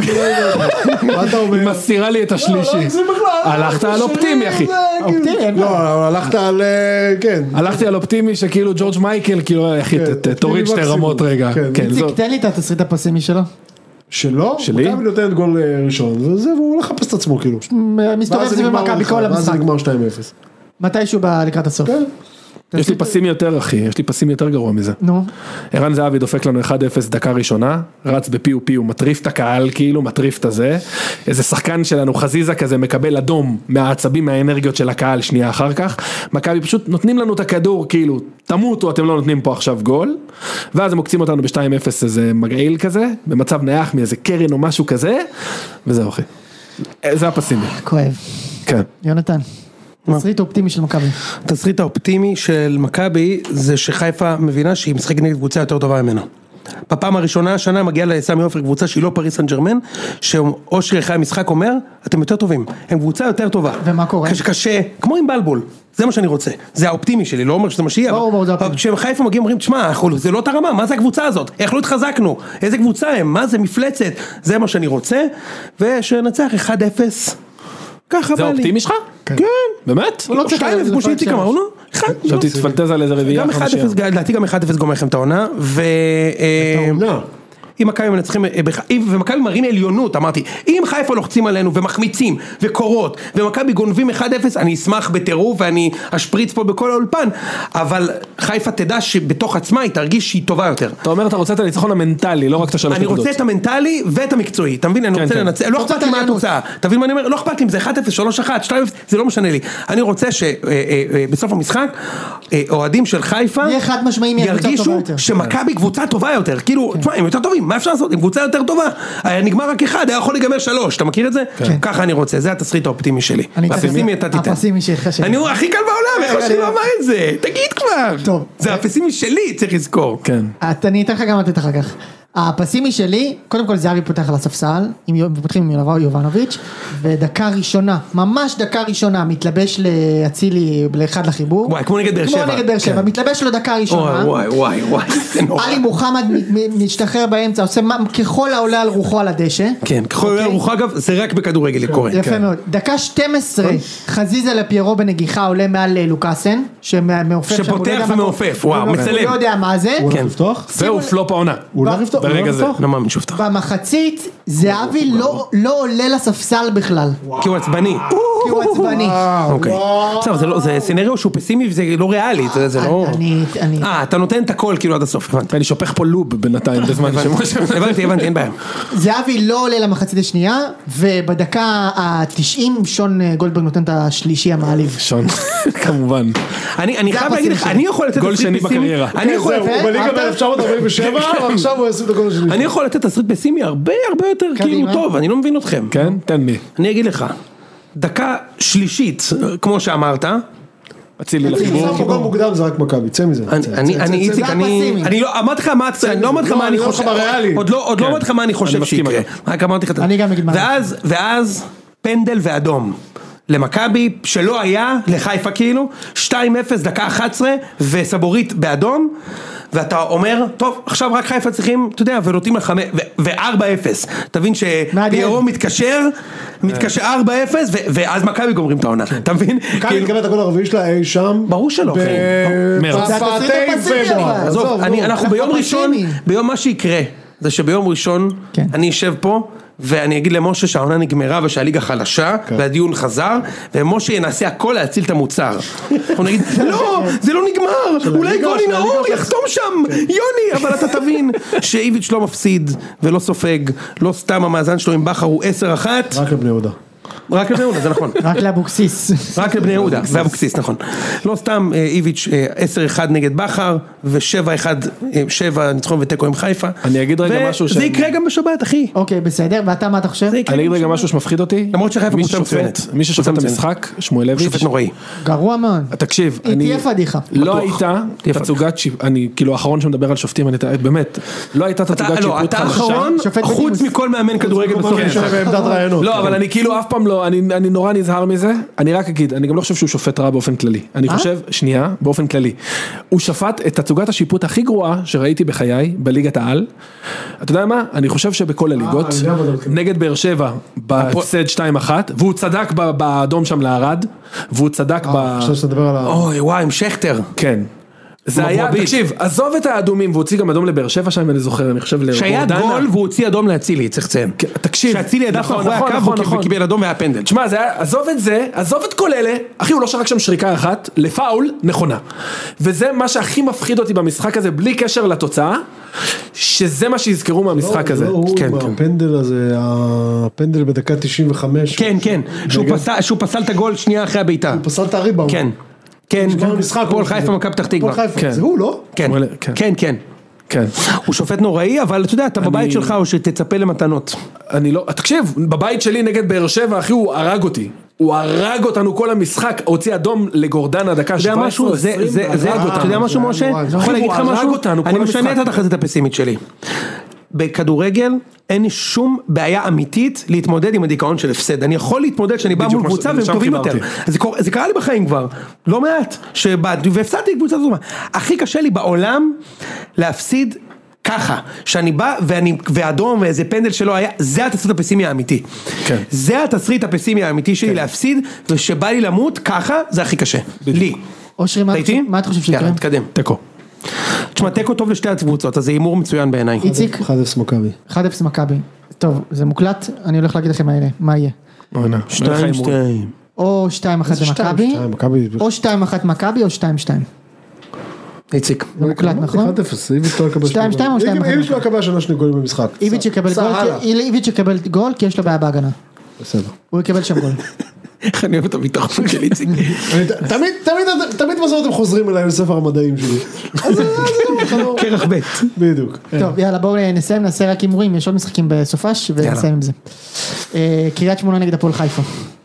S3: מה אתה אומר?
S6: היא מסתירה לי את
S3: לא, לא
S6: השלישי.
S3: הגזים בכלל.
S6: הלכת על
S3: שרי,
S6: אופטימי אחי.
S3: זה כאילו-
S2: אופטימי, אין
S3: לא,
S2: בעיה.
S3: אבל הלכת על... אה, כן.
S6: הלכתי על אופטימי שכאילו ג'ורג' מייקל כאילו אחי ת-
S3: כן,
S6: ת- תוריד שתי
S3: מקסימום.
S6: רמות רגע.
S3: כן.
S6: כן,
S2: איציק,
S6: זהו.
S2: תן לי את התסריט הפסימי שלו.
S3: שלו?
S6: שלי?
S3: מכבי נותנת גול אה, ראשון, וזה, והוא מחפש את עצמו כאילו.
S2: מ- מסתובב
S3: ואז זה
S2: סביב
S3: נגמר
S2: מכבי
S3: אחד,
S2: כל
S3: ואז זה
S2: המשחק.
S3: נגמר 2-0.
S2: מתישהו ב- לקראת הסוף.
S3: כן.
S6: יש לי פסים יותר אחי, יש לי פסים יותר גרוע מזה.
S2: נו,
S6: ערן זהבי דופק לנו 1-0 דקה ראשונה, רץ בפיו פיו, מטריף את הקהל כאילו, מטריף את הזה. איזה שחקן שלנו, חזיזה כזה, מקבל אדום מהעצבים, מהאנרגיות של הקהל שנייה אחר כך. מכבי פשוט נותנים לנו את הכדור, כאילו, תמותו, אתם לא נותנים פה עכשיו גול. ואז הם עוקצים אותנו ב-2-0 איזה מגעיל כזה, במצב נייח מאיזה קרן או משהו כזה, וזהו אחי. אה, זה הפסימי,
S2: כואב.
S6: כן.
S2: יונתן, תסריט אופטימי של מכבי.
S4: התסריט האופטימי של מכבי זה שחיפה מבינה שהיא משחקת נגד קבוצה יותר טובה ממנה. בפעם הראשונה השנה מגיעה לסמי עופר קבוצה שהיא לא פריס סן ג'רמן, שאושרי אחרי המשחק אומר, אתם יותר טובים, הם קבוצה יותר טובה.
S2: ומה קורה?
S4: קשה, קשה, כמו עם בלבול, זה מה שאני רוצה, זה האופטימי שלי, לא אומר שזה מה שיהיה,
S2: ברור, ברור, זה
S4: אבל-
S2: האופטימי.
S4: כשחיפה מגיעים אומרים, תשמע, אנחנו- זה לא אותה רמה, מה זה הקבוצה הזאת? איך לא התחזקנו? איזה קבוצה הם? מה זה מפלצת? זה מה שאני רוצה, ושנצח 1-0. ככה
S6: זה
S4: בא לי.
S6: האופטימי שלך?
S4: כן.
S6: באמת?
S4: לא צריך... 2-0 כמו שאיציק אמר, הוא לא... אחד,
S6: עכשיו
S4: לא.
S6: תתפלטז על איזה רביעייה
S4: גם 1-0,
S6: חמישייה.
S4: לדעתי גם 1-0 גומר לכם את העונה, ו... אה,
S3: העונה.
S4: אם מכבי מנצחים, אה, בח- אם- ומכבי מראים עליונות, אמרתי, אם חיפה לוחצים עלינו ומחמיצים וקורות, ומכבי גונבים 1-0, אני אשמח בטירוף ואני אשפריץ פה בכל האולפן, אבל חיפה תדע שבתוך עצמה היא תרגיש שהיא טובה יותר.
S6: אתה אומר אתה רוצה את הניצחון המנטלי, לא רק את השלוש
S4: אני
S6: נקודות.
S4: רוצה את המנטלי ואת המקצועי, אתה מבין? אני
S6: כן,
S4: רוצה
S6: כן.
S4: לנצח, לא
S2: רוצה
S4: אכפת לי
S2: את
S4: מה
S2: העליונות.
S4: התוצאה, אתה מבין מה אני אומר? לא אכפת לי אם זה 1-0, 3-1, 2-0, זה לא משנה לי. אני רוצה אה, שבסוף המשחק, אה, אוהדים של חיפה
S2: יהיה חד משמעי מי הקבוצה הטובה
S4: ירגישו
S2: יותר. כן.
S4: שמכבי קבוצה טובה יותר, כאילו, תשמע, הם יותר טובים, מה אפשר לעשות? הם קבוצה יותר טובה. היה נגמר רק אחד, היה יכול להיגמר שלוש, אתה מכיר את זה? ככה אני רוצה, זה התסריט האופטימי שלי.
S2: כן. אני אתן-
S4: הפסימי אתה תיתן.
S2: הפסימי שלך שלי.
S4: אני הוא הכי קל בעולם, איך
S2: רגע,
S4: השני
S2: אני-
S4: אמר את זה? תגיד כבר.
S2: טוב.
S4: זה הפסימי שלי, צריך לזכור.
S6: כן.
S2: את- אני אתן לך גם לתת אחר כך. הפסימי שלי, קודם כל זהבי פותח על הספסל, עם יו- פותחים עם יולבאו יובנוביץ', ודקה ראשונה, ממש דקה ראשונה, מתלבש לאצילי לאחד לחיבור.
S4: וואי, כמו נגד באר שבע.
S2: כמו נגד באר שבע,
S4: כן.
S2: מתלבש לו דקה ראשונה.
S4: וואי וואי וואי וואי, זה נורא.
S2: עלי מוחמד מ- מ- משתחרר באמצע, עושה מה- ככל העולה על רוחו על הדשא.
S4: כן, ככל העולה על
S2: אוקיי?
S4: רוחה אגב, זה רק בכדורגל קורה.
S2: יפה מאוד. דקה 12, חזיזה לפיירו בנגיחה עולה מעל אה, לוקאסן, שמעופף שם, הוא לא
S4: שפותח
S2: יודע מה-
S4: ומעופף, וואו,
S2: הוא לא-
S4: מצלם.
S2: הוא לא יודע מה זה.
S3: הוא
S4: כן.
S3: הולך לפתוח?
S6: זהו פלופ העונה.
S3: הוא הולך לפתוח? הוא הולך
S6: ברגע זה.
S3: לפתוח?
S4: לא מאמין שהוא יפתח.
S2: במחצית זהבי לא- לא עולה לספסל בכלל,
S4: כי הוא עצבני.
S2: כי הוא עצבני.
S4: אוקיי. בסדר, זה לא- זה סצנריו שהוא פסימי וזה לא ריאלי, אתה יודע, זה לא...
S2: אני, אני,
S4: אה, אתה נותן את הכל כאילו עד הסוף, הבנתי.
S6: אני שופך פה לוב בינתיים בזמן שמשה...
S4: הבנתי, הבנתי, אין בעיה.
S2: זהבי לא עולה למחצית השנייה, ובדקה ה-90 שון אה, גולדברג נותן את השלישי המעליב.
S6: שון, כמובן.
S4: אני אני
S2: זה
S4: חייב
S2: הפסימי
S4: להגיד לך,
S2: שלי.
S4: אני יכול לתת
S6: גול
S4: תסריט
S6: שני
S4: פסימי,
S6: בקריירה.
S4: אני יכול-
S3: זהו, הוא
S2: יפה,
S3: בליגה
S2: אהבת?
S3: ב-1947, ועכשיו הוא יעשה את הגול השני.
S4: אני יכול לתת תסריט פסימי הרבה הרבה יותר כאילו
S2: קדימה.
S4: טוב, אני לא מבין אתכם.
S6: כן? תן לי.
S4: אני אגיד לך, דקה שלישית, כמו שאמרת,
S6: אצילי לחיבור.
S3: שם פה גול מוקדם זה רק מכבי, צא מזה.
S4: אני-
S3: צא,
S4: אני, כאילו-
S3: צא,
S4: אני,
S3: צא, צא.
S4: איציק,
S2: זה
S4: אני,
S2: הפסימי.
S4: אני לא, אמרתי לך מה, הצ- אני לא אמרתי לך
S3: לא,
S4: מה
S3: אני
S4: אני
S3: לא
S4: חושב,
S3: אמרתי לך בריאלי.
S4: עוד לא, עוד
S2: כן.
S4: לא אמרתי לך מה אני חושב
S6: אני מסכים,
S4: שיקרה, רק אמרתי לך, את-
S2: אני גם אגיד מה אני
S4: ואז, ואז פנדל ואדום, למכבי, שלא היה, לחיפה כאילו, 2-0 דקה 11, וסבורית באדום, ואתה אומר, טוב, עכשיו רק חיפה צריכים, אתה יודע, ונותנים לך, ו-4-0, תבין שפיירו מתקשר, מתקשר 4-0, ו- ואז מכבי גומרים את
S2: כן.
S4: העונה, אתה מבין?
S3: מכבי
S4: כאילו-
S3: תקבל את הגול הרביעי שלה אי שם.
S4: ברור שלא, אחי.
S6: מרץ.
S2: זה התסריט
S3: בפאתי
S2: הפסימי,
S3: פברואר.
S2: אבל.
S4: עזוב, אני, אנחנו ביום
S2: אנחנו
S4: ראשון,
S2: פסימיים.
S4: ביום מה שיקרה, זה שביום ראשון,
S2: כן.
S4: אני אשב פה, ואני אגיד למשה שהעונה נגמרה ושהליגה חלשה,
S3: כן.
S4: והדיון חזר, ומשה ינסה הכל להציל את המוצר. אנחנו נגיד, לא, זה לא נגמר, אולי
S3: הליגה,
S4: גולי
S3: של כן.
S4: נאור
S3: הליגה.
S4: יחתום שם, יוני, אבל אתה תבין שאיביץ' לא מפסיד, ולא סופג, לא סתם המאזן שלו עם בכר הוא 10-1,
S3: רק לבני יהודה.
S4: רק לבני יהודה, זה נכון.
S2: רק לאבוקסיס.
S4: רק לבני יהודה, ואבוקסיס נכון. לא סתם אה, איביץ' אה, 10-1 נגד בכר, ו-7-1, 7 ניצחון ותיקו עם חיפה.
S6: אני אגיד רגע משהו
S4: ש...
S6: ש-
S4: זה יקרה גם בשבת, אחי.
S2: אוקיי, בסדר, ואתה מה אתה חושב?
S4: זה יקרה
S6: אני אגיד
S4: גם
S6: רגע
S4: בשבת.
S6: משהו שמפחיד אותי.
S4: למרות שחיפה
S6: מי
S4: קבוצה
S6: ששופט-
S4: מצוינת.
S6: מי ששופט את
S4: קבוצה
S6: המשחק, שמואלביץ'.
S4: שופט נוראי.
S2: גרוע מאוד.
S6: תקשיב,
S2: היא
S6: אני...
S2: תהיה פדיחה.
S6: לא
S4: בטוח.
S6: הייתה
S4: תהיה
S6: תצוגת שיפוט, אני כאילו האחרון שמדבר על שופטים, אני באמת, לא הייתה
S4: אתה,
S6: תצוגת
S4: לא,
S6: שיפוט
S4: אתה
S6: חדשה.
S4: האחרון,
S2: שופט
S4: חוץ
S2: בדימוס.
S4: מכל מאמן כדורגל בסוף
S3: כן,
S4: המשחק.
S3: בעמדת רעיונות.
S6: לא, אבל אני כאילו אף פעם לא, אני, אני נורא נזהר מזה, אני רק אגיד, אני גם לא חושב שהוא שופט רע באופן כללי. אני
S3: אה?
S6: חושב, שנייה, באופן כללי. הוא שפט את תצוגת השיפוט הכי גרועה שראיתי בחיי בליגת העל. אתה יודע מה? אני חושב שבכל הליגות,
S3: אה, אני יודע מה אתה מתכוון.
S6: נגד באר שבע, בהפסד 2-1, והוא צדק ב- באדום שם לערד, והוא צדק ב...
S3: אה, עכשיו שאתה מדבר על ה...
S4: אוי וואי, עם שכטר.
S6: כן. זה היה,
S4: מברביד.
S6: תקשיב, עזוב את האדומים, והוא הוציא גם אדום לבאר שבע שם, אני זוכר, אני חושב,
S4: שהיה
S6: לגורדנה.
S4: גול והוא הוציא אדום לאצילי, צריך לציין.
S6: כן, תקשיב,
S4: שאצילי ידע
S6: נכון,
S4: מאחורי
S6: נכון,
S4: הקו
S6: נכון,
S4: והוא
S6: נכון.
S4: קיבל אדום והיה פנדל.
S6: תשמע, זה היה, עזוב את זה, עזוב את כל אלה, אחי, הוא לא שרק שם שריקה אחת, לפאול, נכונה. וזה מה שהכי מפחיד אותי במשחק הזה, בלי קשר לתוצאה, שזה מה שיזכרו מהמשחק הזה.
S3: לא, הוא
S4: כן,
S3: עם
S4: כן.
S3: הפנדל הזה, הפנדל בדקה 95.
S4: כן, כן, שהוא פסל- שהוא פסל את הגול שנייה אחרי הבעיטה.
S3: הוא פסל את הריבאונד.
S4: כן, כן,
S3: נגמר המשחק.
S4: פועל
S3: הוא-
S4: חיפה מכבי פתח תקווה.
S3: הפועל חיפה,
S6: כן.
S3: זה הוא, לא?
S4: כן,
S6: וואלה, כן.
S4: כן, כן.
S6: כן.
S4: הוא שופט נוראי, אבל אתה יודע, אתה בבית שלך או שתצפה למתנות.
S6: אני לא, תקשיב, בבית שלי נגד באר שבע, אחי, הוא הרג אותי. הוא הרג אותנו כל המשחק, הוציא אדום לגורדנה דקה
S4: אתה יודע
S6: 17
S4: משהו, זה, זה, זה,
S3: הרג
S4: אתה יודע
S3: אותנו,
S4: משהו
S3: זה היה
S4: משה?
S3: נורא,
S4: אני
S3: זה
S4: יכול
S6: הכי
S4: להגיד לך
S6: הוא הרג
S4: משהו?
S6: אותנו, כל
S4: אני
S6: המשחק.
S4: משנה את התחזית הפסימית שלי. בכדורגל אין שאום בעיה אמיתית להתמודד עם הדיכאון של הפסד. אני יכול להתמודד כשאני בא
S6: בדיוק
S4: מול
S6: מה ש-
S4: קבוצה והם
S6: לשם
S4: טובים יותר.
S6: חיברתי.
S4: זה קורה- זה קרה לי בחיים כבר, לא מעט, שבאתי והפסדתי קבוצה טובה. הכי קשה לי בעולם להפסיד. ככה, שאני בא ואני, ואדום ואיזה פנדל שלא היה, זה התסריט הפסימי האמיתי.
S6: כן.
S4: זה התסריט הפסימי האמיתי שלי להפסיד, ושבא לי למות ככה, זה הכי קשה. לי.
S2: אושרי, מה
S4: אתה
S2: אתה
S4: איתי?
S2: חושב- מה אתה חושב
S4: יאללה,
S2: שיקרה?
S4: תתקדם.
S6: תיקו.
S4: תשמע, תיקו טוב לשתי הקבוצות, אז זה הימור מצוין בעיניי.
S2: איציק,
S3: 1-0 מכבי.
S2: 1-0 מכבי. טוב, זה מוקלט, אני הולך להגיד לכם מה יהיה. מה יהיה.
S6: שתיים,
S4: שתיים.
S2: או 2-1 למכבי,
S3: שתיים, מכבי.
S2: או 2-1 מכבי, או 2-2.
S4: איציק.
S2: זה מוקלט, נכון?
S3: 1-0, איביץ' לא יקבל
S2: שתיים, שתיים או שתיים,
S3: גולים. איביץ' לא יקבל השנה שני גולים במשחק.
S2: איביץ' יקבל
S3: סע
S2: גול,
S3: הלאה.
S2: כי- איביץ' יקבל גול כי יש לו בעיה בהגנה.
S3: בסדר.
S2: הוא יקבל שם גול.
S4: איך אני אוהב את הביטחון של איציק.
S3: אני ת- תמיד, תמיד, תמיד בסוף אתם חוזרים אליי לספר המדעים שלי. אז זה- זה
S2: נכון.
S3: חזור.
S4: קרח ב'.
S3: בדיוק.
S2: טוב, יאללה, בואו נסיים, נעשה רק הימורים, יש עוד משחקים בסופש, ונסיים עם זה. אה, קריית שמונה נגד הפועל חיפה.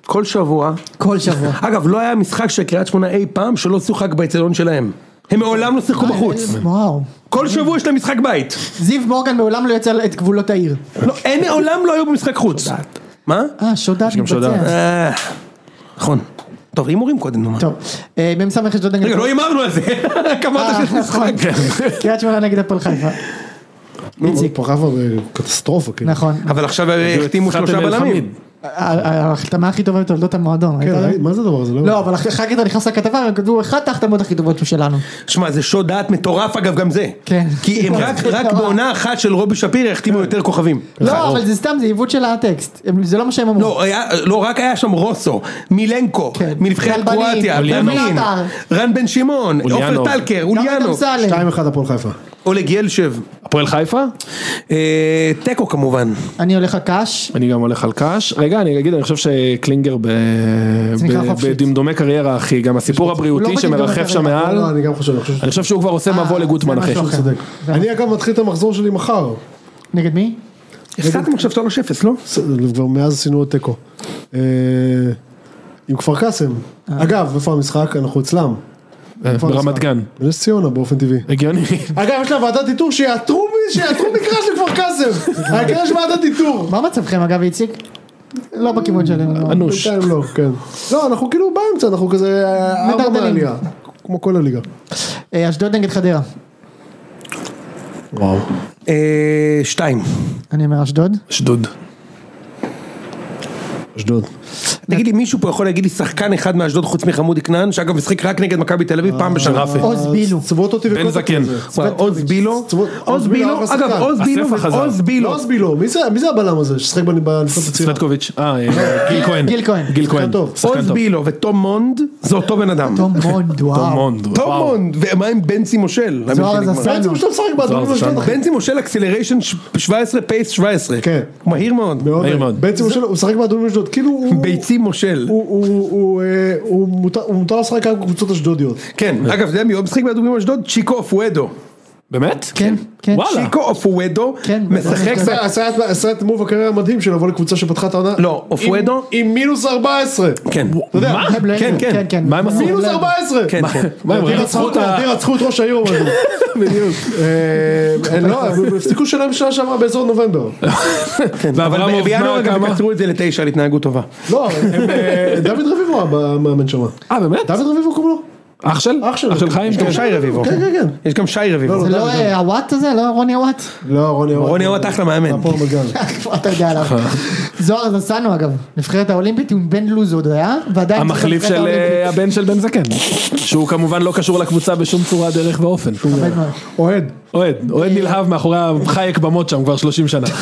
S4: כל שבוע.
S2: כל שבוע.
S4: אגב, לא היה משחק של קריית שמונה אי פעם שלא שוחק באצטדיון שלהם. הם מעולם לא שיחקו בחוץ.
S3: אה,
S2: וואו.
S4: כל שבוע יש להם משחק בית.
S2: זיו מורגן מעולם לא יצא את גבולות העיר.
S4: לא, הם מעולם לא היו במשחק חוץ. מה?
S2: אה, שודד מתבצע.
S4: אה, נכון. טוב, הימורים קודם, נו. מה.
S2: טוב, אה, מ"ס אשדוד נגד...
S4: רגע, לא הימרנו על זה. רק אמרת
S2: אה,
S4: שיש משחק.
S2: נכון. קריית שמונה נגד הפועל חיפה. איציק.
S3: פה חיפה בקטסטרופה, כאילו.
S2: נכון.
S4: אבל עכשיו החתימו שלושה
S6: חתם אל
S4: בלמים.
S6: חמיד.
S2: ההחתמה הכי טובה בתולדות המועדון.
S3: כן,
S2: ראית?
S3: ראי- מה זה הדבר הזה?
S2: לא, אבל אחר כך אתה נכנס לכתבה, הם כתבו אחת ההחתמות הכי טובות שלנו.
S4: שמע, זה שוד דעת מטורף אגב גם זה.
S2: כן.
S4: כי הם רק, רק בעונה אחת של רובי שפירא החתימו יותר כוכבים.
S2: לא, אבל זה סתם, זה עיוות של הטקסט. הם- זה לא מה שהם אמרו.
S4: לא, היה, לא, רק היה שם רוסו, מילנקו,
S2: כן.
S4: מנבחרת
S2: גלבנין,
S4: קרואטיה,
S2: אוליאנוב.
S4: דמין, רן בן שמעון, עופר
S6: אוליאנוב.
S4: טלקר,
S2: גם את
S4: אוליאנו,
S2: אמסלם.
S3: 2-1 הפועל חיפה.
S4: אולג ילשב,
S6: הפועל חיפה?
S4: אה, תיקו כמובן,
S2: אני הולך לקאש.
S6: אני גם הולך על קאש. רגע, אני אגיד, אני חושב שקלינגר ב-
S2: צניחה
S6: ב-
S2: חופשית.
S6: בדמדומי קריירה, אחי, גם הסיפור
S2: הוא
S6: הבריאותי
S2: לא בדמדומי
S6: שמרחף שם
S2: קריירה,
S6: מעל,
S3: לא, אני גם חושב, אני חושב ש-
S6: אני חושב שהוא כבר עושה
S2: אה,
S6: מבוא
S2: זה
S6: לגוטמן, אחי.
S2: משהו אחר.
S3: צודק. אני
S2: נכון.
S3: אגב מתחיל את המחזור שלי מחר.
S2: נגד מי?
S4: הפסדתם עכשיו 3-0 לא?
S3: ס- כבר מאז עשינו עוד תיקו. אה, עם כפר קאסם.
S2: אה.
S3: אגב, איפה המשחק? אנחנו אצלם.
S6: אה, ברמת גן. אה.
S3: בנס ציונה באופן טבעי.
S6: הגיוני.
S3: אגב, יש לה ועדת איתור שיעתרו מי- שיעתרו מגרש לכפר קאסם.
S2: נכון.
S3: העיקר יש ועדת איתור.
S2: מה מצבכם אגב, איציק? לא בכיוון שלנו.
S6: אנוש.
S3: בינתיים לא, כן. לא, אנחנו כאילו באמצע, אנחנו כזה אה, ארבע
S2: מדרדלים.
S3: מהעלייה. כמו כל הליגה.
S2: אה, אשדוד נגד חדרה.
S3: וואו.
S4: אה, שתיים,
S2: אני אומר אשדוד.
S6: אשדוד.
S3: אשדוד.
S4: תגיד לי מישהו פה יכול להגיד לי שחקן אחד מאשדוד חוץ מחמודי כנען, שאגב משחק רק נגד מכבי תל אביב
S6: אה,
S4: פעם בשנה,
S6: שרפי.
S2: עוז בילו.
S3: צבועות אותי
S6: בן זקן.
S4: וואי, עוז בילו,
S3: צבוט-
S4: עוז בילו,
S3: אחלה
S4: אגב
S3: שחקן.
S4: עוז בילו,
S6: הספח חזר.
S4: עוז בילו,
S3: לא אסבילו, מי זה- מי זה הבלם הזה ששחק בנ- בנפת הצעירה?
S6: סלטקוביץ'. אה, אה, גיל כהן.
S2: גיל כהן.
S6: גיל כהן.
S3: שחקן טוב.
S6: שחקן
S4: עוז
S6: טוב.
S4: בילו ותום מונד זה אותו בן אדם.
S2: תום בונד,
S6: טוב
S2: וואו.
S6: מונד.
S4: תום
S6: וואו.
S4: מונד, ומה עם בנצי מושל?
S2: זוהר
S4: נגמר.
S2: זסן.
S3: בעצם הוא שאתה משחק באדומים
S6: זוהר
S3: אשדוד,
S6: זסן.
S3: אחי.
S4: בנצי מושל אקסלריישן ש- 17 פייס 17.
S3: כן.
S4: הוא מהיר מאוד.
S3: מאוד.
S6: מהיר מאוד.
S3: בעצם הוא של- הוא משחק באדומים אשדוד, כאילו הוא...
S4: ביצי מושל.
S3: הוא- הוא- הוא, אה, הוא מותר- הוא מותר לשחק רק בקבוצות אשדודיות.
S4: כן, אגב, אתה יודע מי עוד משחק באדומים אשדוד? צ'יקו אופואדו.
S6: באמת?
S2: כן, כן.
S6: וואלה.
S4: צ'יקו אופואדו
S2: כן,
S4: משחק...
S2: באדומים
S4: ב-
S3: עשה- עשה את- עשה את מוב הקריירה המדהים שלו, אבל לקבוצה שפתחה את העונה.
S4: לא, אופואדו?
S3: עם- עם מינוס 14.
S4: כן.
S3: אתה יודע,
S2: הם לא
S4: כן,
S2: ידעו.
S4: כן.
S2: כן.
S6: מה הם עשו?
S3: מינוס 14.
S4: כן, כן.
S6: מה, הם
S3: לדעתי
S6: רצחו
S3: רצחו
S6: את ה...
S3: לדעתי רצחו את ראש העיר או משהו. בדיוק. אה, אה, לא, הם הפסיקו שלהם שנה שעברה באזור נובמבר.
S4: אבל
S6: ואברמוב,
S4: בינואר
S6: מה
S4: גם
S6: לא כמה?
S4: קצרו את זה לתשע על התנהגות טובה.
S3: לא, הם, אה, דוד רביבו המאמן שם.
S6: אה, באמת?
S3: דוד רביבו קוראים לו?
S6: אח של?
S3: אח שלו.
S6: אח של חיים?
S4: יש גם שי רביבו.
S6: אוקיי.
S3: כן, כן, כן.
S4: יש גם שי רביבו.
S2: זה לא אה, הוואט הזה? לא רוני הוואט?
S3: לא, רוני אוהד.
S4: רוני אוהד אחלה מאמן.
S3: הפועל מגל.
S2: כבר אתה יודע עליו. זוהר זסנו אגב, נבחרת האולימפית הוא בן לוז עוד היה, ועדיין... צריך
S6: המחליף
S2: לנבחרת
S6: של
S2: האולימפית.
S6: אה, הבן של בן זקן, שהוא כמובן לא קשור לקבוצה בשום צורה, דרך ואופן.
S2: עובד מאוד.
S3: אוהד.
S6: אוהד, אוהד נלהב מאחורי החייק במות שם כבר 30 שנה.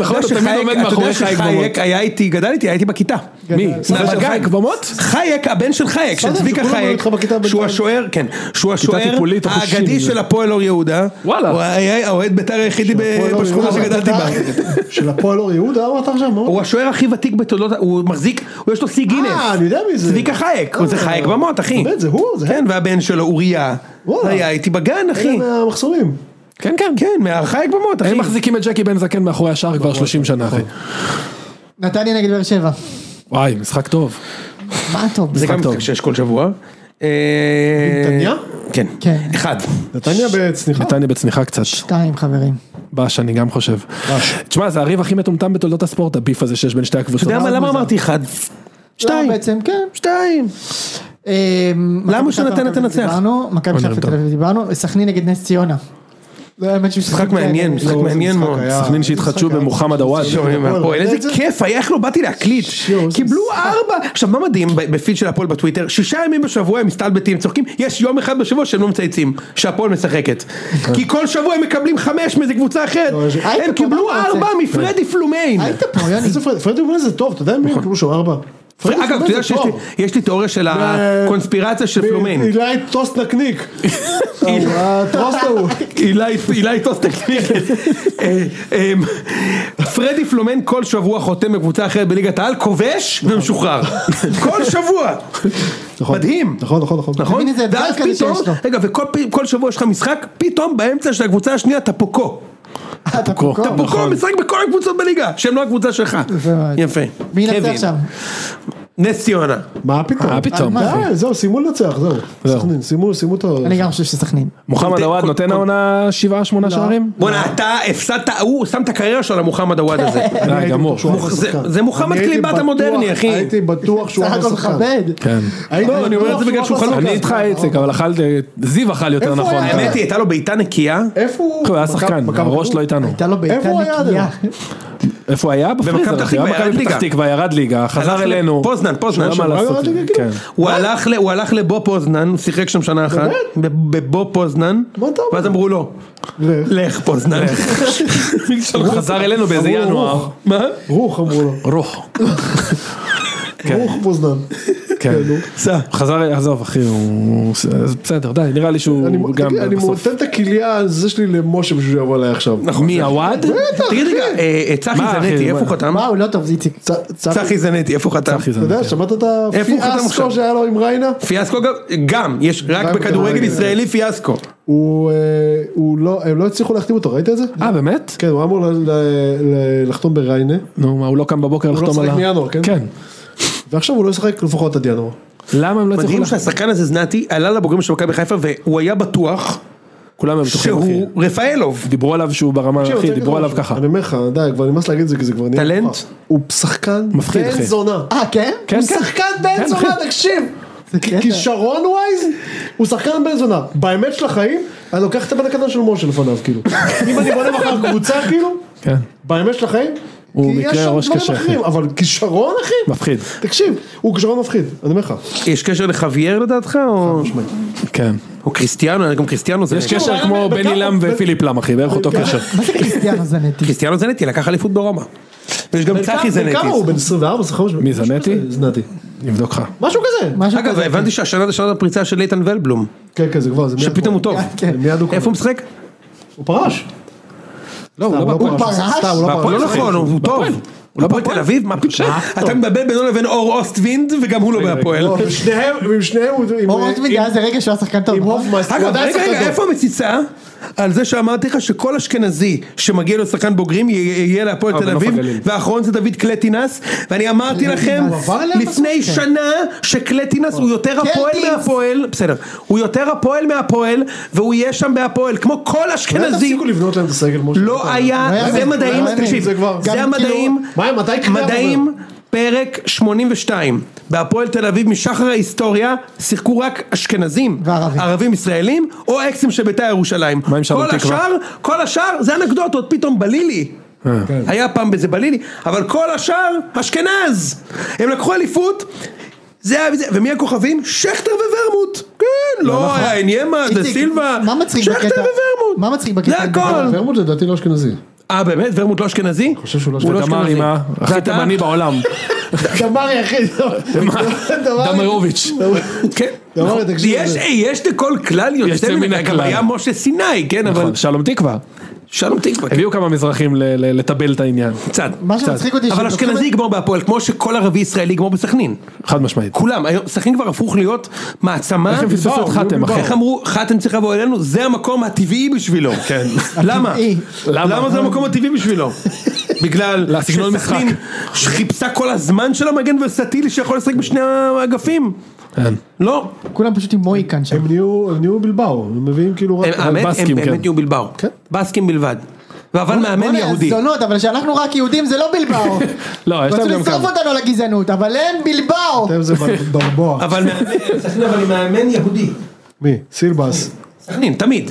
S6: נכון, אתה תמיד עומד מאחורי חייק במות.
S4: חייק היה איתי, גדל איתי, הייתי בכיתה.
S6: מי?
S4: סבא של חייק
S6: חייק במות?
S4: חייק, הבן של חייק, של
S3: בסדר,
S4: צביקה
S3: שכולם היו
S4: חייק,
S3: איתך בכיתה
S4: שהוא
S3: בינתיים.
S4: השוער, כן, שהוא השוער
S6: טיפולית, החושים.
S4: האגדי של הפועל אור יהודה.
S6: וואלה.
S4: הוא היה האוהד בית"ר היחידי ב-
S3: הפועל אור
S4: בשכונה
S3: יהודה. אה,
S4: שגדלתי בה.
S3: של הפועל אור יהודה, מה אתה עכשיו? מה?
S4: הוא השוער הכי ותיק בתולדות, הוא מחזיק, הוא יש לו שיא גינס.
S3: אה, אני יודע מי זה.
S4: צביקה חייק, הוא זה חייק במות, אחי.
S3: באמת, זה הוא? זה
S4: כן, והבן שלו אוריה.
S3: וואלה.
S4: היה איתי בגן,
S3: אלה
S4: אחי.
S3: מהמחסומים.
S6: כן, כן.
S4: כן, מהחייק במות, אחי.
S6: הם מחזיקים את ג'קי בן זקן מאחורי השער כבר 30 שנה, אחי.
S2: נתניה נגד באר שבע.
S6: וואי, משחק טוב.
S2: מה טוב?
S4: זה גם
S6: טוב.
S4: משחק שיש כל שבוע. אה,
S3: נתניה?
S4: כן.
S2: כן.
S4: אחד.
S3: נתניה בצניחה.
S6: נתניה בצניחה קצת.
S2: שתיים חברים.
S6: בש, אני גם חושב. תשמע, זה הריב הכי מטומטם בתולדות הספורט, הביף הזה שיש בין שתי
S4: אתה
S6: הקבוצות.
S4: יודע מה, למה אמרתי אחד? שתיים.
S2: לא, בעצם כן.
S4: שתיים.
S2: אה, מכבי
S4: שנתן
S2: חיפה, מכבי
S4: תנצח?
S2: דיברנו, מכבי חיפה תל אביב דיברנו, סכנין נגד נס ציונה. זה האמת שהוא
S4: משחק מעניין, משחק
S3: לא, זה
S4: מעניין
S3: משחק
S4: מאוד.
S3: היה-
S6: סכנין שהתחדשו במוחמד עוואד.
S4: שומעים מהפועל,
S3: ראית
S4: איזה
S3: את זה?
S4: כיף היה, איך לא באתי להקליט, קיבלו ארבע, עכשיו מה מדהים ב- בפיד של הפועל בטוויטר, שישה ימים בשבוע הם מסתלבטים, צוחקים, יש יום אחד בשבוע שהם לא מצייצים, שהפועל משחקת, כי כל שבוע הם מקבלים חמש מאיזה קבוצה אחרת,
S3: אוקיי. לא, יש-
S2: היית
S4: הם
S2: פה,
S4: קיבלו
S2: מה אתה
S4: ארבע
S2: רוצה?
S3: אוקיי.
S4: מפרדי פלומיין,
S2: היית פה, יוני.
S3: איזה פרד- פרדי פלומן זה טוב, אתה יודע מי הם קיבלו שם ארבע? פרדי
S4: אגב,
S3: פלומן
S4: אתה יודע
S3: זה
S4: שיש לי-
S3: טוב. אה,
S4: יש לי תיאוריה של הקונספירציה של פלומיין,
S3: אילי טוסט נקניק. הוא אה, הטרוסט ההוא.
S4: אילי אילי טוס טכנית. אה, אה, פרדי פלומן כל שבוע חותם בקבוצה אחרת בליגת העל, כובש ומשוחרר. כל שבוע. מדהים.
S3: נכון, נכון, נכון.
S4: נכון?
S2: מין איזה אתגר
S4: ואז
S2: כזה
S4: פתאום,
S2: שיש לו.
S4: רגע, וכל פ- כל שבוע יש לך משחק, פתאום באמצע של הקבוצה השנייה אתה פוקו.
S2: אתה פה קור.
S4: פוקו משחק בכל הקבוצות בליגה, שהם לא הקבוצה שלך.
S2: מאוד.
S4: יפה.
S2: מי ינצח
S4: קווין.
S2: שם?
S4: נס ציונה.
S3: מה פתאום?
S6: מה פתאום?
S2: מה?
S3: די, אה, זהו, סיימו לנצח, זהו. סכנין, סיימו, סיימו את ה...
S2: אני גם חושב שסכנין.
S6: מוחמד עוואד נותן העונה 7-8 שערים?
S4: בואנה, אתה הפסדת, הוא שם את הקריירה שלו על המוחמד עוואד הזה.
S6: אה,
S3: הייתי
S6: גמור.
S3: בטוח שהוא אחלה
S4: זה-
S3: שחקן.
S4: זה מוחמד
S3: אני הייתי
S4: קליבת
S3: בטוח-
S4: המודרני, אחי.
S3: הייתי בטוח שהוא
S2: סך
S3: אחלה
S2: הכל
S3: שחקן.
S2: מכבד.
S6: כן.
S3: הייתי
S4: לא, אני אומר את זה
S3: בטוח
S4: בגלל שהוא
S3: אחלה
S4: חלוק.
S3: שחקן.
S6: אני איתך איציק, אבל אכל, אה, זיו אכל יותר
S3: איפה
S6: נכון.
S3: היה?
S4: האמת היא, הייתה לו בעיטה נקייה,
S3: איפה הוא?
S6: הוא היה
S3: מכבי-
S6: שחקן,
S3: מכבי-
S6: הראש לא איתנו.
S2: הייתה לו בעיטה
S3: איפה הוא היה עד
S2: נקייה.
S6: איפה הוא היה? בפריזר,
S4: פתח
S6: אחי, היה
S4: תקווה, ירד
S6: מכבי פתח
S4: ליגה.
S6: תקווה, ירד ליגה,
S4: הלך
S6: חזר
S4: ל-
S6: אלינו.
S4: פוזנן, פוזנן,
S6: לא היה
S4: שם,
S6: מה
S4: הוא
S6: לעשות.
S3: ירד ליגה,
S6: כן.
S4: הוא הלך, ל, הוא הלך לבו פוזנן, הוא שיחק שם שנה אחת, בב- בבו פוזנן,
S3: מה אתה אומר?
S4: ואז אמרו לו,
S3: לך.
S4: לך פוזנן,
S6: הוא חזר אלינו באיזה
S3: אמרו,
S6: ינואר.
S3: רוח.
S4: מה?
S3: רוח אמרו לו.
S6: רוח.
S3: רוח בוזנן.
S6: כן.
S3: נו.
S6: סע. חזר, עזוב אחי, הוא... זה בסדר, די, נראה לי
S3: אני
S6: שהוא גם
S3: תגיד, אני
S6: בסוף. נכון.
S3: נותן את הכליה על זה שלי למשה בשביל שיבוא אליי עכשיו.
S6: מי, עוואד?
S4: נכון. תגיד רגע, אה, אה, צחי
S6: מה, אחי,
S4: זנתי,
S6: מה?
S4: איפה הוא חתם?
S2: מה, הוא לא טוב, זה איציק.
S3: צ- צחי,
S4: צחי זנתי, איפה הוא חתם?
S6: אחי, זה
S3: אתה יודע, שמעת את
S4: איפה הוא חתם עכשיו?
S3: הפיאסקו שהיה לו עם ריינה?
S4: פיאסקו גם, גם, יש רק
S3: גם
S4: בכדורגל
S3: בכדורגל.
S4: ישראלי פיאסקו.
S3: הוא, אה, הוא לא, הם לא הצליחו להחתים אותו, ראית את זה?
S6: אה, באמת?
S3: כן, הוא אמור ל- ל- ל- לחתום בריינה,
S6: נו, מה, הוא לא קם בבוקר
S3: לא
S6: לחתום על
S3: משחק
S6: ה...
S3: מינואר, כן?
S6: כן.
S3: ועכשיו הוא לא ישחק לפחות עד ינואר.
S6: למה הם לא הצליחו...
S4: מדהים
S6: לה-
S4: שהשחקן הזה זנתי עלה לבוגרים של מכבי חיפה והוא היה בטוח
S6: כולם הם בטוחים, אחי.
S4: שהוא רפאלוב.
S6: דיברו עליו שהוא ברמה,
S3: תקשיב, אני
S6: אחי,
S3: רוצה
S6: דיברו
S3: להגיד
S6: עליו
S3: לך משהו.
S6: ככה.
S3: אני אומר לך, די, כבר נמאס להגיד את זה, כי זה כבר נהיה...
S4: טלנט?
S3: מוכח. הוא שחקן
S6: מפחיד,
S3: בן
S6: אחי.
S3: זונה.
S2: אה, כן?
S6: כן,
S3: הוא
S6: כן.
S3: שחקן
S6: כן,
S3: בן זונה,
S6: אחי.
S3: תקשיב.
S2: זה קטע.
S3: כישרון ווייז, הוא שחקן בן זונה. באמת של החיים, אני לוקח את הבן הקטן של משה לפניו, כאילו. אם אני בונה מחר קבוצה, כאילו,
S6: כן.
S3: באמת של החיים,
S6: הוא
S3: כי יש
S6: מקרה
S3: שם
S6: ראש
S3: דברים
S6: קשה, אחי.
S3: אחרים, אבל כישרון, אחי?
S6: מפחיד.
S3: תקשיב, הוא כישרון מפחיד, אני אומר לך.
S4: יש קשר לחוויאר לדעתך או?
S6: כן.
S4: או קריסטיאנו, גם קריסטיאנו זנתי.
S6: יש קשר כמו
S3: בן-
S6: בני לם ופילipп לם, אחי, בערך אותו קשר.
S2: מה זה קריסטיאנו זנטי?
S4: קריסטיאנו זנתי לקח אליפות ברומא. ויש גם צחי זנתי.
S3: כמה הוא? בן 24? 25?
S6: מי, זנתי?
S3: זנתי.
S6: נבדוק לך.
S3: משהו כזה.
S2: משהו
S4: אגב,
S2: כזה.
S4: הבנתי שהשנה זה שנת הפריצה של איתן ולבלום,
S3: כן, כן, זה כבר, זה מיד...
S4: שפתאום הוא
S3: קורה.
S4: טוב.
S2: כן.
S3: מיד הוא קורה.
S4: איפה הוא משחק?
S3: הוא פרש.
S6: לא, הוא לא
S2: הוא פרש?
S3: סתם, הוא לא
S4: לא
S3: פרש.
S4: נכון, הוא טוב. הוא לא בהפועל תל אביב? מה פתאום? אתה מבלבל בינו לבין אור אוסטווינד וגם הוא לא בהפועל.
S3: לא, עם שניהם, עם שניהם, הוא- עם-
S2: אור
S4: אה,
S2: רוטמן היה זה רגע שהוא היה שחקן טוב.
S3: עם
S2: נכון?
S3: הופמן. הוא
S4: אגב,
S3: עדיין
S4: רגע,
S3: שחקן
S4: רגע,
S3: טוב.
S4: איפה המציצה? על זה שאמרתי לך שכל אשכנזי שמגיע לו שחקן בוגרים יהיה יהיה להפועל תל אביב, והאחרון זה דוד קלטינס, ואני אמרתי לכם
S2: הוא עבר אליהם
S4: לפני שנה שקלטינס הוא יותר הפועל
S2: קלטינס.
S4: מהפועל, בסדר, הוא יותר הפועל מהפועל, והוא יהיה שם בהפועל, כמו כל
S3: אולי
S4: אשכנזי.
S3: תפסיקו לא לבנות להם את הסגל, משה.
S4: כן, לא היה,
S2: היה
S4: זה
S2: זה,
S4: מדעים,
S2: לא היה
S4: תקשיב,
S3: זה כבר-
S4: זה
S2: גם
S4: המדעים,
S2: כאילו-
S3: מה, מתי קריאה
S4: מדעים, פרק 82. בהפועל תל אביב משחר ההיסטוריה שיחקו רק אשכנזים,
S2: וערבים.
S4: ערבים ישראלים, או אקסים של בית"ר ירושלים.
S6: מה עם שער
S4: כל
S6: התקווה?
S4: השאר, כל השאר זה אנקדוטות, פתאום בלילי.
S6: אה.
S4: היה פעם בזה בלילי, אבל כל השאר אשכנז. הם לקחו אליפות. זה היה וזה, ומי הכוכבים? שכטר וורמוט. כן, לא, היה עניימה, דה
S2: נכון. איציק,
S4: סילבה.
S2: מה מצחיק
S4: שכטר
S2: בקטע-
S4: וורמוט.
S2: מה מצחיק בקטע
S4: זה הכל.
S2: הזה?
S3: ורמוט לדעתי לא אשכנזי.
S4: אה באמת? ורמוט לא אשכנזי? אני חושב שהוא
S6: הוא דמרי מה? הכי תימני בעולם.
S3: דמרי אחי,
S6: דמרוביץ'.
S4: כן.
S2: לא,
S3: דמרי, תקשיב,
S4: יש-
S3: זה-
S4: יש לכל כלל
S6: יוצא
S4: יוצא מן
S6: מן
S4: הכלל.
S6: הכלל.
S4: היה משה סיני, כן, אבל
S6: נכון, שלום תקווה.
S4: שלום תקווה. כן.
S6: הביאו כמה מזרחים ל- ל- לטבל את העניין.
S4: קצת.
S2: מה שמצחיק אותי
S4: אבל
S2: שהם לוקחים
S4: אשכנזי
S2: את-
S4: יגמור בהפועל, כמו שכל ערבי ישראלי יגמור בסכנין.
S6: חד משמעית.
S4: כולם, היום- סכנין כבר הפוך להיות מעצמה.
S6: איך הם פספסו את חתם, אחי?
S4: איך אמרו, חתם צריך לבוא אלינו, זה המקום הטבעי בשבילו. כן. למה?
S2: הטבעי.
S4: למה זה המקום הטבעי בשבילו? בגלל
S6: לסגנון
S4: שסכנין חיפשה כל הזמן שלה מגן ורסטילי שיכול לשחק בשני האגפים.
S6: כן.
S4: לא,
S2: כולם פשוט עם מויקן שם.
S3: הם נהיו, הם נהיו בלבאו, הם מביאים כאילו רק...
S4: הם- האמת, הם
S6: בסקים, כן.
S4: באמת יהיו בלבאו.
S3: כן.
S4: בסקים בלבד. אבל מאמן
S2: בוא'נה,
S4: יהודי.
S2: זונות, אבל כשאנחנו רק יהודים זה לא בלבאו.
S6: לא, יש
S2: רצו
S6: להם גם
S2: לשרוף
S6: כמה.
S2: אותנו לגזענות, אבל הם בלבאו.
S3: אתם זה בר- ברבוע.
S4: אבל מאמן- סכנין, אבל היא מאמן יהודי.
S3: מי? סילבס.
S4: סכנין, תמיד.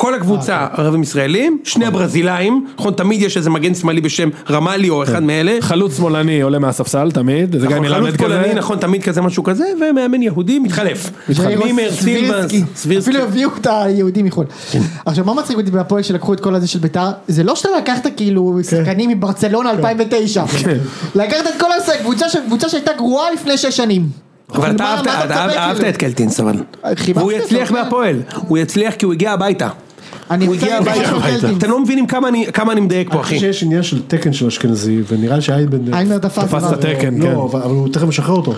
S4: כל
S2: אה,
S4: הקבוצה
S2: כן.
S4: ערבים ישראלים, שני הברזילאים, נכון, תמיד יש איזה מגן שמאלי בשם רמלי או
S2: כן.
S4: אחד מאלה.
S6: חלוץ שמאלני עולה מהספסל תמיד, זה גם
S4: נכון, חלוץ
S6: מלמד
S4: פולני,
S6: כזה.
S4: נכון, תמיד כזה משהו כזה, ומאמן יהודי מתחלף. מימר, אה, סילבס, כן.
S2: סבירסקי.
S4: סבירסקי.
S2: אפילו הביאו את היהודים מחו"ל. עכשיו מה מצחיק אותי בהפועל שלקחו את כל הזה של ביתר, זה לא שאתה לקחת כאילו
S4: כן.
S2: שחקנים מברצלונה 2009, לקחת את כל הקבוצה קבוצה שהייתה גרועה לפני שש שנים.
S4: אבל אתה
S2: מה-
S4: אהבת-
S2: מה אתה
S4: אתה
S2: מצפה,
S4: אהבת
S2: כאילו?
S4: את קלטינס אבל.
S2: חיבבתי
S4: והוא
S2: אותו,
S4: יצליח
S2: כן.
S4: בהפועל. הוא יצליח כי הוא הגיע הביתה.
S2: אני
S4: הוא
S2: רוצה
S4: הגיע
S2: להגיד משהו על
S4: הביתה.
S2: קלטינס.
S4: אתם לא מבינים כמה אני- כמה אני מדייק פה
S3: אני חושב
S4: אחי.
S3: שיש עניין של תקן של אשכנזי, ונראה לי שאיינבנדר...
S2: איימר תפס
S6: תפס את
S2: דבר.
S6: התקן, כן.
S3: לא, אבל אבל הוא תכף משחרר אותו.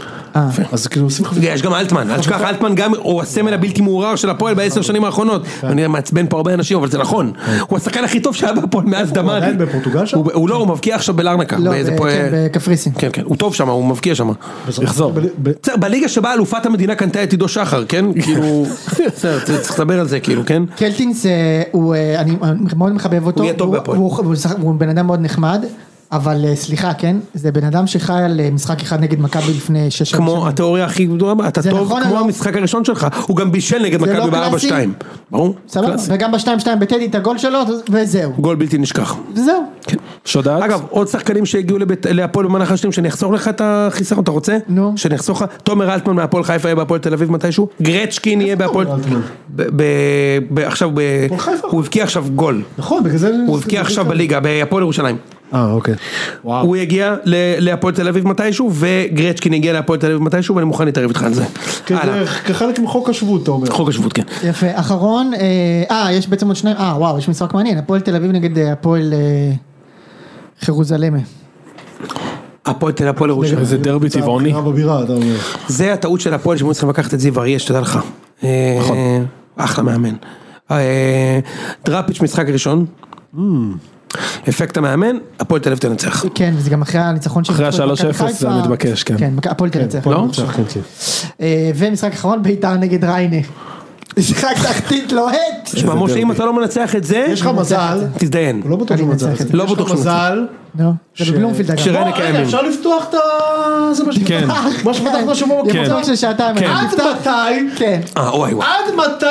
S3: אז כאילו עושים חפיפה.
S4: יש גם אלטמן, אל תשכח אלטמן גם הוא הסמל הבלתי מעורער של הפועל
S2: כן.
S4: בעשר שנים האחרונות. אני מעצבן פה הרבה אנשים אבל זה נכון. הוא השחקן הכי טוב שהיה בהפועל מאז דמארי.
S3: עדיין בפורטוגל שם?
S4: הוא- הוא לא, הוא מבקיע עכשיו בלרנקה.
S2: לא,
S4: באיזה
S2: ב-
S4: פועל-
S2: כן, בקפריסין.
S4: כן, כן, הוא טוב שם, הוא מבקיע שם.
S6: יחזור.
S3: ב- ב-
S4: בסדר, בליגה שבה אלופת המדינה קנתה את עידו שחר, כן? כאילו, בסדר, צריך לדבר על זה כאילו, כן?
S2: קלטינס אה, הוא, אה, אני מאוד מחבב אותו,
S4: הוא יהיה טוב
S2: הוא-
S4: בהפועל.
S2: הוא- הוא שח- הוא בן אדם מאוד נחמד, אבל אה, סליחה כן, זה בן אדם שחי על אה, משחק אחד נגד מכבי לפני שש שנים.
S4: כמו התיאוריה הכי גדולה, אתה
S2: זה
S4: טוב
S2: נכון,
S4: כמו
S2: אבל-
S4: המשחק הראשון שלך, הוא גם בישל נגד
S2: זה
S4: מכבי
S2: לא
S4: ב-4-2.
S2: קלאסי?
S4: ברור?
S2: סבבה,
S4: קלאסי.
S2: וגם בשתיים שתיים בטדי את הגול שלו וזהו,
S4: גול בלתי נשכח.
S2: וזהו.
S6: שודד?
S4: אגב, עוד שחקנים שהגיעו לבית- להפועל במהלך השנים, שאני אחסוך לך את החיסרון, אתה רוצה?
S2: נו.
S4: שאני אחסוך לך, תומר אלטמן מהפועל חיפה יהיה בהפועל תל אביב מתישהו, גרצ'קין יהיה בהפועל... ב- ב- ב- עכשיו, ב-
S3: חיפה.
S4: הוא הבקיע עכשיו גול,
S3: נכון, בגלל זה...
S4: הוא הבקיע עכשיו בליגה, בהפועל ירושלים.
S3: אה, אוקיי.
S4: הוא יגיע ל- להפועל תל אביב מתישהו, וגרצ'קין יגיע להפועל תל אביב מתישהו, ואני מוכן להתערב איתך על זה. הלאה.
S3: כדרך- כחלק מחוק השבות, אתה אומר.
S4: חוק השבות, כן.
S2: יפה, אחרון, אה, אה, יש בעצם עוד שניים, אה, וואו, יש משחק מעניין, הפועל תל אביב נגד אה, הפועל אה, חרוזלמה.
S4: הפועל תל הפועל ירושלים.
S6: איזה דרבי טבעוני.
S3: אתה הבחירה בבירה, אתה אומר.
S4: זה הטעות של הפועל שהם היו צריכים לקחת את זיו אריה, שתדע לך. אה,
S3: נכון.
S4: אחלה מאמן. אה, דראפיץ' משחק ראשון.
S3: Mm.
S4: אפקט המאמן, הפועל תל אביב תנצח.
S2: כן, וזה גם אחרי הניצחון של...
S6: אחרי
S2: מכבי
S6: ה- 3-0 זה
S2: חיפה.
S6: מתבקש, כן.
S2: כן, מכ- הפועל תנצח.
S4: לא?
S3: הפועל ניצח, כן, כן.
S2: אה, ומשחק אחרון, ביתר נגד ריינה. משחק תחתית לא? לוהט.
S4: תשמע, משה, אם אתה לא מנצח את זה,
S3: יש לך מזל,
S4: תזדיין.
S3: הוא לא בטוח
S2: אני
S3: שהוא מזל.
S2: מנצח את זה.
S4: לא בטוח שהוא
S3: יש לך מזל.
S2: נו, לא? זה בבלומפילד אגב.
S4: שריינה
S3: בוא, לא, רגע,
S4: קיימים.
S3: אפשר לפתוח את ה... זה מה
S6: כן.
S3: שפתח. מה שפתח בשבוע
S2: כן.
S3: בקבוצה.
S2: למצוא של שעתיים.
S6: כן.
S2: אני
S3: עד
S2: נפתח.
S3: מתי?
S2: כן.
S4: אה, וואי וואי.
S3: עד מתי?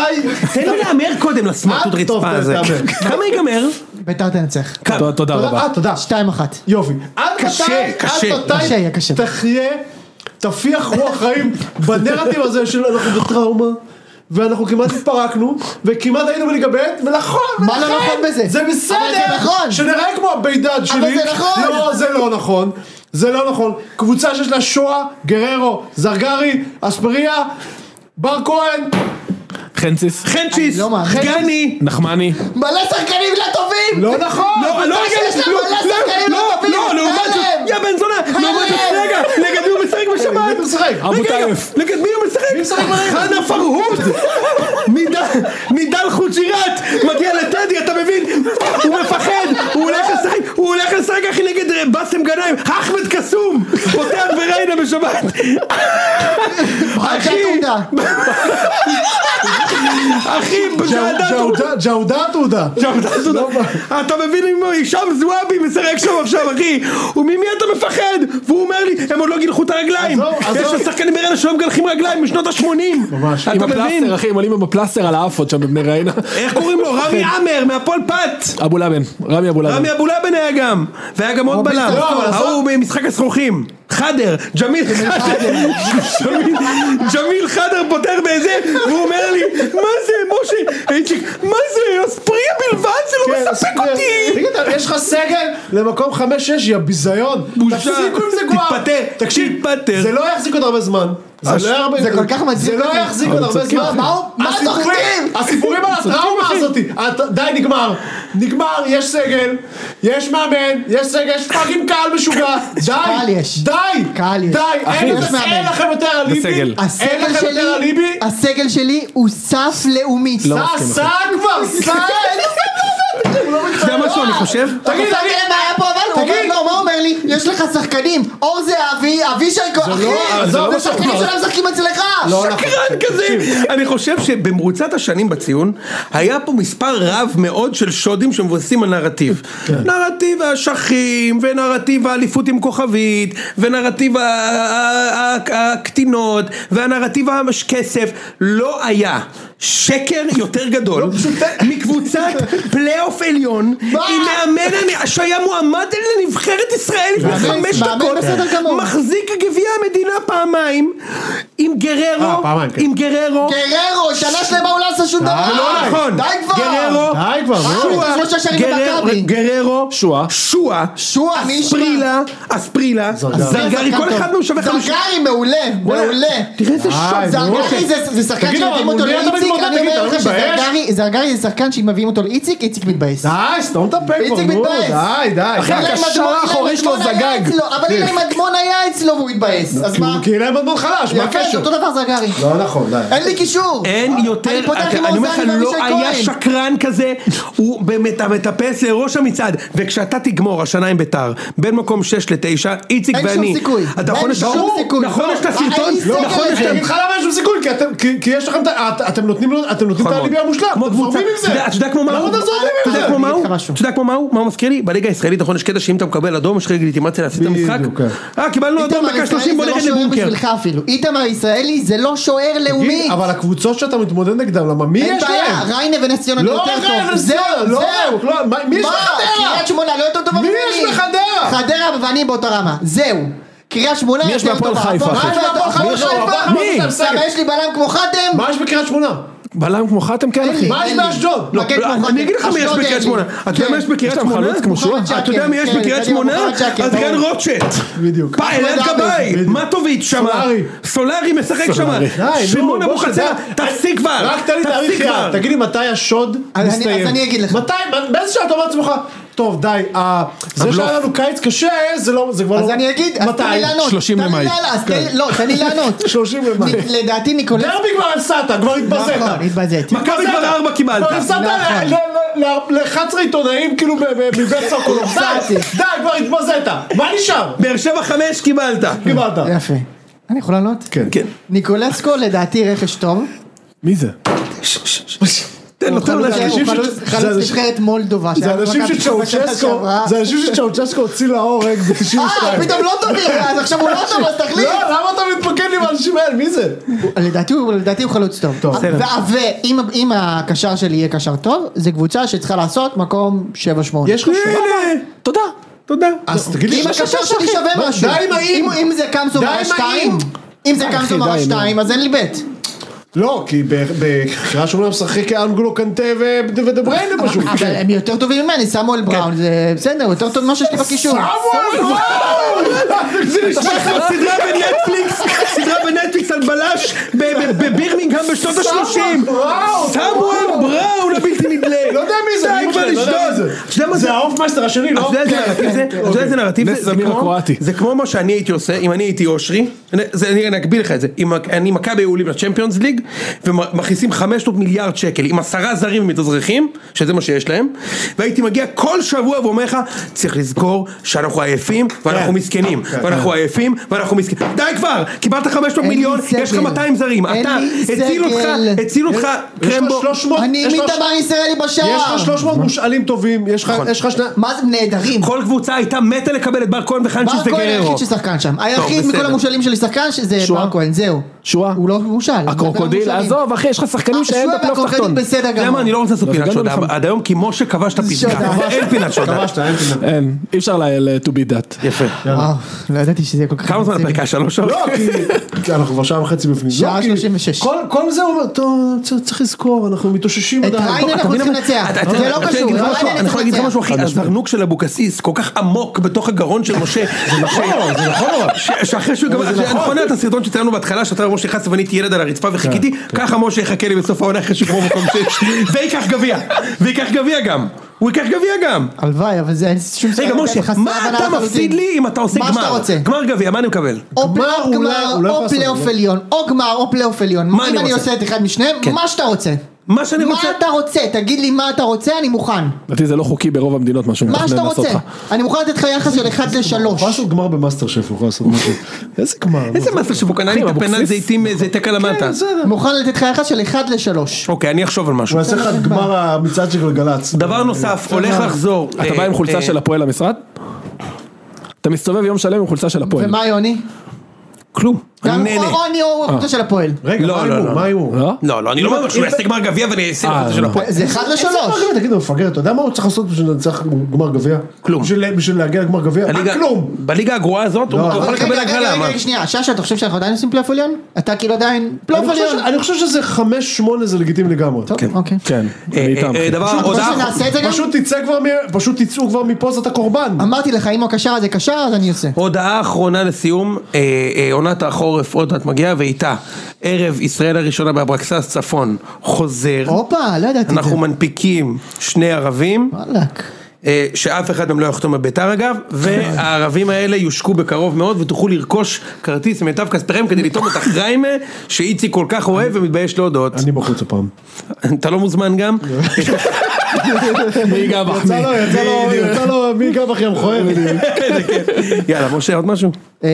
S4: תן לו להמר קודם לסמרטוט
S3: אה, טוב,
S4: רצפה הזה.
S3: תהמר.
S4: כמה ייגמר?
S2: ביתר תנצח.
S6: תודה- תודה
S2: לא,
S6: רבה.
S3: אה, תודה.
S2: שתיים אחת.
S3: יופי. עד
S4: קשה,
S3: מתי, עד
S4: קשה.
S3: מתי
S2: קשה, יהיה קשה.
S3: תחיה, תפיח רוח חיים בנרטיב הזה של אנחנו בטראומה. ואנחנו כמעט התפרקנו, וכמעט היינו בליגה ב', ונכון,
S2: מה לא
S3: ולכן,
S2: נכון בזה?
S3: זה
S2: אבל זה
S3: בסדר,
S2: נכון.
S3: שנראה כמו הבידד שלי,
S2: זה נכון.
S3: לא, זה לא נכון, זה לא נכון, קבוצה שיש לה שואה, גררו, זרגרי, אספריה, בר כהן,
S6: חנציס?
S4: חנצ'יס,
S2: אני לא מאמין.
S3: אה,
S4: גני,
S6: נחמני?
S2: מלא שחקנים לא טובים!
S3: לא נכון,
S4: לא, לא,
S2: יש להם
S4: לא,
S2: מלא
S4: לא,
S2: שחקנים
S4: לא,
S2: לא טובים,
S4: לא,
S2: אין
S4: לעומת
S2: להם.
S3: כן.
S4: זאת, יא בן זונה,
S2: אין
S4: לעומת זאת,
S2: להם.
S4: רגע, נגד מי הוא משחק בשבת?
S3: מי הוא משחק?
S6: אבו
S4: רגע, רגע,
S6: טייף.
S4: נגד מי הוא משחק?
S3: מי משחק ברגע?
S4: חנה פרהוד, מידל- מידל חוג'יראת, מגיע לטדי, אתה מבין? הוא מפחד, הוא הולך לשחק, הוא הולך לשחק אחי נגד אה, באסם גנאים, אחמד קסום, פותח בריינה בשבת,
S2: אחי!
S4: אחי, אחי, ג'עדת הוא...
S3: ג'אודת עודה.
S4: ג'עדת הוא-
S3: לא,
S4: אתה מבין אם הוא- הישאם זועבי משחק שם עכשיו, אחי? וממי אתה מפחד? והוא אומר לי, הם עוד לא גילחו את הרגליים.
S3: עזוב,
S4: יש
S3: עזוב.
S4: לו שחקנים ברנה שלא מגלחים רגליים משנות ה-80.
S3: ממש.
S4: אתה
S6: עם
S4: מבין?
S6: הפלסטר, אחי, הם עולים עם הפלסטר על האף עוד שם בבני ריינה.
S4: איך קוראים לו? רמי עמר מהפועל פת.
S6: אבו לאבן, רמי אבו לאבן.
S4: רמי אבולאבן היה גם, והיה גם עוד בלם,
S3: לא, אבל עזוב.
S4: ההוא במשחק הזכוכים, חדר, ג'מיל חדר, ג'מיל- ג'מיל חדר פותר באיזה, והוא אומר לי, מה זה משה, איציק, מה זה, אספריה בלבד, זה
S3: כן,
S4: לא
S3: אז-
S4: מספק אותי,
S3: תגיד, יש לך סגל למקום 5-6, יא ביזיון.
S4: בושה.
S3: תפסיקו עם זה כבר.
S4: תתפטר,
S3: תקשיב,
S4: תתפטר.
S3: זה לא יחזיק עוד הרבה זמן. זה לא יהיה הרבה-
S2: זה כל כך מצחיק
S3: זה לא
S2: אותי.
S3: יחזיק עוד הרבה
S6: צודקים,
S3: זמן.
S6: אחי.
S3: מה הוא- מה
S2: הסיפורים-
S3: התוכנית? הסיפורים על הטראומה הזאת. הת- די, נגמר. נגמר, יש סגל, יש מאמן, יש סגל, יש פאקינג קהל משוגע.
S2: קהל
S3: די,
S2: יש.
S3: די,
S2: קהל יש.
S3: די.
S2: אחי,
S3: אין-
S2: יש
S3: אין
S2: מאמן.
S3: לכם יותר אליבי.
S6: וסגל.
S3: אין
S2: הסגל
S3: לכם יותר
S2: שלי, לא
S3: אליבי.
S2: הסגל שלי הוא סף לאומי.
S3: סע, סע כבר, סע. איזה סגל זה? הוא לא
S4: אתה יודע משהו, אני חושב,
S3: תגיד,
S2: תגיד,
S3: אני-
S2: תגיד, מה היה פה אבל? הוא אומר,
S3: תגיד.
S2: לא, מה הוא אומר לי? יש לך שחקנים, אור זה אבי, אבישי כהן,
S3: לא- זה לא
S2: אחי,
S3: מה
S2: השחקנים
S3: שאמרת.
S2: שלהם משחקים אצלך!
S4: לא, שקרן כזה, נכון. אני חושב שבמרוצת השנים בציון, היה פה מספר רב מאוד של שודים שמבוססים על נרטיב.
S2: כן.
S4: נרטיב האשכים, ונרטיב האליפות עם כוכבית, ונרטיב ה- ה- ה- הקטינות, והנרטיב הכסף, לא היה. שקר יותר
S2: לא,
S4: גדול מקבוצת פלייאוף עליון עם מאמן הנ- שהיה מועמד לנבחרת ישראל לפני
S2: מאמן-
S4: חמש
S2: מאמן
S4: דקות
S2: בסדר גמור.
S4: מחזיק גביע המדינה פעמיים עם גררו,
S3: אה, פעמיים, כן.
S4: עם גררו,
S2: גררו, שנה שלמה הוא לא עשה שום דבר!
S4: לא נכון,
S2: די כבר!
S4: גררו,
S3: די כבר, נו.
S2: הוא
S4: שועה,
S2: עשה שלושה שערים
S4: גררו-
S2: במכבי.
S4: גררו,
S6: שועה.
S4: שועה,
S2: שועה, מי ישמע?
S4: אספרילה, אספרילה, זרגרי, כל אחד מהם שווה חמישה,
S2: זרגרי מעולה, מעולה.
S4: תראה איזה
S3: די,
S4: שוק,
S3: נו.
S2: זרגרי זה- זה שחקן
S3: תגיד,
S2: שמביאים
S3: אבל
S2: אותו
S3: מול מי אתה
S2: לאיציק,
S3: מתמודד?
S2: אני
S3: תגיד,
S2: אומר
S3: אתה
S2: לך
S3: מתבייש?
S2: שזרגרי זרגרי זה שחקן שאם מביאים אותו לאיציק, איציק מתבייש.
S3: די, סתום את הפה כבר,
S2: איציק
S3: נו,
S2: מתבאס.
S3: די, די.
S6: אחי,
S2: אילן
S6: הקשר
S2: מדמון- אילן
S6: האחורי שלו
S2: מדמון היה
S6: זגג.
S2: אצלו, לא, אבל אילן מדמון היה אצלו והוא התבאס, אז
S3: אה, כן. כי הוא-
S2: מה?
S3: כי אילן בן חלש, מה
S2: יפה, זה
S3: הקשר?
S2: אותו דבר זרגרי.
S3: לא נכון, די.
S2: אין לי קישור!
S4: אין יותר,
S2: אני פותח עם
S4: אני אומר לך,
S2: מאוזן עם
S4: לא
S2: אבישי
S4: היה
S2: כהן.
S4: שקרן כזה, הוא באמת מטפס לראש המצעד, וכשאתה תגמור השנה עם ביתר, בין מקום 6 ל-9, איציק
S2: אין
S4: ואני,
S2: שום סיכוי.
S4: אתה נכון,
S2: אין
S4: יש-
S2: שום
S4: ברור,
S2: סיכוי. לא,
S4: נכון, יש את הסרטון,
S2: אין
S3: לא,
S2: סגל
S4: נכון,
S2: הזה.
S4: יש את
S3: אני אגיד לך למה אין שום סיכוי, כי אתם- כי- כי יש לכם, את ה- את- אתם נותנים לו- אתם נותנים את
S4: נכון מאוד.
S3: האליבי המושלם,
S4: כמו
S3: אתם
S4: קבוצה.
S3: זורמים עם
S4: אתה יודע-
S3: זה.
S4: אתה יודע כמו מה
S3: למה
S4: הוא?
S3: אתם זורמים
S4: אתה
S3: עם
S4: יודע
S3: זה?
S4: כמו מה הוא?
S2: לך משהו.
S4: אתה יודע כמו מה הוא? מה הוא מזכיר לי? בליגה הישראלית נכון יש קטע שאם אתה מקבל אדום יש לך לגיטימציה להפסיד את המשחק?
S3: בדיוק, כן.
S4: אה קיבלנו אדום
S2: איתמר
S4: דקה
S2: ישראלי
S4: 30 בוא
S2: זה לא
S4: נרד
S2: שוער
S4: לבונקר.
S2: בשבילך אפילו. איתמר ישראלי זה לא שוער לאומי.
S3: כן, אבל הקבוצות שאתה מתמודד נגדם, למה מי
S2: אין
S3: יש
S2: בעיה,
S3: להם?
S2: ריינה ונס ציונה זה
S3: לא
S2: יותר
S3: ריינה
S2: טוב.
S3: ונס
S2: זהו,
S3: ציונה, לא,
S2: זהו.
S3: לא, מה- מי יש
S2: מה?
S3: בחדרה?
S2: קריית שמונה לא יותר טובה
S3: מי
S2: ממני.
S3: יש בחדרה?
S2: חדרה ואני באותה רמה. זהו. קריית שמונה
S6: מי יש
S2: יותר
S6: בהפועל
S2: טובה.
S6: חיפה,
S2: הפועל
S6: אחי?
S2: חיפה יותר
S3: הפועל
S2: טובה.
S3: חיפה, הפועל
S2: מי?
S3: חיפה,
S2: מי? למה יש לי בלם כמו חתם?
S3: מה יש בקריית שמונה?
S6: בלם כמו חתם כן, אחי.
S2: אין לי,
S3: מה יש
S2: אין לי.
S3: באשדוד?
S2: מגן
S4: לא,
S2: כמו
S4: אני אגיד לך
S2: חתם.
S4: מי יש
S2: אשדוד אין
S4: בקריית
S2: לי.
S4: שמונה. אתה יודע
S2: כן.
S4: מה יש
S6: יש להם
S4: בקריית שמונה?
S6: חלוץ כמו שועה?
S2: כן, קדימה,
S4: אתה יודע מי יש בקריית שמונה?
S2: מוחמד שקר,
S4: אדריאן
S2: ברור.
S4: רוטשט.
S3: בדיוק.
S4: פא, אלעד
S2: אחמד
S4: גבאי.
S3: בדיוק.
S4: מטוביץ' שם.
S3: סולארי.
S4: סולארי משחק שם.
S6: סולארי.
S3: די, נו,
S4: שמעון
S3: בוא,
S4: אבוחצירא.
S3: שדי.
S4: תפסיק כבר.
S3: רק תן לי תאריך
S4: תפסיק כבר.
S3: יעד, תגיד לי מתי השוד
S2: אז אני-
S3: מסתיים.
S2: אז אני אגיד לך.
S3: מתי, באיזה שעה אתה אומר לעצמך, טוב די, ה- זה שהיה לנו קיץ קשה, זה לא, זה כבר לא,
S2: אז אני אגיד, אז תן לי
S3: מתי?
S2: לענות.
S6: 30
S2: תן לי
S6: למאי.
S2: לענות, אז תן לי- לא, תן לי לענות.
S3: 30 למאי.
S2: נ- לדעתי ניקולס...
S3: דרבי כבר הפסדת, כבר התבזית.
S2: נכון, התבזיתי.
S4: מכבי
S3: התבזית.
S4: כבר ארבע קיבלת.
S3: כבר הפסדת
S2: נכון.
S3: ל-11 עיתונאים כאילו ב- ב- מבית סוקולוב. די,
S2: הפסדתי.
S3: די, כבר התבזית. מה נשאר?
S4: באר שבע חמש קיבלת.
S3: קיבלת.
S2: יפה. אני יכול לענות?
S4: כן.
S2: ניקולסקו לדעתי רכש טוב.
S6: מי זה?
S4: תן לו,
S2: הוא
S4: תן לו
S2: חלוץ-
S4: להשלים.
S2: הוא
S3: אנשים ש-
S2: חלוץ-
S3: לא זה
S2: חלוץ
S3: אנשים-
S2: נבחרת מולדובה.
S3: זה
S2: שהיה
S3: אנשים
S2: במכבי חיפה בשנה
S3: שצ'אוצ'סקו,
S2: שעברה.
S3: זה אנשים שצ'אוצ'סקו הוציא להורג ב-92.
S2: אה, פתאום לא טובים, אז עכשיו הוא לא טוב, אז תחליט.
S3: לא, למה אתה מתמקד עם האנשים האלה? מי זה?
S2: לדעתי הוא לדעתי הוא חלוץ טוב.
S3: לא. טוב, בסדר.
S2: ואם הקשר שלי יהיה קשר טוב, זו קבוצה שצריכה לעשות מקום 7-8.
S3: יש לך שם?
S4: הנה, תודה. תודה.
S3: אז תגיד לי,
S2: אם הקשר שלי שווה
S3: מה,
S2: משהו.
S3: די עם האם.
S2: אם- אם זה קמסו
S3: די
S2: מרה
S3: עם
S2: 2, אם זה קמסו מרה
S6: די, נו.
S2: 2, אז אין לי בית.
S3: לא, כי ב- בקריאה שמונה משחק אנגולו קנטה ו- ודה בריינה פשוט.
S2: אבל הם יותר טובים ממני, סמואל
S4: כן.
S2: בראון, זה בסדר, הוא יותר טוב ממה שיש לי בקישור.
S4: זה נשמע כמו סדרה בנטפליקס, סדרה בנטפליקס על בלש ב- ב- בבירמינגהם בשנות ה-30.
S3: בראון.
S4: סמואל בראון הבלתי נדלה.
S3: לא יודע מי זה,
S4: די
S3: אני
S4: כבר
S3: לא יודע מי
S4: לשדוד.
S3: זה.
S4: אתה יודע מה זה?
S3: זה האופמייסטר השני,
S4: אתה
S3: לא?
S4: יודע איזה
S2: כן,
S4: נרטיב זה? אתה יודע
S2: אוקיי.
S4: איזה נרטיב זה?
S6: נס
S4: זה
S6: זמיר
S4: כמו-
S6: הקרואטי.
S4: זה כמו מה שאני הייתי עושה, אם אני הייתי אושרי, זה- אני אגביל לך את זה, אם אני מכבי היו עולים לצ'מפיונס ליג, הליג, ומכניסים 500 מיליארד שקל עם עשרה זרים ומתאזרחים, שזה מה שיש להם, והייתי מגיע כל שבוע ואומר לך, צריך לזכור שאנחנו עייפים,
S2: כן.
S4: ואנחנו מסכנים, ואנחנו עייפים, ואנחנו מסכנים, די כבר, קיבלת 500
S2: אין לי
S4: מיליון, יש
S2: סגל.
S4: לך 200 זרים,
S2: אין
S4: אתה,
S2: לי
S4: הציל אותך,
S2: סגל.
S4: הציל אותך,
S3: יש לך
S4: קרמבו,
S3: 300
S2: אני
S3: יש לך-
S2: מתמר ישראלי
S3: יש
S2: בשער.
S3: לך 300 מושאלים טובים, יש
S4: נכון.
S3: לך יש לך שני...
S2: מה זה נהדרים?
S4: כל קבוצה הייתה מתה לקבל את בר כהן וחנצ'יס
S2: בר כהן
S4: וגררו.
S2: היחיד ששחקן שם. היחיד
S4: בסדר.
S2: מכל המושאלים של שחקן שזה
S6: שועה?
S2: בר כהן, זהו.
S6: שועה.
S2: הוא לא מושאל.
S6: הקרוקודיל, עזוב אחי, יש לך שחקנים
S2: אה,
S6: שאין
S2: שועה
S6: בפלייאוף
S2: והקרוקודיל
S6: תחתון.
S2: בסדר
S4: אתה יודע מה,
S2: גמור.
S4: אני לא רוצה לעשות
S6: אז
S4: פינת
S6: הגענו
S4: שודה,
S6: לחמ-
S2: נכון.
S4: עד היום כי משה כבש את הפסגה,
S2: שודה.
S4: אין פינת שודה.
S3: כבשת, אין כזה.
S6: אין, אי אפשר ל- to be that.
S4: יפה.
S2: וואו, לא ידעתי שזה יהיה כל כך...
S4: כמה זמן
S2: מצחיק.
S4: הפרקה? שלוש שעות?
S3: לא, כי- כי אנחנו כבר שעה וחצי בפנים.
S2: שעה
S3: לא, כי-
S2: 36.
S3: כל- כל זה אומר, טוב, צ- צריך לזכור, אנחנו מתאוששים
S2: את
S3: עדיין.
S2: ריינה
S4: אתה
S2: אנחנו
S4: מבין
S2: צריכים
S4: אבל-
S2: לנצח.
S4: אתה- אתה-
S2: זה
S4: אתה-
S2: לא
S4: אתה-
S2: קשור.
S4: אני
S2: את
S4: אגיד לך
S2: ריינה
S4: משהו, אני יכול
S2: צריך
S4: להגיד לך
S2: לנצח.
S4: משהו אחי, הזרנוק של אבוקסיס כל כך עמוק בתוך הגרון של משה. זה נכון, זה נכון. שאחרי שהוא גמר, אני נכון את הסרטון שציינו בהתחלה, שאתה ומשה נכנס ואניתי ילד על
S2: כן,
S4: הרצפה וחיכיתי, ככה משה יחכה לי בסוף העונה אחרי שגמור מקום שש, וייקח גביע, וייקח גביע גם, הוא ייקח גביע גם.
S2: הלוואי, אבל זה אין שום
S4: רגע
S2: ספק,
S4: משה,
S2: חסר
S4: מה
S2: הבנה
S4: אתה
S2: לחלוטין.
S4: מפסיד לי אם אתה עושה
S2: מה שאתה
S4: גמר?
S2: רוצה.
S4: גמר גביע, מה אני מקבל?
S2: או
S3: גמר,
S2: פלייאוף
S3: הוא לא-
S2: גמר,
S3: הוא לא יכול
S2: או
S3: לעשות,
S2: פלייאוף
S3: לא.
S2: עליון, או גמר, או פלייאוף עליון.
S4: מה אני
S2: אם אני
S4: רוצה?
S2: עושה את אחד משניהם,
S4: כן.
S2: מה שאתה רוצה.
S4: מה שאני
S2: מה
S4: רוצה.
S2: אתה רוצה? תגיד לי מה אתה רוצה, אני מוכן.
S6: לדעתי זה לא חוקי ברוב המדינות מה שהוא
S2: מה
S6: מתכנן
S2: שאתה
S6: לעשות
S2: רוצה.
S6: לך.
S2: אני מוכן לתת לך יחס של 1
S3: הוא יכול
S2: ל-3.
S3: לעשות גמר במאסטר שף, הוא יכול לעשות משהו. איזה גמר?
S4: איזה מסר שבו קנה לי את הפנל זיתים אה, זיתק על המטה.
S2: מוכן לתת לך יחס של 1 ל-3.
S4: אוקיי, אני אחשוב על משהו.
S3: הוא יעשה לך את גמר המצעד של גלגלצ.
S4: דבר נוסף, הולך לחזור.
S6: אתה
S4: אה,
S6: בא עם
S4: אה,
S6: חולצה של הפועל למשרד? אתה מסתובב יום שלם עם חולצה של הפועל.
S2: ומה יוני?
S4: כלום.
S2: גם
S4: אני נהנה. אה.
S2: או אני או החוצה של הפועל.
S3: רגע,
S4: לא,
S3: מה
S4: לא,
S3: ההימור?
S4: לא.
S3: מה ההימור?
S6: לא?
S4: לא, לא, אני לא אומר שהוא יעשה גמר גביע ואני אעשה את החולצה של הפועל.
S2: זה 1 ל-3.
S3: תגיד, הוא מפגר, אתה יודע מה הוא צריך לעשות בשביל לנצח גמר גביע?
S4: כלום.
S3: בשביל בשביל להגיע לגמר גביע?
S4: הליגה-
S3: אה, כלום.
S4: בליגה הגרועה הזאת הוא
S3: לא,
S4: יכול
S3: אבל
S4: לקבל הגרלה. מה?
S2: רגע, שנייה, שאשא, אתה חושב שאנחנו עדיין עושים פלייאוף עליון? אתה כאילו עדיין...
S3: אני
S2: פלייאוף
S3: חושב
S2: עליון.
S3: ש- אני חושב שזה 5-8 זה לגיטימי לגמרי.
S2: טוב, אוקיי.
S6: כן,
S4: אה,
S6: אני איתם.
S4: אה,
S6: אחי.
S4: דבר,
S2: פשוט-
S4: הודעה
S2: פשוט
S4: אחרונה.
S2: נעשה את זה גם?
S3: פשוט תצא כבר, מ- פשוט תצאו כבר מפה, זאת הקורבן.
S2: אמרתי לך, אם הקשר הזה קשר, אז אני עושה.
S4: הודעה אחרונה לסיום, אה, אה, עונת החורף עוד מעט מגיעה ואיתה ערב ישראל הראשונה באברקסס צפון חוזר,
S2: הופה, לא ידעתי את זה.
S4: אנחנו מנפיקים שני ערבים,
S2: וואלכ.
S4: אה, שאף אחד מהם לא יחתום בביתר אגב, והערבים האלה יושקו בקרוב מאוד ותוכלו לרכוש כרטיס ממיטב כספיכם כדי לטעום את החריימה שאיציק כל כך אוהב ומתבייש להודות.
S3: אני בחוץ הפעם.
S4: אתה לא מוזמן גם?
S6: מי גם
S3: יצא
S6: מחמיא.
S3: לו, יצא לו, יצא לו, מי גם אחי המכוער.
S4: איזה כיף. יאללה משה עוד משהו?
S2: אמ,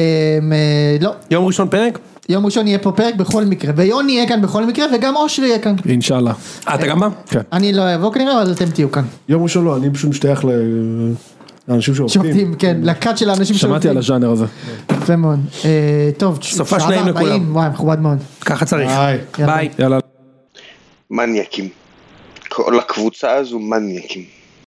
S2: אה, לא,
S4: יום ראשון פרק?
S2: יום ראשון יהיה פה פרק בכל מקרה, ויוני יהיה כאן בכל מקרה, וגם אושרי יהיה כאן.
S6: אינשאללה.
S4: אה, אתה גם בא?
S6: כן.
S2: אני לא אבוא כנראה, אבל אתם תהיו כאן.
S3: יום ראשון לא, אני פשוט משתייך ל- לאנשים שעובדים.
S2: שעובדים, כן, לכת של האנשים
S6: שמעתי על הז'אנר הזה.
S2: יפה מאוד. אה, טוב,
S4: סופה
S2: שעה
S4: שניים לכולם.
S2: וארבעים, וואי, מכובד מאוד.
S4: ככה צריך.
S3: ביי.
S4: ביי.
S6: יאללה.
S5: מניאקים. כל הקבוצה הזו מניאקים.